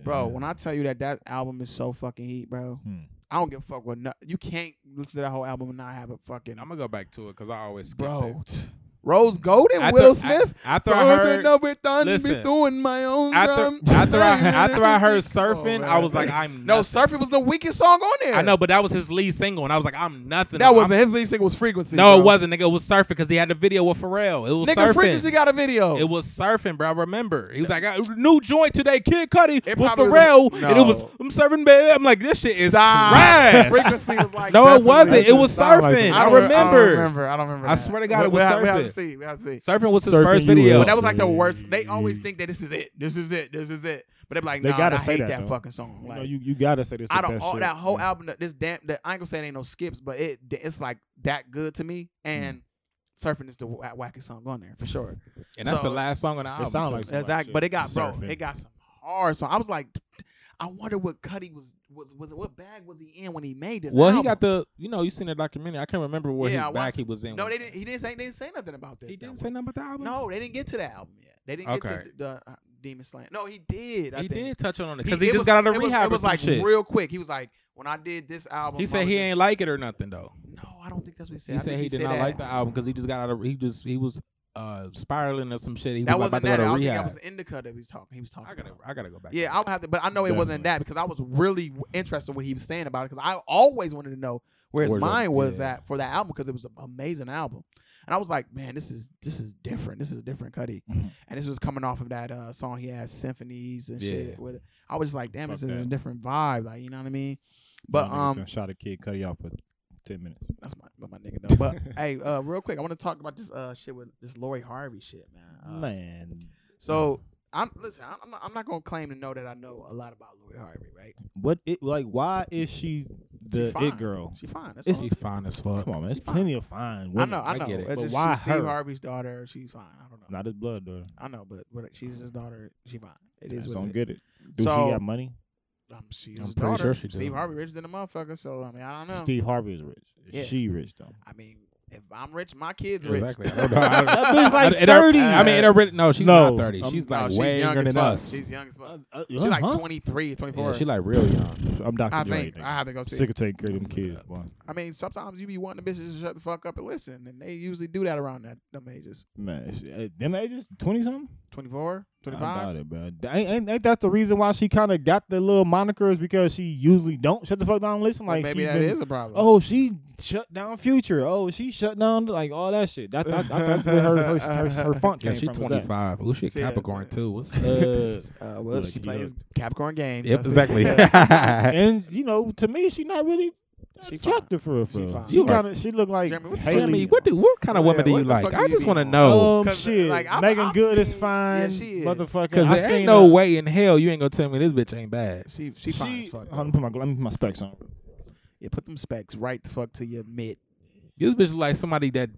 [SPEAKER 3] Bro, when I tell you that that album is so fucking heat, bro.
[SPEAKER 2] Hmm.
[SPEAKER 3] I don't give a fuck what no, you can't listen to that whole album and not have a fucking
[SPEAKER 4] I'm gonna go back to it because I always skip
[SPEAKER 3] bro.
[SPEAKER 4] it.
[SPEAKER 3] Rose Golden,
[SPEAKER 4] After-
[SPEAKER 3] Will
[SPEAKER 4] a-
[SPEAKER 3] Smith.
[SPEAKER 4] after I heard,
[SPEAKER 3] Thumping up with thunder, be
[SPEAKER 4] listen.
[SPEAKER 3] doing my own drum.
[SPEAKER 4] after after I after I heard surfing,
[SPEAKER 3] man.
[SPEAKER 4] I was like, I'm
[SPEAKER 3] No,
[SPEAKER 4] nothing.
[SPEAKER 3] Surfing was the weakest song on there.
[SPEAKER 4] I know, but that was his lead single, and I was like, I'm nothing.
[SPEAKER 3] That
[SPEAKER 4] I'm-
[SPEAKER 3] wasn't his lead single was Frequency.
[SPEAKER 4] No,
[SPEAKER 3] bro.
[SPEAKER 4] it wasn't, nigga. It was surfing because he had the video with Pharrell. It was
[SPEAKER 3] Nigga,
[SPEAKER 4] surfing.
[SPEAKER 3] Frequency got a video.
[SPEAKER 4] It was surfing, bro. I remember. He was like, "I- new joint today, Kid Cudi
[SPEAKER 3] It
[SPEAKER 4] with
[SPEAKER 3] probably was-
[SPEAKER 4] Pharrell. And it was,
[SPEAKER 3] No.
[SPEAKER 4] I'm surfing, baby. I'm like, this shit is
[SPEAKER 3] Stop.
[SPEAKER 4] trash.
[SPEAKER 3] Frequency was like
[SPEAKER 4] no, it
[SPEAKER 3] definitely-
[SPEAKER 4] wasn't. It was
[SPEAKER 2] Sound like
[SPEAKER 4] surfing.
[SPEAKER 2] some-
[SPEAKER 3] don't-
[SPEAKER 4] I,
[SPEAKER 3] I don't
[SPEAKER 4] remember.
[SPEAKER 3] remember. I don't remember.
[SPEAKER 4] I
[SPEAKER 3] that.
[SPEAKER 4] swear to God, it
[SPEAKER 3] We- we
[SPEAKER 4] was
[SPEAKER 3] have, we have to
[SPEAKER 4] Surfing.
[SPEAKER 3] see. We have to see.
[SPEAKER 4] Surfing was his
[SPEAKER 2] Surfing,
[SPEAKER 4] first
[SPEAKER 2] you
[SPEAKER 4] video.
[SPEAKER 2] will.
[SPEAKER 3] But that was like the worst. They always think that this is it. This is it. This is it. But they're like,
[SPEAKER 2] Mm. They
[SPEAKER 3] nah,
[SPEAKER 2] gotta
[SPEAKER 3] I
[SPEAKER 2] say
[SPEAKER 3] hate
[SPEAKER 2] that,
[SPEAKER 3] that,
[SPEAKER 2] though.
[SPEAKER 3] fucking song.
[SPEAKER 2] You
[SPEAKER 3] Like,
[SPEAKER 2] know, you, you gotta say this. is
[SPEAKER 3] out
[SPEAKER 2] the
[SPEAKER 3] of
[SPEAKER 2] best
[SPEAKER 3] all
[SPEAKER 2] shit.
[SPEAKER 3] that whole
[SPEAKER 2] Yeah.
[SPEAKER 3] album, that- this damn, that, I ain't gonna say it ain't no skips, but it it's like that good to me.
[SPEAKER 4] Mm.
[SPEAKER 3] And Surfing is the wha- wackest song on there for sure.
[SPEAKER 4] And that's
[SPEAKER 3] So-
[SPEAKER 4] the last song on the album.
[SPEAKER 2] sound
[SPEAKER 4] too.
[SPEAKER 2] like some-
[SPEAKER 3] Exactly. But it got bro,
[SPEAKER 2] Surfing.
[SPEAKER 3] it got some hard song. I was like, I wonder what Cuddy was was was what bag was he in when he made this?
[SPEAKER 4] Well, he
[SPEAKER 3] album?
[SPEAKER 4] got the you know you seen the documentary. I can't remember what
[SPEAKER 3] Yeah, I
[SPEAKER 4] his back
[SPEAKER 3] watched-
[SPEAKER 4] he was in.
[SPEAKER 3] No,
[SPEAKER 4] when-
[SPEAKER 3] they didn't. He didn't say. They didn't say nothing about that.
[SPEAKER 4] He
[SPEAKER 3] that
[SPEAKER 4] didn't say
[SPEAKER 3] one.
[SPEAKER 4] nothing about the album.
[SPEAKER 3] No, they didn't get to the album yet. They didn't get
[SPEAKER 4] Okay.
[SPEAKER 3] to the, the uh, Demon Slayer. No, he did. I
[SPEAKER 4] he
[SPEAKER 3] think.
[SPEAKER 4] did touch on it
[SPEAKER 3] He-
[SPEAKER 4] because he,
[SPEAKER 3] it
[SPEAKER 4] just
[SPEAKER 3] was-
[SPEAKER 4] got out of
[SPEAKER 3] it was-
[SPEAKER 4] rehab
[SPEAKER 3] It was
[SPEAKER 4] or some
[SPEAKER 3] like
[SPEAKER 4] shit.
[SPEAKER 3] real quick. He was like, when I did this album,
[SPEAKER 4] he
[SPEAKER 3] I
[SPEAKER 4] said
[SPEAKER 3] was
[SPEAKER 4] he
[SPEAKER 3] just-
[SPEAKER 4] ain't like it or nothing though.
[SPEAKER 3] No, I don't think that's what he said.
[SPEAKER 4] He
[SPEAKER 3] I
[SPEAKER 4] said
[SPEAKER 3] think
[SPEAKER 4] he, did
[SPEAKER 3] said
[SPEAKER 4] not
[SPEAKER 3] that.
[SPEAKER 4] like the album because he just got out of he just he was uh spiraling or some shit. He
[SPEAKER 3] That
[SPEAKER 4] was like,
[SPEAKER 3] wasn't
[SPEAKER 4] about
[SPEAKER 3] that.
[SPEAKER 4] to
[SPEAKER 3] I
[SPEAKER 4] go to
[SPEAKER 3] don't think
[SPEAKER 4] rehab.
[SPEAKER 3] that was the indica that he was talking. He was talking.
[SPEAKER 4] I gotta
[SPEAKER 3] about.
[SPEAKER 4] I gotta go back.
[SPEAKER 3] Yeah, I would have to, but I know it
[SPEAKER 2] Definitely.
[SPEAKER 3] wasn't that because I was really w- interested in what he was saying about it because I always wanted to know where his
[SPEAKER 4] Where's your-
[SPEAKER 3] mind was
[SPEAKER 4] yeah.
[SPEAKER 3] at for that album because it was an amazing album, and I was like, man, this is this is different. This is a different Cuddy,
[SPEAKER 4] Mm-hmm.
[SPEAKER 2] Mhm.
[SPEAKER 3] and this was coming off of that uh, song he had symphonies and
[SPEAKER 4] Yeah.
[SPEAKER 3] shit. With it. I was just like, damn, this
[SPEAKER 2] Fuck
[SPEAKER 3] is a
[SPEAKER 2] that.
[SPEAKER 3] different vibe. Like, you know what I mean? But
[SPEAKER 2] Y'all niggas
[SPEAKER 3] um,
[SPEAKER 2] done shot a kid, cut you off for ten minutes.
[SPEAKER 3] that's my my, my nigga though. But hey, uh, real quick, I want to talk about this uh shit with this Lori Harvey shit, man. Uh,
[SPEAKER 2] Man,
[SPEAKER 3] So. I'm listen. I'm I'm not, I'm not gonna claim to know that I know a lot about Lori Harvey, right?
[SPEAKER 2] what? It like? Why is she
[SPEAKER 3] She
[SPEAKER 2] the
[SPEAKER 3] fine.
[SPEAKER 2] it girl?
[SPEAKER 3] She fine. That's
[SPEAKER 2] It's-
[SPEAKER 3] all.
[SPEAKER 4] She fine as fuck.
[SPEAKER 2] Come on, man. There's
[SPEAKER 3] She fine.
[SPEAKER 2] plenty of fine
[SPEAKER 3] I
[SPEAKER 2] women.
[SPEAKER 3] know, I know.
[SPEAKER 4] I get it.
[SPEAKER 3] It's
[SPEAKER 2] But
[SPEAKER 3] just
[SPEAKER 2] why
[SPEAKER 3] she's Steve
[SPEAKER 2] her?
[SPEAKER 3] Harvey's daughter. She's fine. I don't know.
[SPEAKER 2] Not his blood, though.
[SPEAKER 3] I know, but, but she's his daughter. She fine. It is
[SPEAKER 2] Just
[SPEAKER 3] what
[SPEAKER 2] don't
[SPEAKER 3] it is.
[SPEAKER 2] get it. Do
[SPEAKER 3] So-
[SPEAKER 2] she got money?
[SPEAKER 3] Um, she's
[SPEAKER 4] I'm
[SPEAKER 3] his
[SPEAKER 4] pretty
[SPEAKER 3] daughter.
[SPEAKER 4] sure she do.
[SPEAKER 3] Steve Harvey rich than a motherfucker. So I mean, I don't know.
[SPEAKER 2] Steve Harvey is rich. Is
[SPEAKER 3] Yeah.
[SPEAKER 2] She rich though.
[SPEAKER 3] I mean, if I'm rich, my kids rich.
[SPEAKER 4] Exactly. I don't know. I don't-
[SPEAKER 2] That bit's like
[SPEAKER 4] in her-
[SPEAKER 2] 30.
[SPEAKER 4] I mean, in her, written- no, she's
[SPEAKER 2] No.
[SPEAKER 4] not thirty.
[SPEAKER 2] Um,
[SPEAKER 4] She's
[SPEAKER 3] No,
[SPEAKER 4] like
[SPEAKER 3] she's
[SPEAKER 4] way
[SPEAKER 3] young
[SPEAKER 4] younger
[SPEAKER 3] as
[SPEAKER 4] than
[SPEAKER 3] fuck.
[SPEAKER 4] us.
[SPEAKER 3] She's young as fuck.
[SPEAKER 2] Uh,
[SPEAKER 3] She's like
[SPEAKER 2] huh?
[SPEAKER 3] 23, 24.
[SPEAKER 4] Yeah, she like real young.
[SPEAKER 2] I'm Dr.
[SPEAKER 3] I
[SPEAKER 2] Dre,
[SPEAKER 3] think
[SPEAKER 2] nigga.
[SPEAKER 3] I have to go see. Oh
[SPEAKER 2] Sick of taking care of them kids, boy.
[SPEAKER 3] I mean, sometimes you be wanting the bitches to shut the fuck up and listen, and they usually do that around that them ages.
[SPEAKER 2] Man, is- uh, them ages, twenty something.
[SPEAKER 3] 24,
[SPEAKER 2] I doubt
[SPEAKER 3] 25.
[SPEAKER 2] it, bro. Th- Ain't, ain't, ain't that's the reason why she kind of got the little moniker is because she usually don't shut the fuck down and listen.
[SPEAKER 3] Well,
[SPEAKER 2] Like
[SPEAKER 3] maybe
[SPEAKER 2] she
[SPEAKER 3] that is
[SPEAKER 2] been-
[SPEAKER 3] a problem.
[SPEAKER 2] Oh, she shut down Future. Oh, she shut down like all that shit. That, that, that- that's where her her her, her font
[SPEAKER 4] Yeah,
[SPEAKER 2] came
[SPEAKER 4] she
[SPEAKER 2] from. was that.
[SPEAKER 4] twenty five. Oh, she a
[SPEAKER 3] See, that's
[SPEAKER 4] Capricorn
[SPEAKER 3] it.
[SPEAKER 4] too. What's uh?
[SPEAKER 3] Uh, well,
[SPEAKER 2] Look, you
[SPEAKER 3] she plays Capricorn games.
[SPEAKER 4] yep,
[SPEAKER 3] that's it.
[SPEAKER 4] exactly.
[SPEAKER 2] And you know, to me, she not really
[SPEAKER 3] She
[SPEAKER 2] attractive for real.
[SPEAKER 3] She
[SPEAKER 2] for real.
[SPEAKER 3] fine.
[SPEAKER 2] She,
[SPEAKER 4] You right.
[SPEAKER 2] kind of she look like
[SPEAKER 3] Jeremy, what the fuck
[SPEAKER 2] Haley.
[SPEAKER 4] Jeremy, what do what kind of
[SPEAKER 3] Yeah,
[SPEAKER 4] woman do
[SPEAKER 3] what
[SPEAKER 4] you
[SPEAKER 3] the
[SPEAKER 4] like?
[SPEAKER 3] fuck
[SPEAKER 4] I
[SPEAKER 3] you
[SPEAKER 4] just
[SPEAKER 3] be
[SPEAKER 4] want to
[SPEAKER 3] on?
[SPEAKER 4] know.
[SPEAKER 2] Um,
[SPEAKER 3] 'Cause,
[SPEAKER 2] shit.
[SPEAKER 3] like, I've-
[SPEAKER 2] Megan
[SPEAKER 3] I've
[SPEAKER 2] Good is
[SPEAKER 3] seen-
[SPEAKER 2] fine.
[SPEAKER 3] yeah, she is.
[SPEAKER 2] Motherfucker.
[SPEAKER 4] Cause
[SPEAKER 2] I
[SPEAKER 4] there ain't
[SPEAKER 2] seen
[SPEAKER 4] no
[SPEAKER 2] her-
[SPEAKER 4] way in hell you ain't gonna tell me this bitch ain't bad.
[SPEAKER 3] She she fine as fuck.
[SPEAKER 2] Hold on,
[SPEAKER 3] though.
[SPEAKER 2] put my, let me put my specs on.
[SPEAKER 3] Yeah, put them specs right the fuck to your mid.
[SPEAKER 4] This bitch like somebody that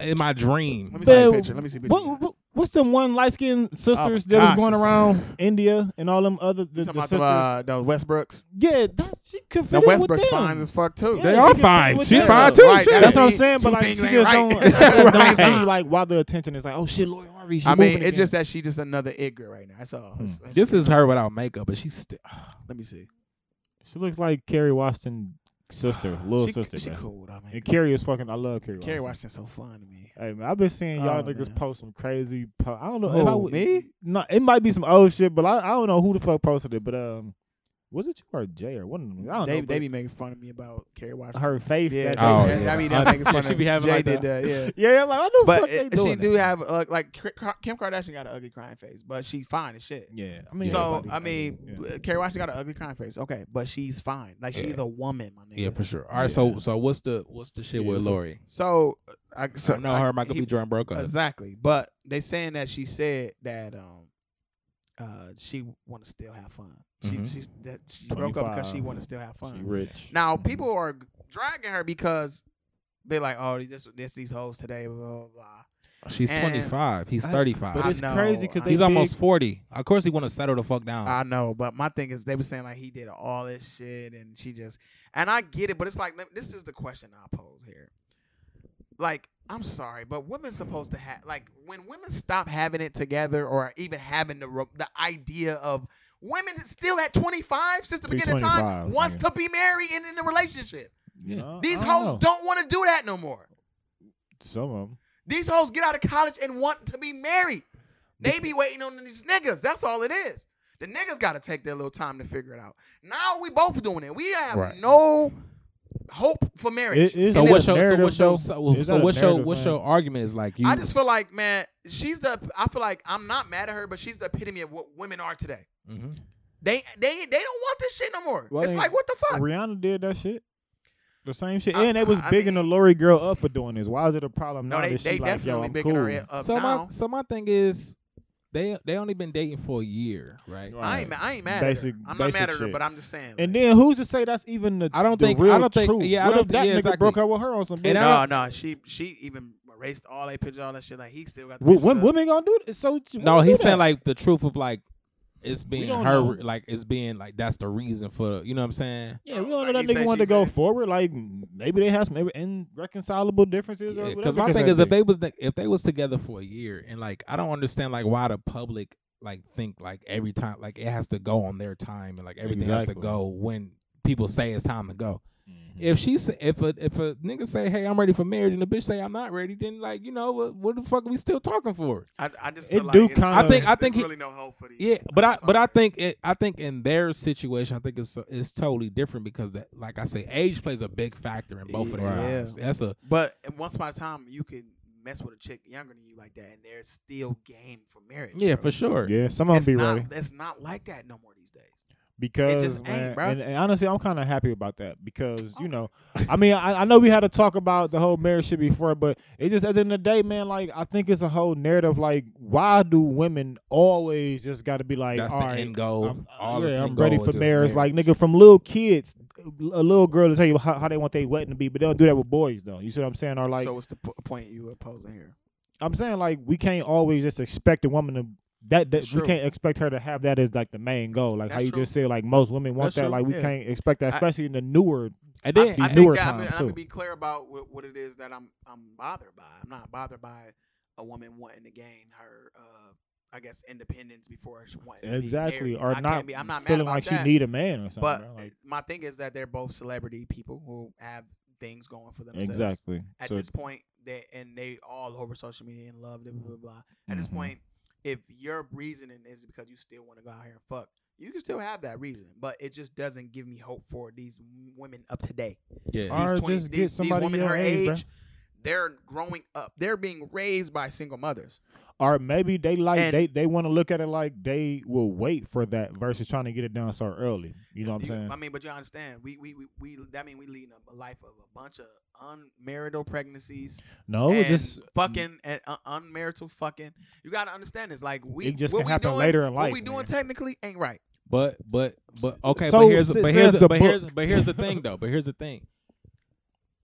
[SPEAKER 4] in my
[SPEAKER 3] Let
[SPEAKER 4] dream.
[SPEAKER 3] me see a
[SPEAKER 2] But
[SPEAKER 3] picture. Let me see a picture.
[SPEAKER 2] What, what, what's them one light skinned sisters
[SPEAKER 3] Oh,
[SPEAKER 2] that was
[SPEAKER 3] gosh.
[SPEAKER 2] going around India and all them other the,
[SPEAKER 3] You
[SPEAKER 2] the
[SPEAKER 3] talking about
[SPEAKER 2] sisters?
[SPEAKER 3] the, uh, the Westbrooks?
[SPEAKER 2] yeah, that she could
[SPEAKER 3] Now
[SPEAKER 2] fit in with them.
[SPEAKER 3] Westbrook's fine as fuck too.
[SPEAKER 2] Yeah,
[SPEAKER 4] They
[SPEAKER 2] she
[SPEAKER 4] are
[SPEAKER 2] could fit
[SPEAKER 4] fine.
[SPEAKER 2] with
[SPEAKER 4] She
[SPEAKER 2] them.
[SPEAKER 4] fine too,
[SPEAKER 3] Right,
[SPEAKER 4] shit.
[SPEAKER 2] That's what I'm
[SPEAKER 3] Two
[SPEAKER 2] saying, but like she
[SPEAKER 3] things
[SPEAKER 2] just
[SPEAKER 3] ain't
[SPEAKER 2] don't,
[SPEAKER 3] right.
[SPEAKER 2] just don't
[SPEAKER 3] Right.
[SPEAKER 2] see like why the attention is like, oh shit, Lori Harvey. She
[SPEAKER 3] I mean,
[SPEAKER 2] moving
[SPEAKER 3] it's
[SPEAKER 2] again.
[SPEAKER 3] just that she just another Igor right now. That's all. That's- that's-
[SPEAKER 4] Hmm. This is her without makeup, but she's still.
[SPEAKER 3] Let me see.
[SPEAKER 2] she looks like Carrie Washington's sister, little
[SPEAKER 3] She,
[SPEAKER 2] sister.
[SPEAKER 3] she
[SPEAKER 2] bruh.
[SPEAKER 3] cool. I mean,
[SPEAKER 2] And Carrie is fucking. I love Carrie.
[SPEAKER 3] Carrie
[SPEAKER 2] Washington.
[SPEAKER 3] Washington's so fun to me.
[SPEAKER 2] Hey man, I've been seeing y'all
[SPEAKER 3] Oh,
[SPEAKER 2] niggas
[SPEAKER 3] man.
[SPEAKER 2] post some crazy. Po- I don't know if I
[SPEAKER 3] Who,
[SPEAKER 2] would.
[SPEAKER 3] me?
[SPEAKER 2] No, it might be some old shit, but I, I don't know who the fuck posted it. But um, was it you or Jay or one of them? I don't
[SPEAKER 3] They,
[SPEAKER 2] know.
[SPEAKER 3] they
[SPEAKER 2] but
[SPEAKER 3] be making fun of me about Carrie Washington.
[SPEAKER 2] her face.
[SPEAKER 3] yeah,
[SPEAKER 2] that
[SPEAKER 3] they,
[SPEAKER 4] Oh,
[SPEAKER 2] they-
[SPEAKER 3] that-
[SPEAKER 4] yeah.
[SPEAKER 3] I mean,
[SPEAKER 4] Uh,
[SPEAKER 3] they're making
[SPEAKER 4] yeah,
[SPEAKER 3] fun
[SPEAKER 4] she
[SPEAKER 3] of
[SPEAKER 4] be having
[SPEAKER 3] Jay
[SPEAKER 4] like
[SPEAKER 3] did
[SPEAKER 4] that.
[SPEAKER 3] that. Yeah.
[SPEAKER 2] yeah, yeah. Like I know.
[SPEAKER 3] But
[SPEAKER 2] fuck they
[SPEAKER 3] it-
[SPEAKER 2] doing
[SPEAKER 3] she
[SPEAKER 2] that.
[SPEAKER 3] do have uh, like K- K- Kim Kardashian got an ugly crying face, but she fine as shit.
[SPEAKER 2] Yeah, I mean.
[SPEAKER 3] so
[SPEAKER 2] everybody-
[SPEAKER 3] I mean,
[SPEAKER 2] yeah.
[SPEAKER 3] uh, Carrie Washington got an ugly crying face, okay, but she's fine. Like she's
[SPEAKER 4] Yeah.
[SPEAKER 3] a woman, my nigga.
[SPEAKER 4] Yeah, for sure. All right, so so what's the what's the shit
[SPEAKER 2] Yeah,
[SPEAKER 4] with
[SPEAKER 2] so-
[SPEAKER 4] Lori?
[SPEAKER 3] So I,
[SPEAKER 4] So,
[SPEAKER 3] so
[SPEAKER 4] I know
[SPEAKER 3] I-
[SPEAKER 4] her and Michael
[SPEAKER 3] he-
[SPEAKER 4] B. Jordan broke up.
[SPEAKER 3] Exactly. But they saying that she said that um uh she want to still have fun. She
[SPEAKER 4] Mhm.
[SPEAKER 3] she's that she broke up because she
[SPEAKER 2] 25.
[SPEAKER 3] want to still have
[SPEAKER 2] She
[SPEAKER 3] fun.
[SPEAKER 2] rich.
[SPEAKER 3] Now people are g- dragging her because they're like, oh, this this these hoes today, blah blah blah.
[SPEAKER 4] She's
[SPEAKER 3] and-
[SPEAKER 4] twenty five. He's
[SPEAKER 2] I-
[SPEAKER 4] thirty
[SPEAKER 2] but
[SPEAKER 3] I
[SPEAKER 4] five.
[SPEAKER 2] it's
[SPEAKER 3] know,
[SPEAKER 2] crazy because
[SPEAKER 3] I
[SPEAKER 2] they
[SPEAKER 4] He's
[SPEAKER 2] big-
[SPEAKER 4] almost forty. Of course, he want to settle the fuck down.
[SPEAKER 2] Uh-huh.
[SPEAKER 3] I know, but my thing is, they were saying like he did all this shit, and she just, and I get it, but it's like let- this is the question I pose here. Like, I'm sorry, but women supposed to have like when women stop having it together or even having the ro- the idea of women is still at 25 since the
[SPEAKER 2] She's
[SPEAKER 3] beginning of time
[SPEAKER 2] 25,
[SPEAKER 3] wants
[SPEAKER 2] nigga.
[SPEAKER 3] to be married and in a relationship.
[SPEAKER 2] You know,
[SPEAKER 3] These
[SPEAKER 2] I
[SPEAKER 3] hoes
[SPEAKER 2] know.
[SPEAKER 3] don't want to do that no more.
[SPEAKER 2] Some of them.
[SPEAKER 3] These hoes get out of college and want to be married. They be waiting on these niggas. That's all it is. The niggas got to take their little time to figure it out. Now we both doing it. We have
[SPEAKER 4] Right.
[SPEAKER 3] no hope for marriage.
[SPEAKER 2] It- it's-
[SPEAKER 4] so
[SPEAKER 2] Isn't that
[SPEAKER 4] what's
[SPEAKER 2] a
[SPEAKER 4] your so
[SPEAKER 2] narrative,
[SPEAKER 4] what's your
[SPEAKER 2] though?
[SPEAKER 4] so,
[SPEAKER 2] Is
[SPEAKER 4] so
[SPEAKER 2] that a
[SPEAKER 4] what's your
[SPEAKER 2] narrative,
[SPEAKER 4] what's
[SPEAKER 2] man?
[SPEAKER 4] your argument is like you
[SPEAKER 3] I just feel like, man, she's the. I feel like I'm not mad at her, but she's the epitome of what women are today.
[SPEAKER 4] Mhm.
[SPEAKER 3] They they they don't want this shit no more.
[SPEAKER 2] Well,
[SPEAKER 3] it's
[SPEAKER 2] then-
[SPEAKER 3] like what the fuck?
[SPEAKER 2] Rihanna did that shit. The same shit,
[SPEAKER 3] I-
[SPEAKER 2] and they was
[SPEAKER 3] I
[SPEAKER 2] bigging
[SPEAKER 3] mean-
[SPEAKER 2] the Lori girl up for doing this. Why is it a problem
[SPEAKER 3] no,
[SPEAKER 2] now
[SPEAKER 3] they
[SPEAKER 2] that she
[SPEAKER 3] they
[SPEAKER 2] like, yo,
[SPEAKER 3] definitely
[SPEAKER 2] I'm
[SPEAKER 3] bigging
[SPEAKER 2] cool?
[SPEAKER 3] her up
[SPEAKER 4] so my
[SPEAKER 3] now.
[SPEAKER 4] so my thing is they they only been dating for a year, right?
[SPEAKER 2] Right.
[SPEAKER 3] I ain't I ain't mad
[SPEAKER 2] Basic-
[SPEAKER 3] at her. I'm not
[SPEAKER 2] basic
[SPEAKER 3] mad at her,
[SPEAKER 2] shit.
[SPEAKER 3] but I'm just saying.
[SPEAKER 2] And
[SPEAKER 3] like,
[SPEAKER 2] then who's to say that's even the
[SPEAKER 4] I don't
[SPEAKER 2] the
[SPEAKER 4] think- I
[SPEAKER 2] real
[SPEAKER 4] don't think-
[SPEAKER 2] truth?
[SPEAKER 4] yeah, I
[SPEAKER 2] what
[SPEAKER 4] don't
[SPEAKER 2] if that
[SPEAKER 4] think- yeah,
[SPEAKER 2] nigga
[SPEAKER 4] exactly.
[SPEAKER 2] broke up with her on some
[SPEAKER 4] And
[SPEAKER 2] bullshit?
[SPEAKER 4] I
[SPEAKER 3] no,
[SPEAKER 4] don't-
[SPEAKER 3] no, she she even erased all their pictures, all that shit. Like he still got. The
[SPEAKER 2] Wo-
[SPEAKER 3] pictures
[SPEAKER 2] Women,
[SPEAKER 3] up.
[SPEAKER 2] women gonna do this? So
[SPEAKER 4] No,
[SPEAKER 2] women do
[SPEAKER 4] he's saying
[SPEAKER 2] that.
[SPEAKER 4] like the truth of like it's being her
[SPEAKER 2] don't know.
[SPEAKER 4] like it's being like that's the reason for you know what I'm saying.
[SPEAKER 2] yeah, we don't
[SPEAKER 3] like
[SPEAKER 2] know that
[SPEAKER 3] he
[SPEAKER 2] nigga
[SPEAKER 3] said,
[SPEAKER 2] wanted to
[SPEAKER 3] she
[SPEAKER 2] go
[SPEAKER 3] said.
[SPEAKER 2] forward. Like maybe they have some irre- irreconcilable differences. or
[SPEAKER 4] Because
[SPEAKER 2] whatever
[SPEAKER 4] my
[SPEAKER 2] the
[SPEAKER 4] thing
[SPEAKER 2] case
[SPEAKER 4] is
[SPEAKER 2] may
[SPEAKER 4] if
[SPEAKER 2] be.
[SPEAKER 4] they was if they was together for a year and like I don't understand like why the public like think like every time like it has to go on their time and like everything has to
[SPEAKER 2] Exactly.
[SPEAKER 4] go when people say it's time to go. If she say, if a if a nigga say hey I'm ready for marriage and the bitch say I'm not ready then like you know what, what the fuck are we still talking for?
[SPEAKER 3] I, I just
[SPEAKER 2] It
[SPEAKER 3] feel like
[SPEAKER 2] do
[SPEAKER 3] it's-
[SPEAKER 2] kinda- I think-
[SPEAKER 4] I think
[SPEAKER 3] there's
[SPEAKER 4] he-
[SPEAKER 3] really no hope for these.
[SPEAKER 4] Yeah, but I but I
[SPEAKER 3] sorry.
[SPEAKER 4] think it I think in their situation I think it's it's totally different because that like I say age plays a big factor in both of their
[SPEAKER 3] Yeah.
[SPEAKER 4] lives. That's a
[SPEAKER 3] But Uh, and once upon a time, you can mess with a chick younger than you like that, and they're still game for marriage.
[SPEAKER 4] yeah
[SPEAKER 3] bro.
[SPEAKER 4] for sure.
[SPEAKER 2] yeah, some of
[SPEAKER 3] It's
[SPEAKER 2] them be
[SPEAKER 3] not,
[SPEAKER 2] ready
[SPEAKER 3] It's not like that no more these days.
[SPEAKER 2] because
[SPEAKER 3] ain't,
[SPEAKER 2] man,
[SPEAKER 3] bruh. Oh.
[SPEAKER 2] And, and honestly, I'm kind of happy about that because you know, I mean, I, I know we had to talk about the whole marriage shit before, but it just at the end of the day, man, like I think it's a whole narrative. Like, why do women always just got to be like,
[SPEAKER 4] That's
[SPEAKER 2] all
[SPEAKER 4] the
[SPEAKER 2] right,
[SPEAKER 4] end goal.
[SPEAKER 2] I'm, uh,
[SPEAKER 4] All
[SPEAKER 2] yeah,
[SPEAKER 4] the
[SPEAKER 2] I'm
[SPEAKER 4] end
[SPEAKER 2] ready
[SPEAKER 4] goal
[SPEAKER 2] for
[SPEAKER 4] is just
[SPEAKER 2] marriage. Like nigga, from little kids, a little girl to tell you how, how they want their wedding to be, but they don't do that with boys though. You see what I'm saying? Or like,
[SPEAKER 3] so what's the p- point you were posing here?
[SPEAKER 2] I'm saying like we can't always just expect a woman to. That, that
[SPEAKER 3] That's
[SPEAKER 2] we
[SPEAKER 3] true.
[SPEAKER 2] can't expect her to have that as like the main goal, like how
[SPEAKER 3] That's
[SPEAKER 2] you
[SPEAKER 3] true.
[SPEAKER 2] just said, like most women want
[SPEAKER 3] That's
[SPEAKER 2] that.
[SPEAKER 3] true,
[SPEAKER 2] Like we
[SPEAKER 3] yeah.
[SPEAKER 2] can't expect that,
[SPEAKER 3] I-
[SPEAKER 2] especially in the newer.
[SPEAKER 4] And
[SPEAKER 2] I-
[SPEAKER 4] then
[SPEAKER 2] These
[SPEAKER 3] I
[SPEAKER 2] newer
[SPEAKER 3] think that, I'm,
[SPEAKER 2] times,
[SPEAKER 3] I'm gonna
[SPEAKER 2] too.
[SPEAKER 3] be clear about what, what it is that I'm I'm bothered by. I'm not bothered by a woman wanting to gain her, uh, I guess, independence before she wanting to be
[SPEAKER 2] Exactly,
[SPEAKER 3] married.
[SPEAKER 2] or
[SPEAKER 3] I can't
[SPEAKER 2] not,
[SPEAKER 3] be- I'm not mad
[SPEAKER 2] feeling
[SPEAKER 3] about
[SPEAKER 2] like
[SPEAKER 3] that.
[SPEAKER 2] she need a man or something.
[SPEAKER 3] But
[SPEAKER 2] bro. Like,
[SPEAKER 3] my thing is that they're both celebrity people who have things going for themselves.
[SPEAKER 2] exactly.
[SPEAKER 3] At
[SPEAKER 2] So
[SPEAKER 3] this point, they and they all over social media and love blah blah blah. blah. At this
[SPEAKER 2] Mhm.
[SPEAKER 3] point, if your reasoning is because you still want to go out here and fuck, you can still have that reason, but it just doesn't give me hope for these women of today.
[SPEAKER 4] Yeah.
[SPEAKER 2] Or
[SPEAKER 3] These
[SPEAKER 2] just get somebody
[SPEAKER 3] these women
[SPEAKER 2] your
[SPEAKER 3] her
[SPEAKER 2] age,
[SPEAKER 3] age,
[SPEAKER 2] bruh.
[SPEAKER 3] they're growing up. They're being raised by single mothers.
[SPEAKER 2] Or maybe they like
[SPEAKER 3] And-
[SPEAKER 2] they they want to look at it like they will wait for that versus trying to get it done so early. You know what I'm
[SPEAKER 3] You-
[SPEAKER 2] saying?
[SPEAKER 3] I mean, but you understand, we we we, we that mean we leading a life of a bunch of unmarital pregnancies.
[SPEAKER 2] No,
[SPEAKER 3] and
[SPEAKER 2] it just
[SPEAKER 3] fucking and uh, unmarital fucking. You gotta understand this. Like we
[SPEAKER 2] it just
[SPEAKER 3] what
[SPEAKER 2] can
[SPEAKER 3] we
[SPEAKER 2] happen
[SPEAKER 3] doing-
[SPEAKER 2] later in
[SPEAKER 3] What
[SPEAKER 2] life.
[SPEAKER 3] we doing
[SPEAKER 2] man.
[SPEAKER 3] technically ain't right.
[SPEAKER 4] But but but okay.
[SPEAKER 2] So
[SPEAKER 4] but here's
[SPEAKER 2] sa-
[SPEAKER 4] but here's
[SPEAKER 2] says the
[SPEAKER 4] but here's
[SPEAKER 2] book.
[SPEAKER 4] but here's the thing though. But here's the thing.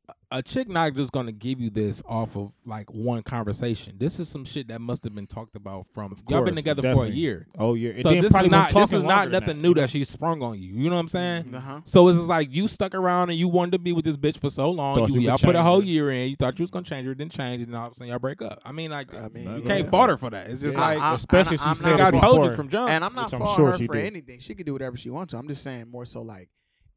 [SPEAKER 4] A- A chick not just gonna give you this off of like one conversation. This is some shit that must have been talked about from y'all been
[SPEAKER 2] course,
[SPEAKER 4] together for a
[SPEAKER 2] definitely.
[SPEAKER 4] year.
[SPEAKER 2] oh yeah, and
[SPEAKER 4] so
[SPEAKER 2] then
[SPEAKER 4] this
[SPEAKER 2] probably
[SPEAKER 4] is
[SPEAKER 2] been
[SPEAKER 4] not this
[SPEAKER 2] talking
[SPEAKER 4] is not
[SPEAKER 2] longer than
[SPEAKER 4] nothing new that she sprung on you. You know what I'm saying?
[SPEAKER 3] Uh-huh.
[SPEAKER 4] So it's just like you stuck around and you wanted to be with this bitch for so long.
[SPEAKER 2] Thought you
[SPEAKER 4] You,
[SPEAKER 2] could
[SPEAKER 4] all put a
[SPEAKER 2] change
[SPEAKER 4] whole
[SPEAKER 2] it.
[SPEAKER 4] year in. You thought you was gonna change her, didn't change it, and all of a sudden y'all break up. I mean, like
[SPEAKER 3] I mean,
[SPEAKER 2] you
[SPEAKER 4] you
[SPEAKER 2] yeah.
[SPEAKER 4] can't fault her for that. It's just
[SPEAKER 3] Yeah.
[SPEAKER 4] like
[SPEAKER 3] I- I-
[SPEAKER 2] especially
[SPEAKER 3] and
[SPEAKER 2] she
[SPEAKER 3] I'm
[SPEAKER 2] said
[SPEAKER 3] not-
[SPEAKER 4] like
[SPEAKER 2] it
[SPEAKER 4] I told you
[SPEAKER 2] before.
[SPEAKER 4] from jump.
[SPEAKER 3] And I'm not
[SPEAKER 2] Which I'm
[SPEAKER 3] faulting
[SPEAKER 2] sure
[SPEAKER 3] her
[SPEAKER 2] she
[SPEAKER 3] for
[SPEAKER 2] did.
[SPEAKER 3] anything. She could do whatever she wants to. I'm just saying more so like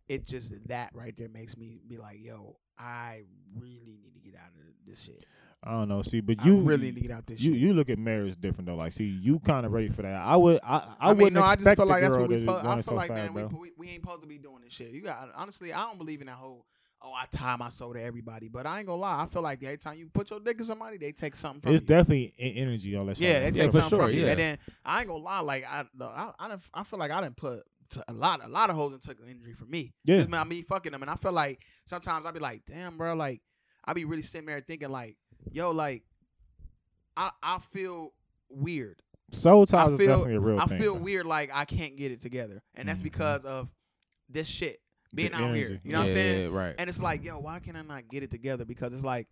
[SPEAKER 3] it just that right there makes me be like, yo, I really need to get out of this shit.
[SPEAKER 2] I don't know. See, but
[SPEAKER 3] You
[SPEAKER 2] you
[SPEAKER 3] I really need to get out this
[SPEAKER 2] you
[SPEAKER 3] shit.
[SPEAKER 2] you look at marriage different though. Like, see, you kind of ready for that. I would I I,
[SPEAKER 3] mean,
[SPEAKER 2] wouldn't
[SPEAKER 3] no, I just
[SPEAKER 2] expect
[SPEAKER 3] feel like
[SPEAKER 2] the
[SPEAKER 3] that's
[SPEAKER 2] girl
[SPEAKER 3] what we
[SPEAKER 2] to
[SPEAKER 3] supposed. I
[SPEAKER 2] want
[SPEAKER 3] feel
[SPEAKER 2] it so
[SPEAKER 3] like
[SPEAKER 2] fast,
[SPEAKER 3] man, we,
[SPEAKER 2] bro.
[SPEAKER 3] we we ain't supposed to be doing this shit. You got honestly, I don't believe in that whole. Oh, I tie my soul to everybody, but I ain't gonna lie. I feel like every time you put your dick in somebody, they take something from
[SPEAKER 2] It's
[SPEAKER 3] you.
[SPEAKER 2] definitely e- energy on that.
[SPEAKER 3] Yeah, they
[SPEAKER 2] side.
[SPEAKER 4] Yeah,
[SPEAKER 3] take
[SPEAKER 4] for
[SPEAKER 3] something
[SPEAKER 4] sure,
[SPEAKER 3] from you.
[SPEAKER 4] yeah.
[SPEAKER 3] And then I ain't gonna lie, like I, no, I, I, done, I feel like I didn't put to a lot, a lot of hoes and took an injury from me.
[SPEAKER 2] Yeah.
[SPEAKER 3] Just about me fucking them, and I feel like sometimes I be like, damn, bro, like I be really sitting there thinking, like, yo, like I, I feel weird.
[SPEAKER 2] soul ties
[SPEAKER 3] I
[SPEAKER 2] is
[SPEAKER 3] feel-
[SPEAKER 2] definitely a real
[SPEAKER 3] I
[SPEAKER 2] thing.
[SPEAKER 3] feel
[SPEAKER 2] bro.
[SPEAKER 3] weird, like I can't get it together, and that's
[SPEAKER 2] Mhm.
[SPEAKER 3] because of this shit being
[SPEAKER 2] The
[SPEAKER 3] out here.
[SPEAKER 2] energy.
[SPEAKER 3] You know what I'm
[SPEAKER 4] Yeah,
[SPEAKER 3] saying?
[SPEAKER 4] yeah, right.
[SPEAKER 3] and it's like, yo, why can I not get it together? Because it's like,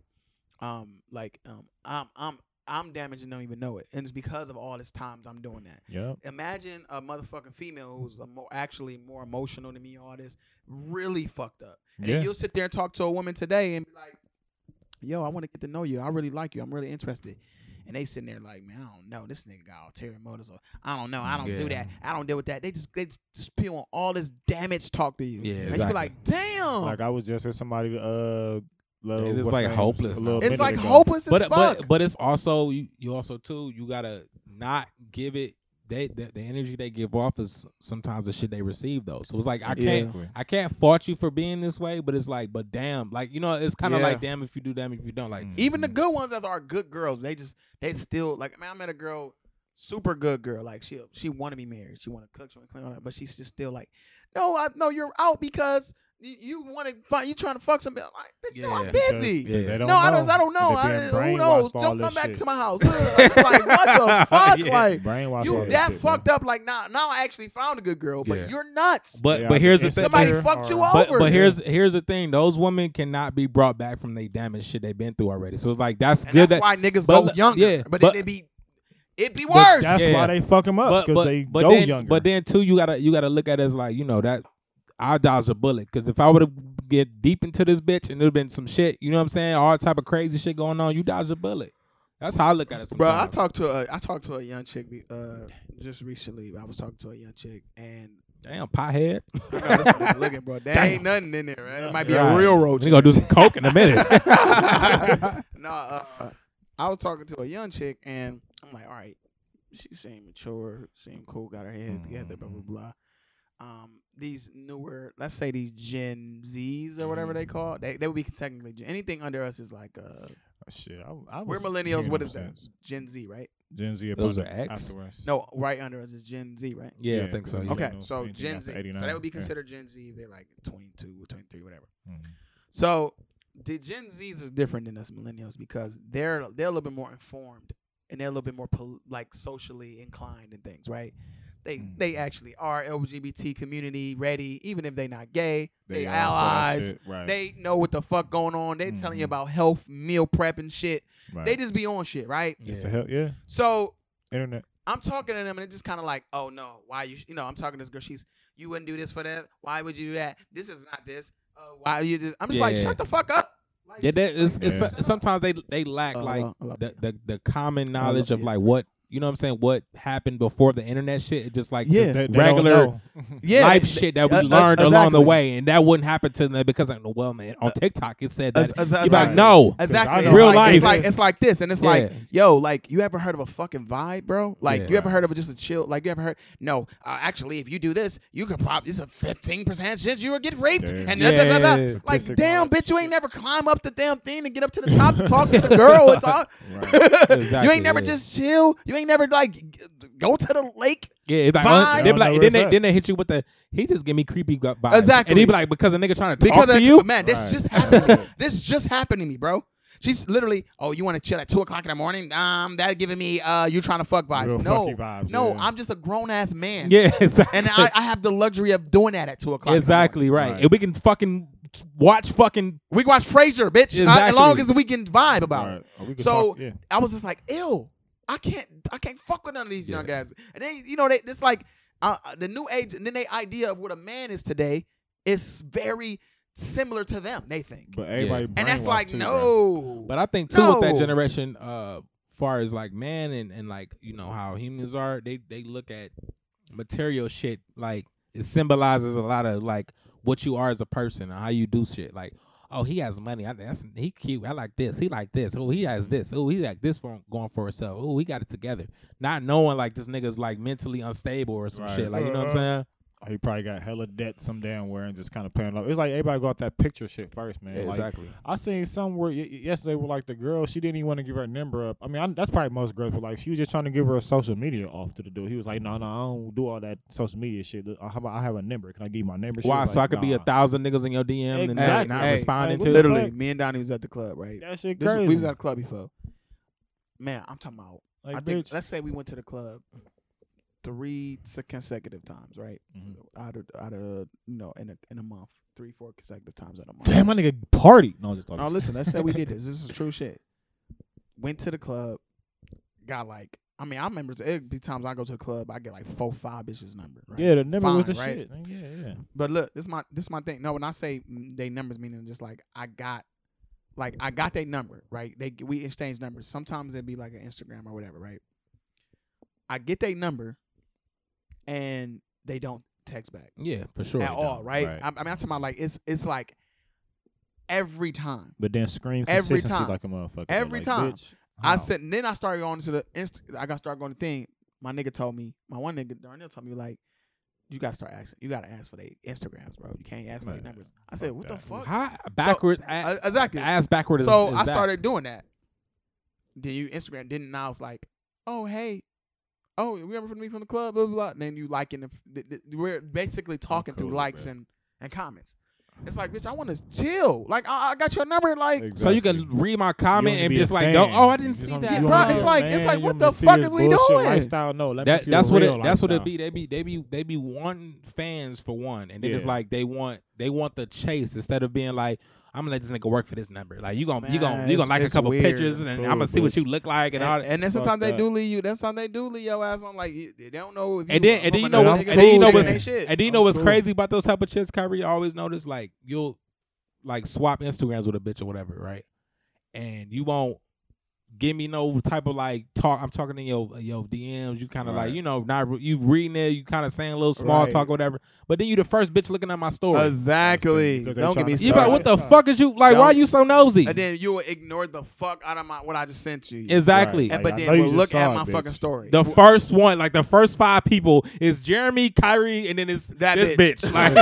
[SPEAKER 3] um, like um, I'm I'm I'm damaged and don't even know it, and it's because of all these times I'm doing that.
[SPEAKER 2] Yep.
[SPEAKER 3] Imagine a motherfucking female who's a more, actually more emotional than me, all this really fucked up. And
[SPEAKER 2] Yeah.
[SPEAKER 3] then you'll sit there and talk to a woman today and be like, yo, I want to get to know you. I really like you. I'm really interested. And they sitting there like, man, I don't know. This nigga got ulterior motives. Or, I don't know. I don't do
[SPEAKER 4] Yeah.
[SPEAKER 3] that. I don't deal with that. They just they just spew on all this damage talk to you.
[SPEAKER 4] Yeah,
[SPEAKER 3] and you
[SPEAKER 4] exactly.
[SPEAKER 3] be like, damn.
[SPEAKER 2] Like I was just with somebody. Uh, little,
[SPEAKER 4] It is
[SPEAKER 2] what's
[SPEAKER 4] like
[SPEAKER 2] her name?
[SPEAKER 4] hopeless
[SPEAKER 2] A
[SPEAKER 4] now.
[SPEAKER 2] little
[SPEAKER 3] It's
[SPEAKER 2] minute
[SPEAKER 3] like
[SPEAKER 2] ago.
[SPEAKER 3] hopeless as
[SPEAKER 4] but
[SPEAKER 3] fuck.
[SPEAKER 4] but but it's also you, you also too you gotta not give it they the, the energy they give off is sometimes the shit they receive though so it's like I can't
[SPEAKER 2] Exactly.
[SPEAKER 4] I can't fault you for being this way but it's like but damn like you know it's kind of
[SPEAKER 3] Yeah.
[SPEAKER 4] like damn if you do damn if you don't like e-,
[SPEAKER 2] Mm.
[SPEAKER 3] Even the good ones that are good girls, they just they still like. Man, I met a girl, super good girl. Like she she want to be married. She want to cook. She want to clean all that. But she's just still like, no, I no, you're out because you, you want to find you trying to fuck somebody. Like, bitch, no,
[SPEAKER 4] Yeah.
[SPEAKER 3] I'm
[SPEAKER 2] Because
[SPEAKER 3] busy.
[SPEAKER 2] they
[SPEAKER 4] Yeah.
[SPEAKER 2] don't
[SPEAKER 3] no, I don't. I don't know.
[SPEAKER 2] They're
[SPEAKER 3] I,
[SPEAKER 2] being
[SPEAKER 3] who
[SPEAKER 2] brainwashed
[SPEAKER 3] knows?
[SPEAKER 2] for all
[SPEAKER 3] Don't
[SPEAKER 2] this
[SPEAKER 3] come back
[SPEAKER 2] shit.
[SPEAKER 3] to my house. Ugh. like what the fuck?
[SPEAKER 4] Yeah.
[SPEAKER 3] Like
[SPEAKER 2] Brainwashed all
[SPEAKER 3] you
[SPEAKER 2] this
[SPEAKER 3] that
[SPEAKER 2] shit, man.
[SPEAKER 3] fucked up. Like now, now I actually found a good girl, but
[SPEAKER 4] Yeah.
[SPEAKER 3] you're nuts.
[SPEAKER 4] but
[SPEAKER 2] They
[SPEAKER 4] but
[SPEAKER 2] are
[SPEAKER 4] here's the thing
[SPEAKER 3] Somebody
[SPEAKER 2] insecure
[SPEAKER 3] fucked you
[SPEAKER 2] or-
[SPEAKER 3] up.
[SPEAKER 4] but
[SPEAKER 3] over.
[SPEAKER 4] but here's here's the thing those women cannot be brought back from they damaged shit they've been through already so it's like that's
[SPEAKER 3] and
[SPEAKER 4] good
[SPEAKER 3] that's
[SPEAKER 4] that
[SPEAKER 3] why niggas
[SPEAKER 4] but
[SPEAKER 3] go
[SPEAKER 4] le-
[SPEAKER 3] younger.
[SPEAKER 4] yeah,
[SPEAKER 3] but,
[SPEAKER 4] but-
[SPEAKER 3] then it be it be
[SPEAKER 2] But
[SPEAKER 3] worse.
[SPEAKER 2] That's
[SPEAKER 4] Yeah.
[SPEAKER 2] why they fuck them up because they go
[SPEAKER 4] then,
[SPEAKER 2] younger.
[SPEAKER 4] But then too, you gotta you gotta look at it as like you know that I dodged a bullet because if I would have get deep into this bitch and there'd been some shit, you know what I'm saying, all type of crazy shit going on, you dodged a bullet. That's how I look at it.
[SPEAKER 3] Bro,
[SPEAKER 4] Sometimes.
[SPEAKER 3] I talked to a I talked to a young chick uh, just recently. I was talking to a young chick and
[SPEAKER 4] Damn, pothead.
[SPEAKER 3] I know this nigga looking, bro. There ain't nothing in there, right? It might be
[SPEAKER 4] Right.
[SPEAKER 3] a railroad.
[SPEAKER 4] We gonna do some coke in a minute.
[SPEAKER 3] no, uh, I was talking to a young chick and I'm like, all right, she seemed mature, seemed cool, got her head together, blah blah
[SPEAKER 4] Mm-hmm.
[SPEAKER 3] blah. Um, these newer, let's say these Gen Zs or whatever
[SPEAKER 4] Mm-hmm.
[SPEAKER 3] they call, it, they they would be technically Gen- anything under us is like uh,
[SPEAKER 2] shit, I, I
[SPEAKER 3] we're
[SPEAKER 2] was
[SPEAKER 3] millennials.
[SPEAKER 2] hearing
[SPEAKER 3] What
[SPEAKER 2] them
[SPEAKER 3] is that?
[SPEAKER 2] since
[SPEAKER 3] Gen Z, right?
[SPEAKER 2] Gen Z.
[SPEAKER 4] Those
[SPEAKER 2] upon
[SPEAKER 4] are
[SPEAKER 2] the-
[SPEAKER 4] X?
[SPEAKER 2] Afterwards.
[SPEAKER 3] No, right under us is Gen Z, right?
[SPEAKER 4] yeah, I
[SPEAKER 2] Yeah,
[SPEAKER 4] think so.
[SPEAKER 2] yeah.
[SPEAKER 4] Yeah.
[SPEAKER 3] Okay,
[SPEAKER 2] know,
[SPEAKER 3] so
[SPEAKER 2] anything
[SPEAKER 3] Gen
[SPEAKER 2] after
[SPEAKER 3] Z. So
[SPEAKER 2] 89,
[SPEAKER 3] that would be
[SPEAKER 2] yeah.
[SPEAKER 3] considered Gen Z. They're like 22 or 23, whatever.
[SPEAKER 2] Mhm.
[SPEAKER 3] So the Gen Zs is different than us millennials because they're they're a little bit more informed and they're a little bit more pol- like socially inclined and things, right? They
[SPEAKER 2] Mm.
[SPEAKER 3] they actually are LGBT community ready, even if they're not gay.
[SPEAKER 2] are
[SPEAKER 3] They,
[SPEAKER 2] for that
[SPEAKER 3] allies.
[SPEAKER 2] shit, Right.
[SPEAKER 3] They know what the fuck going on. They telling you
[SPEAKER 2] Mhm.
[SPEAKER 3] about health, meal prep and shit.
[SPEAKER 2] right. Mm.
[SPEAKER 3] They just be on shit, right?
[SPEAKER 2] It's
[SPEAKER 4] Yeah.
[SPEAKER 2] the hell, yeah.
[SPEAKER 3] So
[SPEAKER 2] Internet.
[SPEAKER 3] I'm talking to them and it's just kind of like, oh no, why you? You know, I'm talking to this girl. She's you wouldn't do this for that. Why would you do that? This is not this. Uh, why you just? I'm just like,
[SPEAKER 4] Yeah.
[SPEAKER 3] shut the fuck up. Like,
[SPEAKER 4] Yeah, that is, it's,
[SPEAKER 2] Yeah.
[SPEAKER 4] sometimes they they lack
[SPEAKER 3] Uh,
[SPEAKER 4] like
[SPEAKER 3] uh, uh,
[SPEAKER 4] the, the the common knowledge of
[SPEAKER 3] yeah.
[SPEAKER 4] like what you know what I'm saying, what happened before the internet shit. It's just like
[SPEAKER 3] Yeah.
[SPEAKER 4] the
[SPEAKER 2] They- they don't
[SPEAKER 4] regular
[SPEAKER 2] know.
[SPEAKER 3] yeah,
[SPEAKER 4] life
[SPEAKER 3] they-
[SPEAKER 4] shit that we
[SPEAKER 3] uh, uh,
[SPEAKER 4] learned along the
[SPEAKER 3] exactly.
[SPEAKER 4] way. And that wouldn't happen to them because I know, well, man, on TikTok it said that.
[SPEAKER 3] Uh, uh,
[SPEAKER 4] You're like,
[SPEAKER 3] exactly.
[SPEAKER 4] no.
[SPEAKER 3] Exactly.
[SPEAKER 2] Because
[SPEAKER 3] It's
[SPEAKER 2] I
[SPEAKER 4] know-
[SPEAKER 3] like,
[SPEAKER 4] Real
[SPEAKER 3] It's
[SPEAKER 4] life.
[SPEAKER 3] like, it's like this, and it's like,
[SPEAKER 4] Yeah.
[SPEAKER 3] yo, like you ever heard of a fucking vibe, bro? Like
[SPEAKER 4] Yeah.
[SPEAKER 3] you ever heard of just a chill? Like you ever heard? No, uh, actually, if you do this, you could probably it's a fifteen percent chance you will get raped.
[SPEAKER 2] Damn.
[SPEAKER 3] And da- da- da- da.
[SPEAKER 4] Yeah.
[SPEAKER 3] like,
[SPEAKER 2] Statistic.
[SPEAKER 3] damn, bitch, you ain't never climb up the damn thing and get up to the top to talk to the girl. And talk. you
[SPEAKER 4] Exactly,
[SPEAKER 3] ain't never
[SPEAKER 4] yeah.
[SPEAKER 3] just chill. You ain't never like g- go to the lake.
[SPEAKER 4] Yeah, it's like,
[SPEAKER 3] Vibe.
[SPEAKER 4] uh,
[SPEAKER 2] They don't
[SPEAKER 4] they be
[SPEAKER 2] know
[SPEAKER 4] like,
[SPEAKER 2] what's
[SPEAKER 4] then they,
[SPEAKER 2] up.
[SPEAKER 4] then they hit you with the, he just give me creepy gu- vibes. And
[SPEAKER 3] Exactly.
[SPEAKER 4] he be like, because a nigga trying to talk
[SPEAKER 3] Because
[SPEAKER 4] to
[SPEAKER 3] that,
[SPEAKER 4] you.
[SPEAKER 3] man, this
[SPEAKER 2] Right.
[SPEAKER 3] just happened. to me. This just happened to me, bro. She's literally, oh, you want to chill at two o'clock in the morning? Um, that giving me, uh, you trying to fuck vibes.
[SPEAKER 2] Real
[SPEAKER 3] no,
[SPEAKER 2] fucky vibes,
[SPEAKER 3] no,
[SPEAKER 2] yeah.
[SPEAKER 3] I'm just a grown ass man.
[SPEAKER 4] Yeah, exactly.
[SPEAKER 3] and I, I have the luxury of doing that at two o'clock. in the morning.
[SPEAKER 4] exactly right.
[SPEAKER 2] Right.
[SPEAKER 4] And we can fucking watch fucking
[SPEAKER 3] we can watch Frasier, bitch, uh, as
[SPEAKER 4] Exactly.
[SPEAKER 3] long as we can vibe about
[SPEAKER 2] Right.
[SPEAKER 3] it.
[SPEAKER 2] Oh, we can
[SPEAKER 3] So
[SPEAKER 2] talk- yeah.
[SPEAKER 3] I was just like, ew, I can't, I can't fuck with none of these young guys. And then you know, they, it's like uh, uh, the new age, and then they idea of what a man is today is very similar to them. They think,
[SPEAKER 2] but everybody
[SPEAKER 3] and that's
[SPEAKER 2] brainwashed
[SPEAKER 3] like,
[SPEAKER 2] too, bro.
[SPEAKER 3] no.
[SPEAKER 4] But I think too with that
[SPEAKER 3] No.
[SPEAKER 4] generation, uh, far as like man and and like you know how humans are, they they look at material shit like it symbolizes a lot of like what you are as a person and how you do shit. Like, oh, he has money. I, that's he cute. I like this. He like this. Oh, he has this. Oh, he like this for going for himself. Oh, we got it together. Not knowing like this nigga's like mentally unstable or some
[SPEAKER 2] Right.
[SPEAKER 4] shit. Like you know what I'm saying?
[SPEAKER 2] He probably got hella debt some damn where and just kind of paying off. It's like everybody got that picture shit first, man. Like, I seen somewhere y- y- yesterday where like the girl she didn't even want to give her number up. I mean, I, that's probably most girls, but like she was just trying to give her social media off to the dude. He was like, "No, no, I don't do all that social media shit. I have, I have a number. Can I give you my number?" She
[SPEAKER 4] Why?
[SPEAKER 2] was
[SPEAKER 4] so
[SPEAKER 2] like,
[SPEAKER 4] I could be a
[SPEAKER 2] "Nah."
[SPEAKER 4] thousand niggas in your DM and not-
[SPEAKER 3] Exactly.
[SPEAKER 4] not
[SPEAKER 3] Hey,
[SPEAKER 4] responding
[SPEAKER 2] hey,
[SPEAKER 4] to.
[SPEAKER 2] what the
[SPEAKER 3] Literally,
[SPEAKER 2] fuck?
[SPEAKER 3] me and Donnie was at the club, right?
[SPEAKER 2] That shit
[SPEAKER 3] This-
[SPEAKER 2] crazy.
[SPEAKER 3] we was at a club before. Man, I'm talking about.
[SPEAKER 2] like,
[SPEAKER 3] I
[SPEAKER 2] bitch.
[SPEAKER 3] think let's say we went to the club three s- consecutive times, right?
[SPEAKER 2] Mhm.
[SPEAKER 3] Out of out of you know in a in a month, three four consecutive times in a month.
[SPEAKER 2] Damn, my nigga party. No, I'm just talking.
[SPEAKER 3] Now
[SPEAKER 2] shit.
[SPEAKER 3] listen, let's say we did this. This is true shit. Went to the club, got like I mean I remember it be times I go to the club I get like four five bitches number. Right?
[SPEAKER 2] yeah, the number was the
[SPEAKER 3] Fine, right?
[SPEAKER 2] shit. man. Yeah, yeah.
[SPEAKER 3] But look, this my this my thing. No, when I say mm, they numbers, meaning just like I got, like I got their number, right? They we exchange numbers. Sometimes it'd be like an Instagram or whatever, right? I get their number, and they don't text back
[SPEAKER 4] Yeah, for sure.
[SPEAKER 3] at all, right?
[SPEAKER 2] right.
[SPEAKER 3] I, I mean, I'm talking about like it's it's like every time.
[SPEAKER 2] But then scream
[SPEAKER 3] Every
[SPEAKER 2] consistency
[SPEAKER 3] time.
[SPEAKER 2] like a motherfucker. though.
[SPEAKER 3] Every
[SPEAKER 2] Like,
[SPEAKER 3] time.
[SPEAKER 2] bitch,
[SPEAKER 3] I
[SPEAKER 2] how?
[SPEAKER 3] said, and then I started going to the inst- I got started going to thing. My nigga told me, my one nigga Darnell told me like, you gotta start asking, you gotta ask for their Instagrams, bro. You can't ask for their
[SPEAKER 2] Man,
[SPEAKER 3] numbers. I said,
[SPEAKER 2] fuck
[SPEAKER 3] what the
[SPEAKER 2] that.
[SPEAKER 3] fuck?
[SPEAKER 4] How backwards?
[SPEAKER 3] Uh,
[SPEAKER 4] ass,
[SPEAKER 3] exactly.
[SPEAKER 4] ass backward. Is,
[SPEAKER 3] so
[SPEAKER 4] is
[SPEAKER 3] I
[SPEAKER 4] that.
[SPEAKER 3] started doing that. Then you Instagram didn't. and I was like, oh hey, oh you remember from me from the club, blah blah. blah. And then you liking the, the, the- we're basically talking through
[SPEAKER 2] cool,
[SPEAKER 3] likes
[SPEAKER 2] bro.
[SPEAKER 3] and and comments. It's like, bitch, I want to chill. Like I, I got your number. Like,
[SPEAKER 4] So you
[SPEAKER 2] Exactly.
[SPEAKER 4] can read my
[SPEAKER 2] You
[SPEAKER 4] comment
[SPEAKER 2] wanna
[SPEAKER 4] and
[SPEAKER 2] be a
[SPEAKER 4] just like,
[SPEAKER 2] fan.
[SPEAKER 4] don't, oh, I
[SPEAKER 2] You
[SPEAKER 4] didn't
[SPEAKER 2] just
[SPEAKER 4] see
[SPEAKER 2] wanna be
[SPEAKER 4] that.
[SPEAKER 2] a
[SPEAKER 3] Bro, it's
[SPEAKER 2] fan,
[SPEAKER 3] like- it's
[SPEAKER 2] man.
[SPEAKER 3] like,
[SPEAKER 2] You
[SPEAKER 3] what
[SPEAKER 2] want me to
[SPEAKER 3] the
[SPEAKER 2] see
[SPEAKER 3] fuck
[SPEAKER 2] his
[SPEAKER 3] is we
[SPEAKER 2] bullshit
[SPEAKER 3] doing?
[SPEAKER 2] Lifestyle, no. Let me
[SPEAKER 4] that
[SPEAKER 2] see
[SPEAKER 4] that's
[SPEAKER 2] your
[SPEAKER 4] what it.
[SPEAKER 2] real
[SPEAKER 4] That's what it
[SPEAKER 2] lifestyle.
[SPEAKER 4] be. They be they be they be wanting fans for one, and then it's
[SPEAKER 2] Yeah.
[SPEAKER 4] like they want they want the chase instead of being like. I'm gonna let this nigga work for this number. Like you gonna you
[SPEAKER 3] Man,
[SPEAKER 4] gonna you gonna
[SPEAKER 3] it's-
[SPEAKER 4] like a
[SPEAKER 3] it's
[SPEAKER 4] couple
[SPEAKER 3] weird.
[SPEAKER 4] pictures and
[SPEAKER 2] Cool,
[SPEAKER 4] I'm gonna see what
[SPEAKER 2] bitch.
[SPEAKER 4] you look like and, all.
[SPEAKER 3] and,
[SPEAKER 4] That.
[SPEAKER 3] and then sometimes they
[SPEAKER 2] that.
[SPEAKER 3] do leave you. Then sometimes they do leave your ass on. Like you, they don't know if you.
[SPEAKER 4] And then- and then you
[SPEAKER 3] from
[SPEAKER 4] know
[SPEAKER 3] another
[SPEAKER 2] what-
[SPEAKER 3] nigga
[SPEAKER 2] and then you
[SPEAKER 3] who's
[SPEAKER 2] know
[SPEAKER 3] taking
[SPEAKER 2] what's-
[SPEAKER 3] their shit.
[SPEAKER 4] And then you
[SPEAKER 2] I'm
[SPEAKER 4] know what's
[SPEAKER 2] cool.
[SPEAKER 4] crazy about those type of chicks, Kyrie? I always notice like you'll like swap Instagrams with a bitch or whatever, right? And you won't give me no type of like talk. I'm talking in your your DMs. You kind of
[SPEAKER 2] Right.
[SPEAKER 4] like you know not re- you reading it. You kind of saying a little small
[SPEAKER 3] Right.
[SPEAKER 4] talk or whatever. But then you the first bitch looking at my story.
[SPEAKER 3] Exactly.
[SPEAKER 2] Because they
[SPEAKER 3] Don't get
[SPEAKER 2] tryna-
[SPEAKER 3] me
[SPEAKER 4] you
[SPEAKER 2] Yeah,
[SPEAKER 4] be like
[SPEAKER 3] started.
[SPEAKER 4] what the fuck is you like? Why are
[SPEAKER 3] Don't-
[SPEAKER 4] you so nosy?
[SPEAKER 3] And then you will ignore the fuck out of my what I just sent you.
[SPEAKER 4] exactly.
[SPEAKER 2] Right.
[SPEAKER 3] And,
[SPEAKER 2] Like,
[SPEAKER 3] but
[SPEAKER 2] I
[SPEAKER 3] then
[SPEAKER 2] know you
[SPEAKER 3] will
[SPEAKER 2] just
[SPEAKER 3] look
[SPEAKER 2] saw
[SPEAKER 3] at
[SPEAKER 2] it,
[SPEAKER 3] my
[SPEAKER 2] bitch.
[SPEAKER 3] fucking story.
[SPEAKER 4] The first one, like the first five people, is Jeremy, Kyrie, and then it's
[SPEAKER 3] That
[SPEAKER 4] this
[SPEAKER 3] bitch.
[SPEAKER 4] bitch. Like,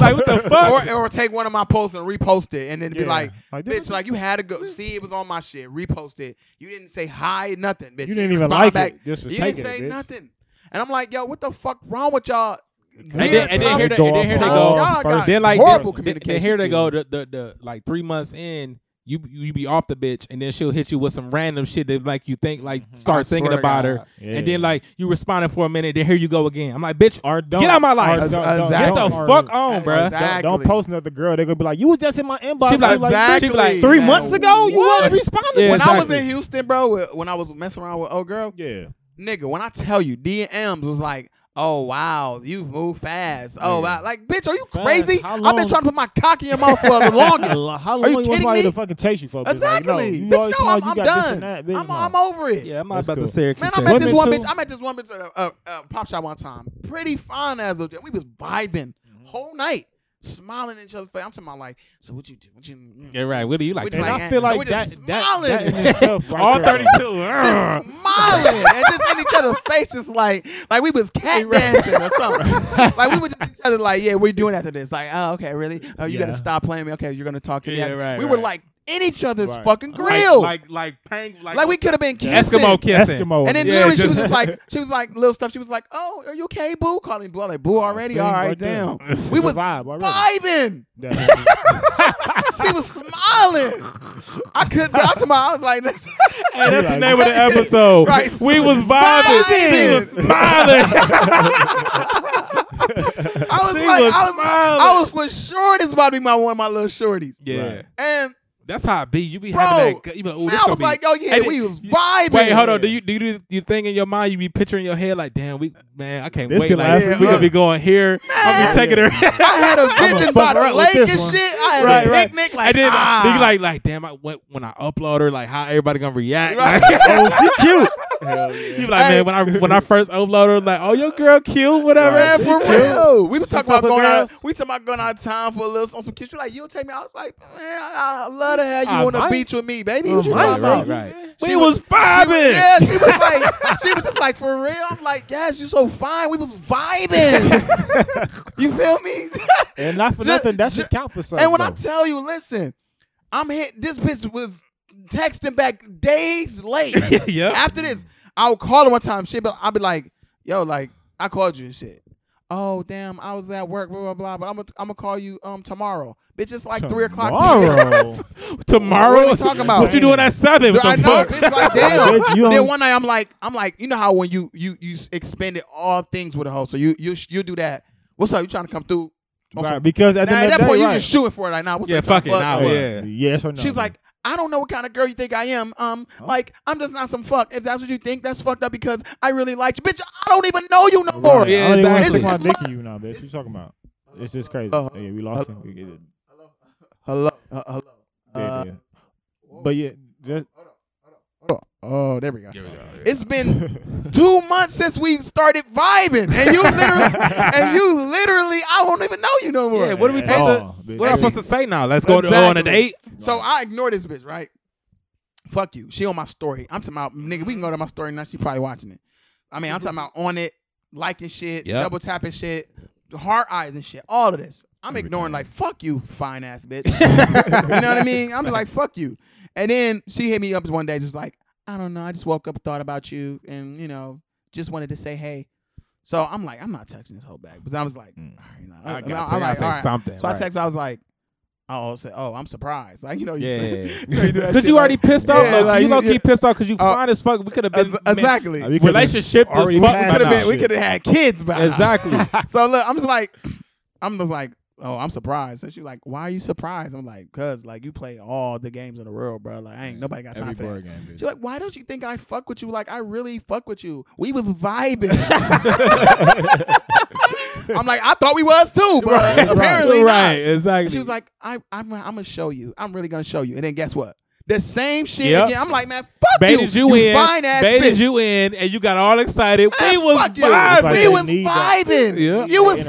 [SPEAKER 4] like what the fuck?
[SPEAKER 3] or, or take one of my posts and repost it, and then be
[SPEAKER 2] Yeah.
[SPEAKER 3] like,
[SPEAKER 2] Like, this
[SPEAKER 3] "Bitch,
[SPEAKER 2] is-
[SPEAKER 3] like you had to go. See, it was on my shit. Repost it. You didn't say hi, nothing, bitch.
[SPEAKER 2] You didn't even
[SPEAKER 3] respond
[SPEAKER 2] like
[SPEAKER 3] back.
[SPEAKER 2] it. This was
[SPEAKER 3] you didn't
[SPEAKER 2] taken,
[SPEAKER 3] say
[SPEAKER 2] bitch.
[SPEAKER 3] nothing." And I'm like, "Yo, what the fuck wrong with y'all?"
[SPEAKER 4] then-
[SPEAKER 3] Weird
[SPEAKER 4] and then here
[SPEAKER 3] comments.
[SPEAKER 4] they- and then here they go.
[SPEAKER 3] Y'all got
[SPEAKER 4] then like
[SPEAKER 3] horrible
[SPEAKER 4] then-
[SPEAKER 3] communication
[SPEAKER 4] Then here they go.
[SPEAKER 3] skills.
[SPEAKER 4] The, the the like three months in, you you be off the bitch, and then she'll hit you with some random shit that like you think like
[SPEAKER 3] I
[SPEAKER 4] start
[SPEAKER 3] swear
[SPEAKER 4] thinking
[SPEAKER 3] to
[SPEAKER 4] about her,
[SPEAKER 3] God.
[SPEAKER 2] Yeah.
[SPEAKER 4] and then like you responded for a minute, then here you go again. I'm like, bitch,
[SPEAKER 2] Or don't.
[SPEAKER 4] get out my life.
[SPEAKER 2] Or don't- don't-
[SPEAKER 4] get the
[SPEAKER 2] don't- or-
[SPEAKER 4] fuck on,
[SPEAKER 3] Exactly.
[SPEAKER 4] bruh.
[SPEAKER 2] Don't, don't
[SPEAKER 3] Exactly.
[SPEAKER 2] post another girl. They're gonna be like, "You was just in my inbox."
[SPEAKER 4] She be like,
[SPEAKER 2] like,
[SPEAKER 4] "Back
[SPEAKER 2] bitch,
[SPEAKER 4] she like,
[SPEAKER 2] three
[SPEAKER 3] man,
[SPEAKER 2] months ago, you
[SPEAKER 3] what?
[SPEAKER 2] wasn't responding.
[SPEAKER 4] Yeah,
[SPEAKER 2] to
[SPEAKER 3] When
[SPEAKER 2] me."
[SPEAKER 3] I was
[SPEAKER 4] exactly.
[SPEAKER 3] in Houston, bro, when I was messing around with old girl,
[SPEAKER 2] yeah,
[SPEAKER 3] nigga, when I tell you DMs was like, Oh wow, you move fast. Oh
[SPEAKER 2] Yeah.
[SPEAKER 3] wow, like bitch, are you
[SPEAKER 2] Fast?
[SPEAKER 3] crazy?
[SPEAKER 2] How
[SPEAKER 3] I've been
[SPEAKER 2] long-
[SPEAKER 3] trying to put my cock in your mouth for the longest.
[SPEAKER 2] How long
[SPEAKER 3] Are you
[SPEAKER 2] you want
[SPEAKER 3] kidding
[SPEAKER 2] somebody
[SPEAKER 3] me?
[SPEAKER 2] to fucking chase you for? Bitch, like, no,
[SPEAKER 3] Exactly,
[SPEAKER 2] you
[SPEAKER 3] bitch.
[SPEAKER 2] always
[SPEAKER 3] No,
[SPEAKER 2] talking
[SPEAKER 3] I'm,
[SPEAKER 2] about
[SPEAKER 3] I'm
[SPEAKER 2] you got this and
[SPEAKER 3] done.
[SPEAKER 2] that, bitch,
[SPEAKER 3] I'm,
[SPEAKER 2] no.
[SPEAKER 3] I'm over it.
[SPEAKER 4] Yeah, I'm not
[SPEAKER 2] That's
[SPEAKER 4] about
[SPEAKER 2] cool.
[SPEAKER 4] to Syracuse.
[SPEAKER 3] Man, I
[SPEAKER 4] Tech.
[SPEAKER 3] met this
[SPEAKER 2] Women
[SPEAKER 3] one
[SPEAKER 2] too.
[SPEAKER 3] bitch. I met this one bitch at a, a, a pop shop one time. Pretty fine as a we was vibing
[SPEAKER 4] Mm-hmm.
[SPEAKER 3] whole night, smiling at each other's face. I'm talking about like, so what you do? What you? mm,
[SPEAKER 4] Yeah, right. What do you like?
[SPEAKER 3] Which
[SPEAKER 2] And
[SPEAKER 4] that?
[SPEAKER 3] like-
[SPEAKER 2] I feel
[SPEAKER 3] Like,
[SPEAKER 2] like
[SPEAKER 3] we
[SPEAKER 2] that,
[SPEAKER 3] just
[SPEAKER 2] that, that in
[SPEAKER 3] smiling.
[SPEAKER 2] itself, right
[SPEAKER 4] All
[SPEAKER 2] there.
[SPEAKER 4] thirty-two.
[SPEAKER 3] Just smiling and just in each other's face, just like like we was cat dancing or something. like we were just each other like, yeah, we're doing after this. Like, oh, okay, really? Oh, you
[SPEAKER 2] Yeah.
[SPEAKER 3] gotta stop playing me. Okay, you're gonna talk to me.
[SPEAKER 4] Yeah,
[SPEAKER 3] after-
[SPEAKER 4] right,
[SPEAKER 3] we were
[SPEAKER 4] right.
[SPEAKER 3] like in each other's
[SPEAKER 2] Right.
[SPEAKER 3] fucking grill. Like,
[SPEAKER 4] Like, like, like, pang, like,
[SPEAKER 3] we could have been kissing.
[SPEAKER 4] Eskimo kissing.
[SPEAKER 2] Eskimo.
[SPEAKER 3] And then
[SPEAKER 4] Oh, Yeah,
[SPEAKER 3] literally, she
[SPEAKER 4] just-
[SPEAKER 3] was just like, she was like, little stuff. She was like, "Oh, are you okay, boo?" Calling boo, I'm like,
[SPEAKER 4] Oh,
[SPEAKER 3] "Boo, already,
[SPEAKER 2] See,
[SPEAKER 3] all right,
[SPEAKER 2] right there.
[SPEAKER 3] damn."
[SPEAKER 2] It's
[SPEAKER 3] We
[SPEAKER 2] a
[SPEAKER 3] was
[SPEAKER 2] vibe already.
[SPEAKER 3] vibing.
[SPEAKER 2] Yeah.
[SPEAKER 3] She was smiling. I couldn't. I was, I was like, "Listen,
[SPEAKER 4] Hey, that's the
[SPEAKER 2] Right.
[SPEAKER 4] name of the episode.
[SPEAKER 3] Right.
[SPEAKER 4] We was vibing. She was smiling.
[SPEAKER 3] I was
[SPEAKER 4] She
[SPEAKER 3] like,
[SPEAKER 4] was
[SPEAKER 3] I was,
[SPEAKER 4] smiling.
[SPEAKER 3] I was for sure this about to be my one of my little shorties."
[SPEAKER 4] yeah,
[SPEAKER 2] Right.
[SPEAKER 3] And
[SPEAKER 4] that's how it be. You be
[SPEAKER 3] Bro,
[SPEAKER 4] having that. gu- You be like, "Ooh,
[SPEAKER 3] man,
[SPEAKER 4] this
[SPEAKER 3] I
[SPEAKER 4] gonna
[SPEAKER 3] was
[SPEAKER 4] be-
[SPEAKER 3] like, "Oh yeah,
[SPEAKER 4] Hey,
[SPEAKER 3] we
[SPEAKER 4] did-
[SPEAKER 3] was vibing."
[SPEAKER 4] Wait, hold on. Do you do you do you think in your mind you be picturing your head like, damn, we man, I can't
[SPEAKER 2] This
[SPEAKER 4] wait.
[SPEAKER 2] could
[SPEAKER 4] Like,
[SPEAKER 2] last
[SPEAKER 3] a
[SPEAKER 4] we
[SPEAKER 3] month.
[SPEAKER 4] gonna be going here. I'll
[SPEAKER 3] Man.
[SPEAKER 4] be taking her.
[SPEAKER 3] I had a
[SPEAKER 2] fuck
[SPEAKER 3] vision by
[SPEAKER 2] her
[SPEAKER 3] the
[SPEAKER 2] up with
[SPEAKER 3] lake
[SPEAKER 2] this
[SPEAKER 3] and
[SPEAKER 2] one.
[SPEAKER 3] shit. I had
[SPEAKER 4] Right,
[SPEAKER 3] a
[SPEAKER 4] right.
[SPEAKER 3] picnic. Like,
[SPEAKER 4] and then,
[SPEAKER 3] ah.
[SPEAKER 4] then you like, like, damn, I, when, when I upload her, like, how everybody gonna react?
[SPEAKER 3] Right.
[SPEAKER 4] Like,
[SPEAKER 2] oh, she cute. Hell
[SPEAKER 4] you be
[SPEAKER 2] yeah.
[SPEAKER 4] like,
[SPEAKER 3] Hey.
[SPEAKER 4] man, when I when I first upload her, like, oh, your girl cute, whatever.
[SPEAKER 3] Man, for
[SPEAKER 2] Thank you.
[SPEAKER 3] real. We was
[SPEAKER 2] Some
[SPEAKER 3] talking about
[SPEAKER 2] fucking
[SPEAKER 3] going out.
[SPEAKER 2] girls.
[SPEAKER 3] We talking about going out of town for a little on some kids. You like, you'll take me. I was like, man, I, I love to have you
[SPEAKER 2] I
[SPEAKER 3] on the
[SPEAKER 2] might.
[SPEAKER 3] beach with me, baby.
[SPEAKER 2] I
[SPEAKER 3] What you
[SPEAKER 2] might,
[SPEAKER 3] talking about?
[SPEAKER 2] right, right.
[SPEAKER 4] We was vibing.
[SPEAKER 3] Yeah, she was like, she was just like, for real. I'm like, yes, you so fine. We was vibing. you feel me?
[SPEAKER 2] And not for
[SPEAKER 3] Ju-
[SPEAKER 2] nothing, that should
[SPEAKER 3] ju-
[SPEAKER 2] count for something.
[SPEAKER 3] and when I
[SPEAKER 2] though.
[SPEAKER 3] tell you, listen, I'm hit. This bitch was texting back days late.
[SPEAKER 4] yeah.
[SPEAKER 3] After this, I'll call her one time. Shit, but I'll be like, yo, like, I called you and shit. Oh, damn, I was at work, blah, blah, blah. But I'm going to I'm gonna call you um tomorrow. Bitch, it's like 3 o'clock.
[SPEAKER 2] Tomorrow.
[SPEAKER 4] Tomorrow.
[SPEAKER 3] What are we talking about?
[SPEAKER 4] What you doing at seven?
[SPEAKER 3] Dude,
[SPEAKER 4] What
[SPEAKER 3] I
[SPEAKER 4] the
[SPEAKER 3] know,
[SPEAKER 4] fuck?
[SPEAKER 3] bitch, like, damn.
[SPEAKER 2] Bitch, you
[SPEAKER 3] then
[SPEAKER 2] don't-
[SPEAKER 3] one night I'm like, I'm like, you know how when you you you s- expended all things with a hoe, so you you sh- you do that. What's up? You trying to come through? on
[SPEAKER 2] Right,
[SPEAKER 3] some-
[SPEAKER 2] because at the
[SPEAKER 3] Nah,
[SPEAKER 2] end
[SPEAKER 3] at
[SPEAKER 2] of
[SPEAKER 3] that
[SPEAKER 2] the
[SPEAKER 3] point,
[SPEAKER 2] day,
[SPEAKER 3] you
[SPEAKER 2] right. Oh,
[SPEAKER 3] just shooting for it. Like, nah, what's
[SPEAKER 4] Yeah,
[SPEAKER 3] up?
[SPEAKER 4] fuck it, nah,
[SPEAKER 3] what?
[SPEAKER 4] yeah.
[SPEAKER 2] Yes or no?
[SPEAKER 3] She's like, I don't know what kind of girl you think I am. Um,
[SPEAKER 4] Oh.
[SPEAKER 3] like I'm just not some fuck. If that's what you think, that's fucked up because I really like you, bitch. I don't even know you no more.
[SPEAKER 2] Right. I don't even want to
[SPEAKER 4] exactly.
[SPEAKER 2] stick my
[SPEAKER 3] This is
[SPEAKER 2] dick in you now, bitch. What you talking about? It's just crazy.
[SPEAKER 3] Uh,
[SPEAKER 2] yeah, we lost
[SPEAKER 3] uh,
[SPEAKER 2] him. We get it.
[SPEAKER 3] Hello, hello, uh, hello.
[SPEAKER 2] Yeah,
[SPEAKER 3] Uh,
[SPEAKER 2] yeah. But yeah, just
[SPEAKER 3] oh, there we go.
[SPEAKER 4] Here we go, yeah.
[SPEAKER 3] It's been two months since we've started vibing, and you literally, and you literally, I won't even know you no more.
[SPEAKER 4] Yeah, what are we
[SPEAKER 2] At
[SPEAKER 4] supposed
[SPEAKER 2] all,
[SPEAKER 4] to?
[SPEAKER 2] bitch.
[SPEAKER 4] What am I supposed to say now? Let's go to on a
[SPEAKER 3] Exactly.
[SPEAKER 4] date.
[SPEAKER 3] So I ignore this bitch, right? Fuck you. She on my story. I'm talking about nigga. We can go to my story now. She probably watching it. I mean, I'm talking about on it, liking shit,
[SPEAKER 4] Yep.
[SPEAKER 3] double tapping shit, hard eyes and shit. All of this. I'm ignoring like fuck you, fine ass bitch. you know what I mean? I'm just like fuck you. And then she hit me up one day, just like I don't know. I just woke up, and thought about you, and you know, just wanted to say hey. So I'm like, I'm not texting this whole back, but I was like,
[SPEAKER 4] Mm.
[SPEAKER 3] all right, nah.
[SPEAKER 4] I
[SPEAKER 3] I'm
[SPEAKER 4] gotta
[SPEAKER 3] like,
[SPEAKER 4] say-
[SPEAKER 3] all right,
[SPEAKER 4] I say
[SPEAKER 3] all right.
[SPEAKER 4] something,
[SPEAKER 3] So I
[SPEAKER 4] right.
[SPEAKER 3] text. her, I was like, oh, I said, oh, I'm surprised. Like you know, you
[SPEAKER 4] Yeah,
[SPEAKER 3] say-
[SPEAKER 4] yeah, yeah.
[SPEAKER 3] you know, you do that
[SPEAKER 4] Cause
[SPEAKER 3] shit
[SPEAKER 4] you already
[SPEAKER 3] like-
[SPEAKER 4] pissed off.
[SPEAKER 3] Yeah,
[SPEAKER 4] low-key.
[SPEAKER 3] like,
[SPEAKER 4] you
[SPEAKER 3] you-
[SPEAKER 4] low key
[SPEAKER 3] you-
[SPEAKER 4] pissed off because you
[SPEAKER 3] Uh,
[SPEAKER 4] fine as fuck. We could have been
[SPEAKER 3] Ex- exactly.
[SPEAKER 2] Uh,
[SPEAKER 3] We
[SPEAKER 2] we could've
[SPEAKER 4] Relationship
[SPEAKER 2] already
[SPEAKER 4] is fuck-
[SPEAKER 2] passed
[SPEAKER 3] could
[SPEAKER 4] we
[SPEAKER 3] have
[SPEAKER 4] could've
[SPEAKER 2] that
[SPEAKER 3] been, we
[SPEAKER 2] shit.
[SPEAKER 3] could have had kids,
[SPEAKER 4] man-
[SPEAKER 3] but
[SPEAKER 4] exactly.
[SPEAKER 3] so look, I'm just like, I'm just like, oh, I'm surprised. And she's like, why are you surprised? I'm like, cause like you play all the games in the world, bro. Like I ain't nobody got time for that.
[SPEAKER 2] game,
[SPEAKER 3] She's like, why don't you think I fuck with you? Like I really fuck with you. We was vibing. I'm like, I thought we was too, but apparently not.
[SPEAKER 4] right, exactly.
[SPEAKER 3] And she was like, I, I'm, I'm gonna show you. I'm really gonna show you. And then guess what? The same shit
[SPEAKER 4] Yep.
[SPEAKER 3] again. I'm like, man, fuck
[SPEAKER 4] baited
[SPEAKER 3] you.
[SPEAKER 4] you, in,
[SPEAKER 3] fine ass
[SPEAKER 4] baited
[SPEAKER 3] bitch.
[SPEAKER 4] you in, and you got all excited.
[SPEAKER 3] Man,
[SPEAKER 4] we was
[SPEAKER 3] fuck you.
[SPEAKER 4] vibing.
[SPEAKER 2] like
[SPEAKER 3] we
[SPEAKER 2] they
[SPEAKER 3] was
[SPEAKER 2] need that.
[SPEAKER 3] vibing.
[SPEAKER 4] Yeah.
[SPEAKER 3] You was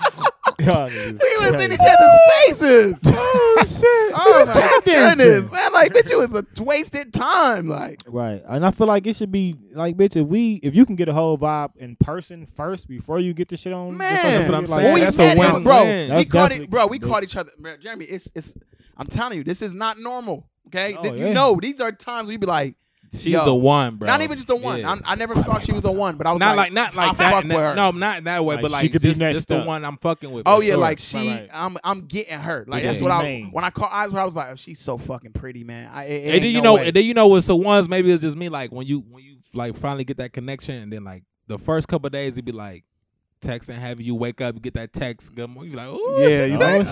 [SPEAKER 3] smiling. we was in each other's faces.
[SPEAKER 4] oh shit!
[SPEAKER 3] Oh
[SPEAKER 2] was
[SPEAKER 3] my
[SPEAKER 2] tap dancing.
[SPEAKER 3] goodness, man! Like, bitch, it was a wasted time. Like,
[SPEAKER 2] Right, and I feel like it should be like, bitch, if we if you can get a whole vibe in person first before you get the shit on,
[SPEAKER 3] Man.
[SPEAKER 4] That's what I'm
[SPEAKER 2] like,
[SPEAKER 4] saying.
[SPEAKER 3] When we
[SPEAKER 4] that's a
[SPEAKER 3] met, it was-
[SPEAKER 4] win-win.
[SPEAKER 3] bro. we
[SPEAKER 2] That's
[SPEAKER 3] caught
[SPEAKER 2] definitely-
[SPEAKER 3] it, bro. We
[SPEAKER 2] that-
[SPEAKER 3] caught each other, man, Jeremy. It's, it's. I'm telling you, this is not normal. Okay,
[SPEAKER 2] No,
[SPEAKER 4] Oh,
[SPEAKER 3] Th-
[SPEAKER 2] yeah.
[SPEAKER 3] you know, these are times we be like,
[SPEAKER 4] She's
[SPEAKER 3] Yo,
[SPEAKER 4] the one, bro.
[SPEAKER 3] not even just the one.
[SPEAKER 4] Yeah.
[SPEAKER 3] I'm- I, never thought she was the one, but I was
[SPEAKER 4] not
[SPEAKER 3] like,
[SPEAKER 4] like, not
[SPEAKER 3] I
[SPEAKER 4] like that.
[SPEAKER 3] fuck with
[SPEAKER 4] that
[SPEAKER 3] her.
[SPEAKER 4] no, not in that way,
[SPEAKER 2] Like,
[SPEAKER 4] but
[SPEAKER 2] she
[SPEAKER 4] like
[SPEAKER 2] could be
[SPEAKER 4] this,
[SPEAKER 2] next
[SPEAKER 4] this the
[SPEAKER 2] up.
[SPEAKER 4] one I'm fucking with.
[SPEAKER 3] Oh
[SPEAKER 4] for
[SPEAKER 3] yeah,
[SPEAKER 4] sure.
[SPEAKER 3] like she,
[SPEAKER 4] Right, right.
[SPEAKER 3] I'm, I'm getting her. Like
[SPEAKER 2] Yeah.
[SPEAKER 3] that's what I
[SPEAKER 2] Main.
[SPEAKER 3] when I caught eyes, where I was like, oh, she's so fucking pretty, man. I, it, it
[SPEAKER 4] and
[SPEAKER 3] ain't
[SPEAKER 4] then you
[SPEAKER 3] no
[SPEAKER 4] know,
[SPEAKER 3] way.
[SPEAKER 4] and then you know, with the ones, maybe it's just me. Like when you when you like finally get that connection, and then like the first couple of days, it'd be like, text and have you wake up, you get that text, good morning. You like, oh
[SPEAKER 3] Yeah, you
[SPEAKER 4] you
[SPEAKER 2] Oh, shit.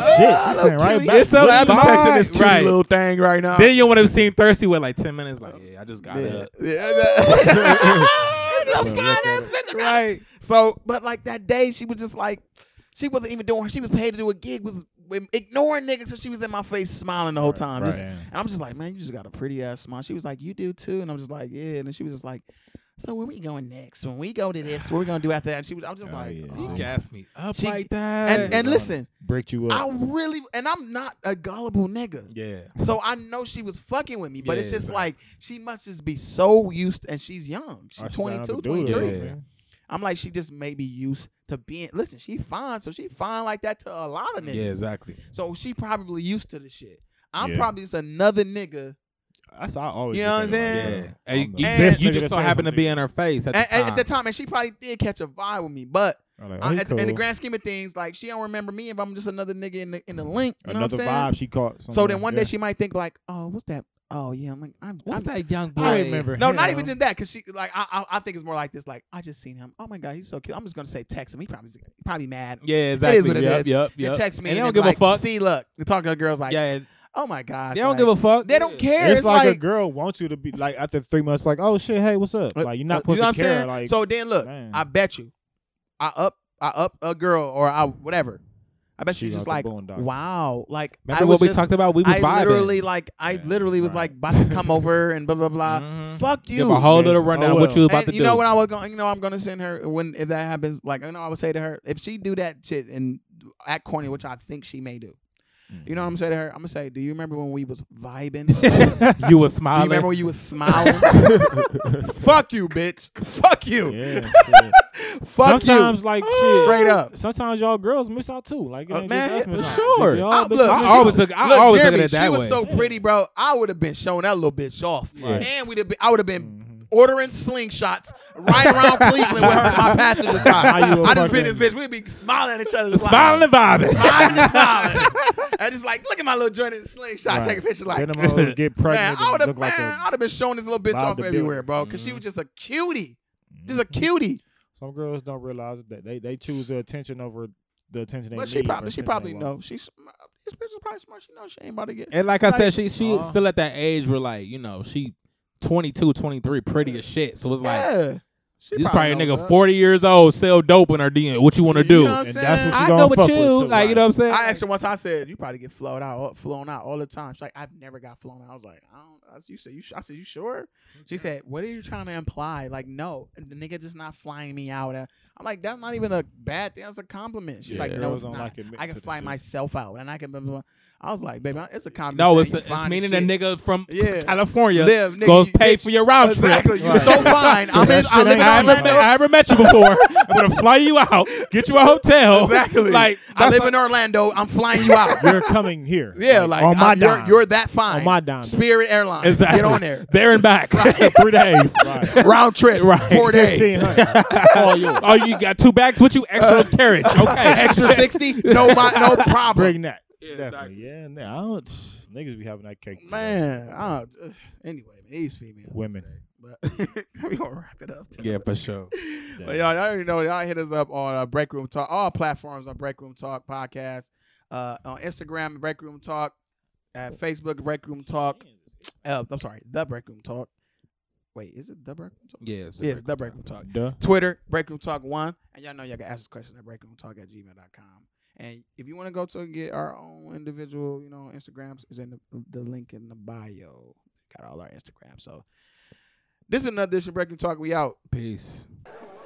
[SPEAKER 2] She sent right back.
[SPEAKER 4] It's a
[SPEAKER 3] Well, I'm just
[SPEAKER 4] vibe.
[SPEAKER 3] texting this cute
[SPEAKER 4] Right.
[SPEAKER 3] little thing right now.
[SPEAKER 4] Then you want to seem thirsty with like ten minutes. Like, Uh, yeah, I just got
[SPEAKER 3] Yeah.
[SPEAKER 4] up.
[SPEAKER 3] Yeah, that-
[SPEAKER 2] Yeah,
[SPEAKER 3] Some
[SPEAKER 2] look
[SPEAKER 3] fine
[SPEAKER 2] at
[SPEAKER 3] ass
[SPEAKER 2] it.
[SPEAKER 3] bitch, right? So, but like that day, she was just like, she wasn't even doing. She was paid to do a gig, was ignoring niggas, so she was in my face smiling the whole time. Just-
[SPEAKER 2] Right.
[SPEAKER 3] and I'm just like, man, you just got a pretty ass smile. She was like, you do too, and I'm just like, yeah. And then she was just like, so where we going next? When we go to this, what we gonna do after that? And she was, I'm just
[SPEAKER 2] Oh,
[SPEAKER 3] like,
[SPEAKER 2] yeah.
[SPEAKER 3] oh.
[SPEAKER 4] He gassed me up
[SPEAKER 3] She-
[SPEAKER 4] like that.
[SPEAKER 3] and and listen,
[SPEAKER 2] Bricked you
[SPEAKER 3] I
[SPEAKER 2] up.
[SPEAKER 3] really, and I'm not a gullible nigga.
[SPEAKER 4] yeah,
[SPEAKER 3] So I know she was fucking with me, but it's
[SPEAKER 4] Yeah,
[SPEAKER 3] just
[SPEAKER 4] right.
[SPEAKER 3] like she must just be so used, and she's young.
[SPEAKER 2] I
[SPEAKER 3] She's
[SPEAKER 2] should not
[SPEAKER 3] 22,
[SPEAKER 2] have to do this,
[SPEAKER 3] 23.
[SPEAKER 4] Yeah.
[SPEAKER 2] man.
[SPEAKER 3] I'm like, she just may be used to being. Listen, she fine, so she fine like that to a lot of niggas.
[SPEAKER 4] yeah, exactly.
[SPEAKER 3] So she probably used to the shit. I'm
[SPEAKER 2] Yeah.
[SPEAKER 3] probably just another nigga.
[SPEAKER 2] That's how I always.
[SPEAKER 3] You
[SPEAKER 2] be
[SPEAKER 3] know what I'm
[SPEAKER 2] thinking
[SPEAKER 4] Yeah,
[SPEAKER 2] about
[SPEAKER 3] saying?
[SPEAKER 2] it. I'm
[SPEAKER 4] and you,
[SPEAKER 2] the
[SPEAKER 3] you-
[SPEAKER 2] best
[SPEAKER 4] you
[SPEAKER 2] nigga
[SPEAKER 4] just
[SPEAKER 2] that
[SPEAKER 4] so
[SPEAKER 2] says
[SPEAKER 4] happen to
[SPEAKER 2] something.
[SPEAKER 4] be in her face at
[SPEAKER 3] And,
[SPEAKER 4] the
[SPEAKER 3] and
[SPEAKER 4] time.
[SPEAKER 3] at the time, and she probably did catch a vibe with me, but
[SPEAKER 2] I'm like,
[SPEAKER 3] I-
[SPEAKER 2] oh, he
[SPEAKER 3] at the- in the
[SPEAKER 2] cool.
[SPEAKER 3] grand scheme of things, like she don't remember me if I'm just another nigga in the in
[SPEAKER 4] Mm,
[SPEAKER 3] the link. You know what
[SPEAKER 2] another
[SPEAKER 3] I'm saying?
[SPEAKER 2] vibe she caught.
[SPEAKER 3] So
[SPEAKER 2] somewhere.
[SPEAKER 3] then one
[SPEAKER 2] Yeah.
[SPEAKER 3] day she might think like, oh, what's that? Oh yeah, I'm like, I'm.
[SPEAKER 4] What's
[SPEAKER 3] I'm-
[SPEAKER 4] that young boy?
[SPEAKER 2] I remember.
[SPEAKER 3] No,
[SPEAKER 2] him.
[SPEAKER 3] not even just that, because she like I, I I think it's more like this. Like I just seen him. Oh my god, he's so cute. I'm just gonna say text him. He probably probably mad.
[SPEAKER 4] Yeah, exactly.
[SPEAKER 3] what it
[SPEAKER 4] yep,
[SPEAKER 3] is.
[SPEAKER 4] yep,
[SPEAKER 3] You
[SPEAKER 4] yep.
[SPEAKER 3] text me and,
[SPEAKER 4] and they don't
[SPEAKER 3] it's
[SPEAKER 4] give
[SPEAKER 3] like,
[SPEAKER 4] a fuck.
[SPEAKER 3] See, look, they're talking to girls like,
[SPEAKER 4] yeah,
[SPEAKER 3] oh my god,
[SPEAKER 4] they don't give a fuck.
[SPEAKER 3] They don't care.
[SPEAKER 2] It's, like, a
[SPEAKER 3] like
[SPEAKER 2] girl wants you to be like after three months, like, oh shit, hey, what's up?
[SPEAKER 3] Uh,
[SPEAKER 2] Like you're not
[SPEAKER 3] you
[SPEAKER 2] supposed
[SPEAKER 3] know what I'm
[SPEAKER 2] to care.
[SPEAKER 3] saying?
[SPEAKER 2] Like
[SPEAKER 3] so then look,
[SPEAKER 2] man.
[SPEAKER 3] I bet you, I up I up a girl or I whatever. I bet
[SPEAKER 2] She
[SPEAKER 3] you just
[SPEAKER 2] like
[SPEAKER 3] like
[SPEAKER 2] the Boondocks.
[SPEAKER 3] wow, like I
[SPEAKER 4] Remember
[SPEAKER 3] was
[SPEAKER 4] what we
[SPEAKER 3] just-
[SPEAKER 4] talked about? We was
[SPEAKER 3] I
[SPEAKER 4] vibing.
[SPEAKER 3] literally like I
[SPEAKER 2] Yeah,
[SPEAKER 3] literally was
[SPEAKER 2] right. Mm-hmm.
[SPEAKER 3] like about to come over and blah blah blah.
[SPEAKER 4] Mhm.
[SPEAKER 3] Fuck you.
[SPEAKER 4] give a whole little
[SPEAKER 2] Yes.
[SPEAKER 4] rundown
[SPEAKER 2] Oh,
[SPEAKER 4] what you was about
[SPEAKER 3] and
[SPEAKER 4] to
[SPEAKER 3] you
[SPEAKER 4] do.
[SPEAKER 3] know what I was going, you know, I'm gonna send her when if that happens. Like I know I would say to her, if she do that shit and act corny, which I think she may do. You
[SPEAKER 2] Mm.
[SPEAKER 3] know what I'm saying to her? I'm gonna say, do you remember when we was vibing? do you
[SPEAKER 4] you was smiling.
[SPEAKER 3] remember when you was smiling? Fuck you, bitch. Fuck you.
[SPEAKER 2] Yeah, shit.
[SPEAKER 3] Fuck
[SPEAKER 2] sometimes
[SPEAKER 3] you.
[SPEAKER 2] like shit.
[SPEAKER 3] Straight up.
[SPEAKER 2] Sometimes y'all girls miss out too. Like it
[SPEAKER 3] Uh,
[SPEAKER 2] ain't
[SPEAKER 3] man,
[SPEAKER 2] just us missing out.
[SPEAKER 4] sure.
[SPEAKER 2] Y'all
[SPEAKER 3] I,
[SPEAKER 2] bitches
[SPEAKER 3] look,
[SPEAKER 4] I
[SPEAKER 2] miss out.
[SPEAKER 3] she
[SPEAKER 4] always
[SPEAKER 3] was-
[SPEAKER 4] look- I always look at
[SPEAKER 3] Jeremy,
[SPEAKER 4] it that
[SPEAKER 3] She was
[SPEAKER 4] way.
[SPEAKER 3] so pretty, bro. I would have been showing that little bitch off,
[SPEAKER 2] Right. Mm-hmm.
[SPEAKER 3] and we'd have been, I would have been ordering slingshots right around Cleveland with her in my passenger side.
[SPEAKER 2] How you a
[SPEAKER 3] I just been this
[SPEAKER 2] fucking-
[SPEAKER 3] bitch. We'd be smiling at each other,
[SPEAKER 4] smiling and vibing.
[SPEAKER 3] smiling, and smiling, and just like, look at my little joint in the slingshot.
[SPEAKER 2] Right.
[SPEAKER 3] Take a picture,
[SPEAKER 2] Then
[SPEAKER 3] like.
[SPEAKER 2] them hoes get
[SPEAKER 3] Man,
[SPEAKER 2] pregnant.
[SPEAKER 3] I would
[SPEAKER 2] and
[SPEAKER 3] have
[SPEAKER 2] look like a,
[SPEAKER 3] I'd have been showing this little bitch
[SPEAKER 2] Bob
[SPEAKER 3] off
[SPEAKER 2] the Mm-hmm.
[SPEAKER 3] everywhere, bro, because she
[SPEAKER 4] Mhm.
[SPEAKER 3] was just a cutie, just a cutie.
[SPEAKER 2] Mm. Some girls don't realize that they, they choose the attention over the attention they
[SPEAKER 3] But
[SPEAKER 2] need.
[SPEAKER 3] she
[SPEAKER 2] over
[SPEAKER 3] probably, she
[SPEAKER 2] attention
[SPEAKER 3] probably
[SPEAKER 2] they want.
[SPEAKER 3] know. She's sm- this bitch is probably smart. She knows she ain't about to get.
[SPEAKER 4] And like I said, she she
[SPEAKER 3] uh-huh.
[SPEAKER 2] Uh.
[SPEAKER 4] still at that age where like you know she 22, 23, pretty as shit. So it's like
[SPEAKER 3] yeah, she
[SPEAKER 4] this probably a
[SPEAKER 3] knows
[SPEAKER 4] nigga
[SPEAKER 3] that.
[SPEAKER 4] forty years old sell dope in her DM. What you want to
[SPEAKER 3] You
[SPEAKER 4] do?
[SPEAKER 3] know what I'm
[SPEAKER 2] And that's
[SPEAKER 3] saying?
[SPEAKER 2] what
[SPEAKER 4] I
[SPEAKER 2] she
[SPEAKER 4] go
[SPEAKER 2] gonna
[SPEAKER 4] with
[SPEAKER 2] fuck
[SPEAKER 4] you,
[SPEAKER 2] with too,
[SPEAKER 4] like you
[SPEAKER 2] right?
[SPEAKER 4] know what I'm saying.
[SPEAKER 3] I asked her once. I said, "You probably get flown out, flown out all the time." She's like, "I've never got flown out." I was like, "I don't." I, you said, "You." sh- I said, "You sure?" She said, "What are you trying to imply?" Like, no, the nigga just not flying me out. Uh, I'm like, "That's not even a bad thing. That's a compliment." She's
[SPEAKER 4] Yeah.
[SPEAKER 3] like, "No,
[SPEAKER 2] Girls
[SPEAKER 3] it's
[SPEAKER 2] don't
[SPEAKER 3] not.
[SPEAKER 2] like admitting
[SPEAKER 3] I can
[SPEAKER 2] to the
[SPEAKER 3] fly
[SPEAKER 2] shit.
[SPEAKER 3] myself out, and I can." Blah, blah, blah. I was like, "Baby, it's a compliment."
[SPEAKER 4] no,
[SPEAKER 3] You
[SPEAKER 4] it's,
[SPEAKER 3] said,
[SPEAKER 4] a,
[SPEAKER 3] "You fine
[SPEAKER 4] it's
[SPEAKER 3] as
[SPEAKER 4] meaning
[SPEAKER 3] shit."
[SPEAKER 4] a nigga from
[SPEAKER 3] Yeah.
[SPEAKER 4] California
[SPEAKER 3] Live, nigga,
[SPEAKER 4] goes
[SPEAKER 3] you-
[SPEAKER 4] pay
[SPEAKER 3] bitch,
[SPEAKER 4] for your route
[SPEAKER 3] Exactly.
[SPEAKER 4] trip.
[SPEAKER 3] You're so fine. I'm,
[SPEAKER 2] That
[SPEAKER 3] in,
[SPEAKER 2] shit
[SPEAKER 3] I'm living
[SPEAKER 2] ain't
[SPEAKER 4] I
[SPEAKER 3] on
[SPEAKER 2] happening.
[SPEAKER 4] haven't,
[SPEAKER 3] Orlando.
[SPEAKER 4] I haven't met you before. I'm gonna fly you out, get you a hotel.
[SPEAKER 3] Exactly.
[SPEAKER 4] Like
[SPEAKER 3] I
[SPEAKER 4] that's
[SPEAKER 3] live in Orlando. I'm flying you out.
[SPEAKER 2] You're coming here.
[SPEAKER 3] Yeah, like
[SPEAKER 2] on my
[SPEAKER 3] I'm- you're,
[SPEAKER 2] dime.
[SPEAKER 3] you're that fine.
[SPEAKER 2] my dime.
[SPEAKER 3] Spirit Airlines.
[SPEAKER 4] Exactly.
[SPEAKER 3] Get on there.
[SPEAKER 4] There and back. Three days.
[SPEAKER 2] Right.
[SPEAKER 3] Round trip.
[SPEAKER 4] Right.
[SPEAKER 3] Four days.
[SPEAKER 2] 1500.
[SPEAKER 4] Oh, you. oh, you got two bags with you? Extra carriage. Okay.
[SPEAKER 3] Uh, Extra sixty. No, my, no problem.
[SPEAKER 2] Bring that.
[SPEAKER 4] Yeah,
[SPEAKER 2] Definitely. Yeah, nah, I don't. Niggas be having that cake.
[SPEAKER 3] Man. I don't- anyway, man, these females.
[SPEAKER 2] Women.
[SPEAKER 3] Today, but we gonna wrap it up.
[SPEAKER 4] Yeah, for sure.
[SPEAKER 3] But y'all, y'all already know. Y'all hit us up on uh, Break Room Talk. All platforms on Break Room Talk podcast. Uh, on Instagram, Break Room Talk. At Facebook, Break Room Talk. Uh, I'm sorry, the Break Room Talk. Wait, is it the Break Room Talk?
[SPEAKER 4] Yeah. it's a
[SPEAKER 3] Yes,
[SPEAKER 4] break.
[SPEAKER 3] the Break Room Talk.
[SPEAKER 2] Duh.
[SPEAKER 3] Twitter, Break Room Talk One. And y'all know y'all can ask us questions at breakroomtalk at gmail.com. And if you want to go to and get our own individual, you know, Instagrams is in the, the link in the bio. Got all our Instagrams. So this been another edition of Break Room Talk. We out.
[SPEAKER 4] Peace.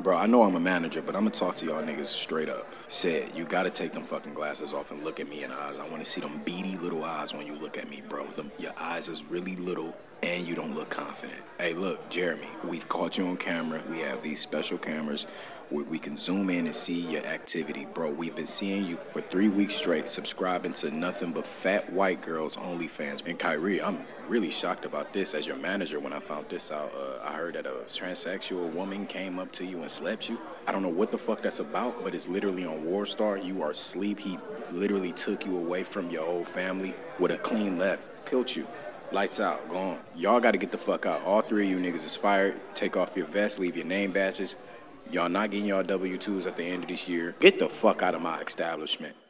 [SPEAKER 5] Bro, I know I'm a manager, but I'm gonna talk to y'all niggas straight up. Said, you gotta take them fucking glasses off and look at me in the eyes. I wanna see them beady little eyes when you look at me, bro. Them, your eyes is really little and you don't look confident. Hey, look, Jeremy, we've caught you on camera. We have these special cameras where we can zoom in and see your activity, bro. We've been seeing you for three weeks straight, subscribing to nothing but fat white girls OnlyFans. And Kyrie, I'm really shocked about this. As your manager, when I found this out, uh, I heard that a transsexual woman came up to you and slapped you. I don't know what the fuck that's about, but it's literally on Warstar. You are asleep. He literally took you away from your old family with a clean left, killed you. Lights out, gone. Y'all gotta get the fuck out. All three of you niggas is fired. Take off your vests, leave your name badges. Y'all not getting y'all W 2s at the end of this year. Get the fuck out of my establishment.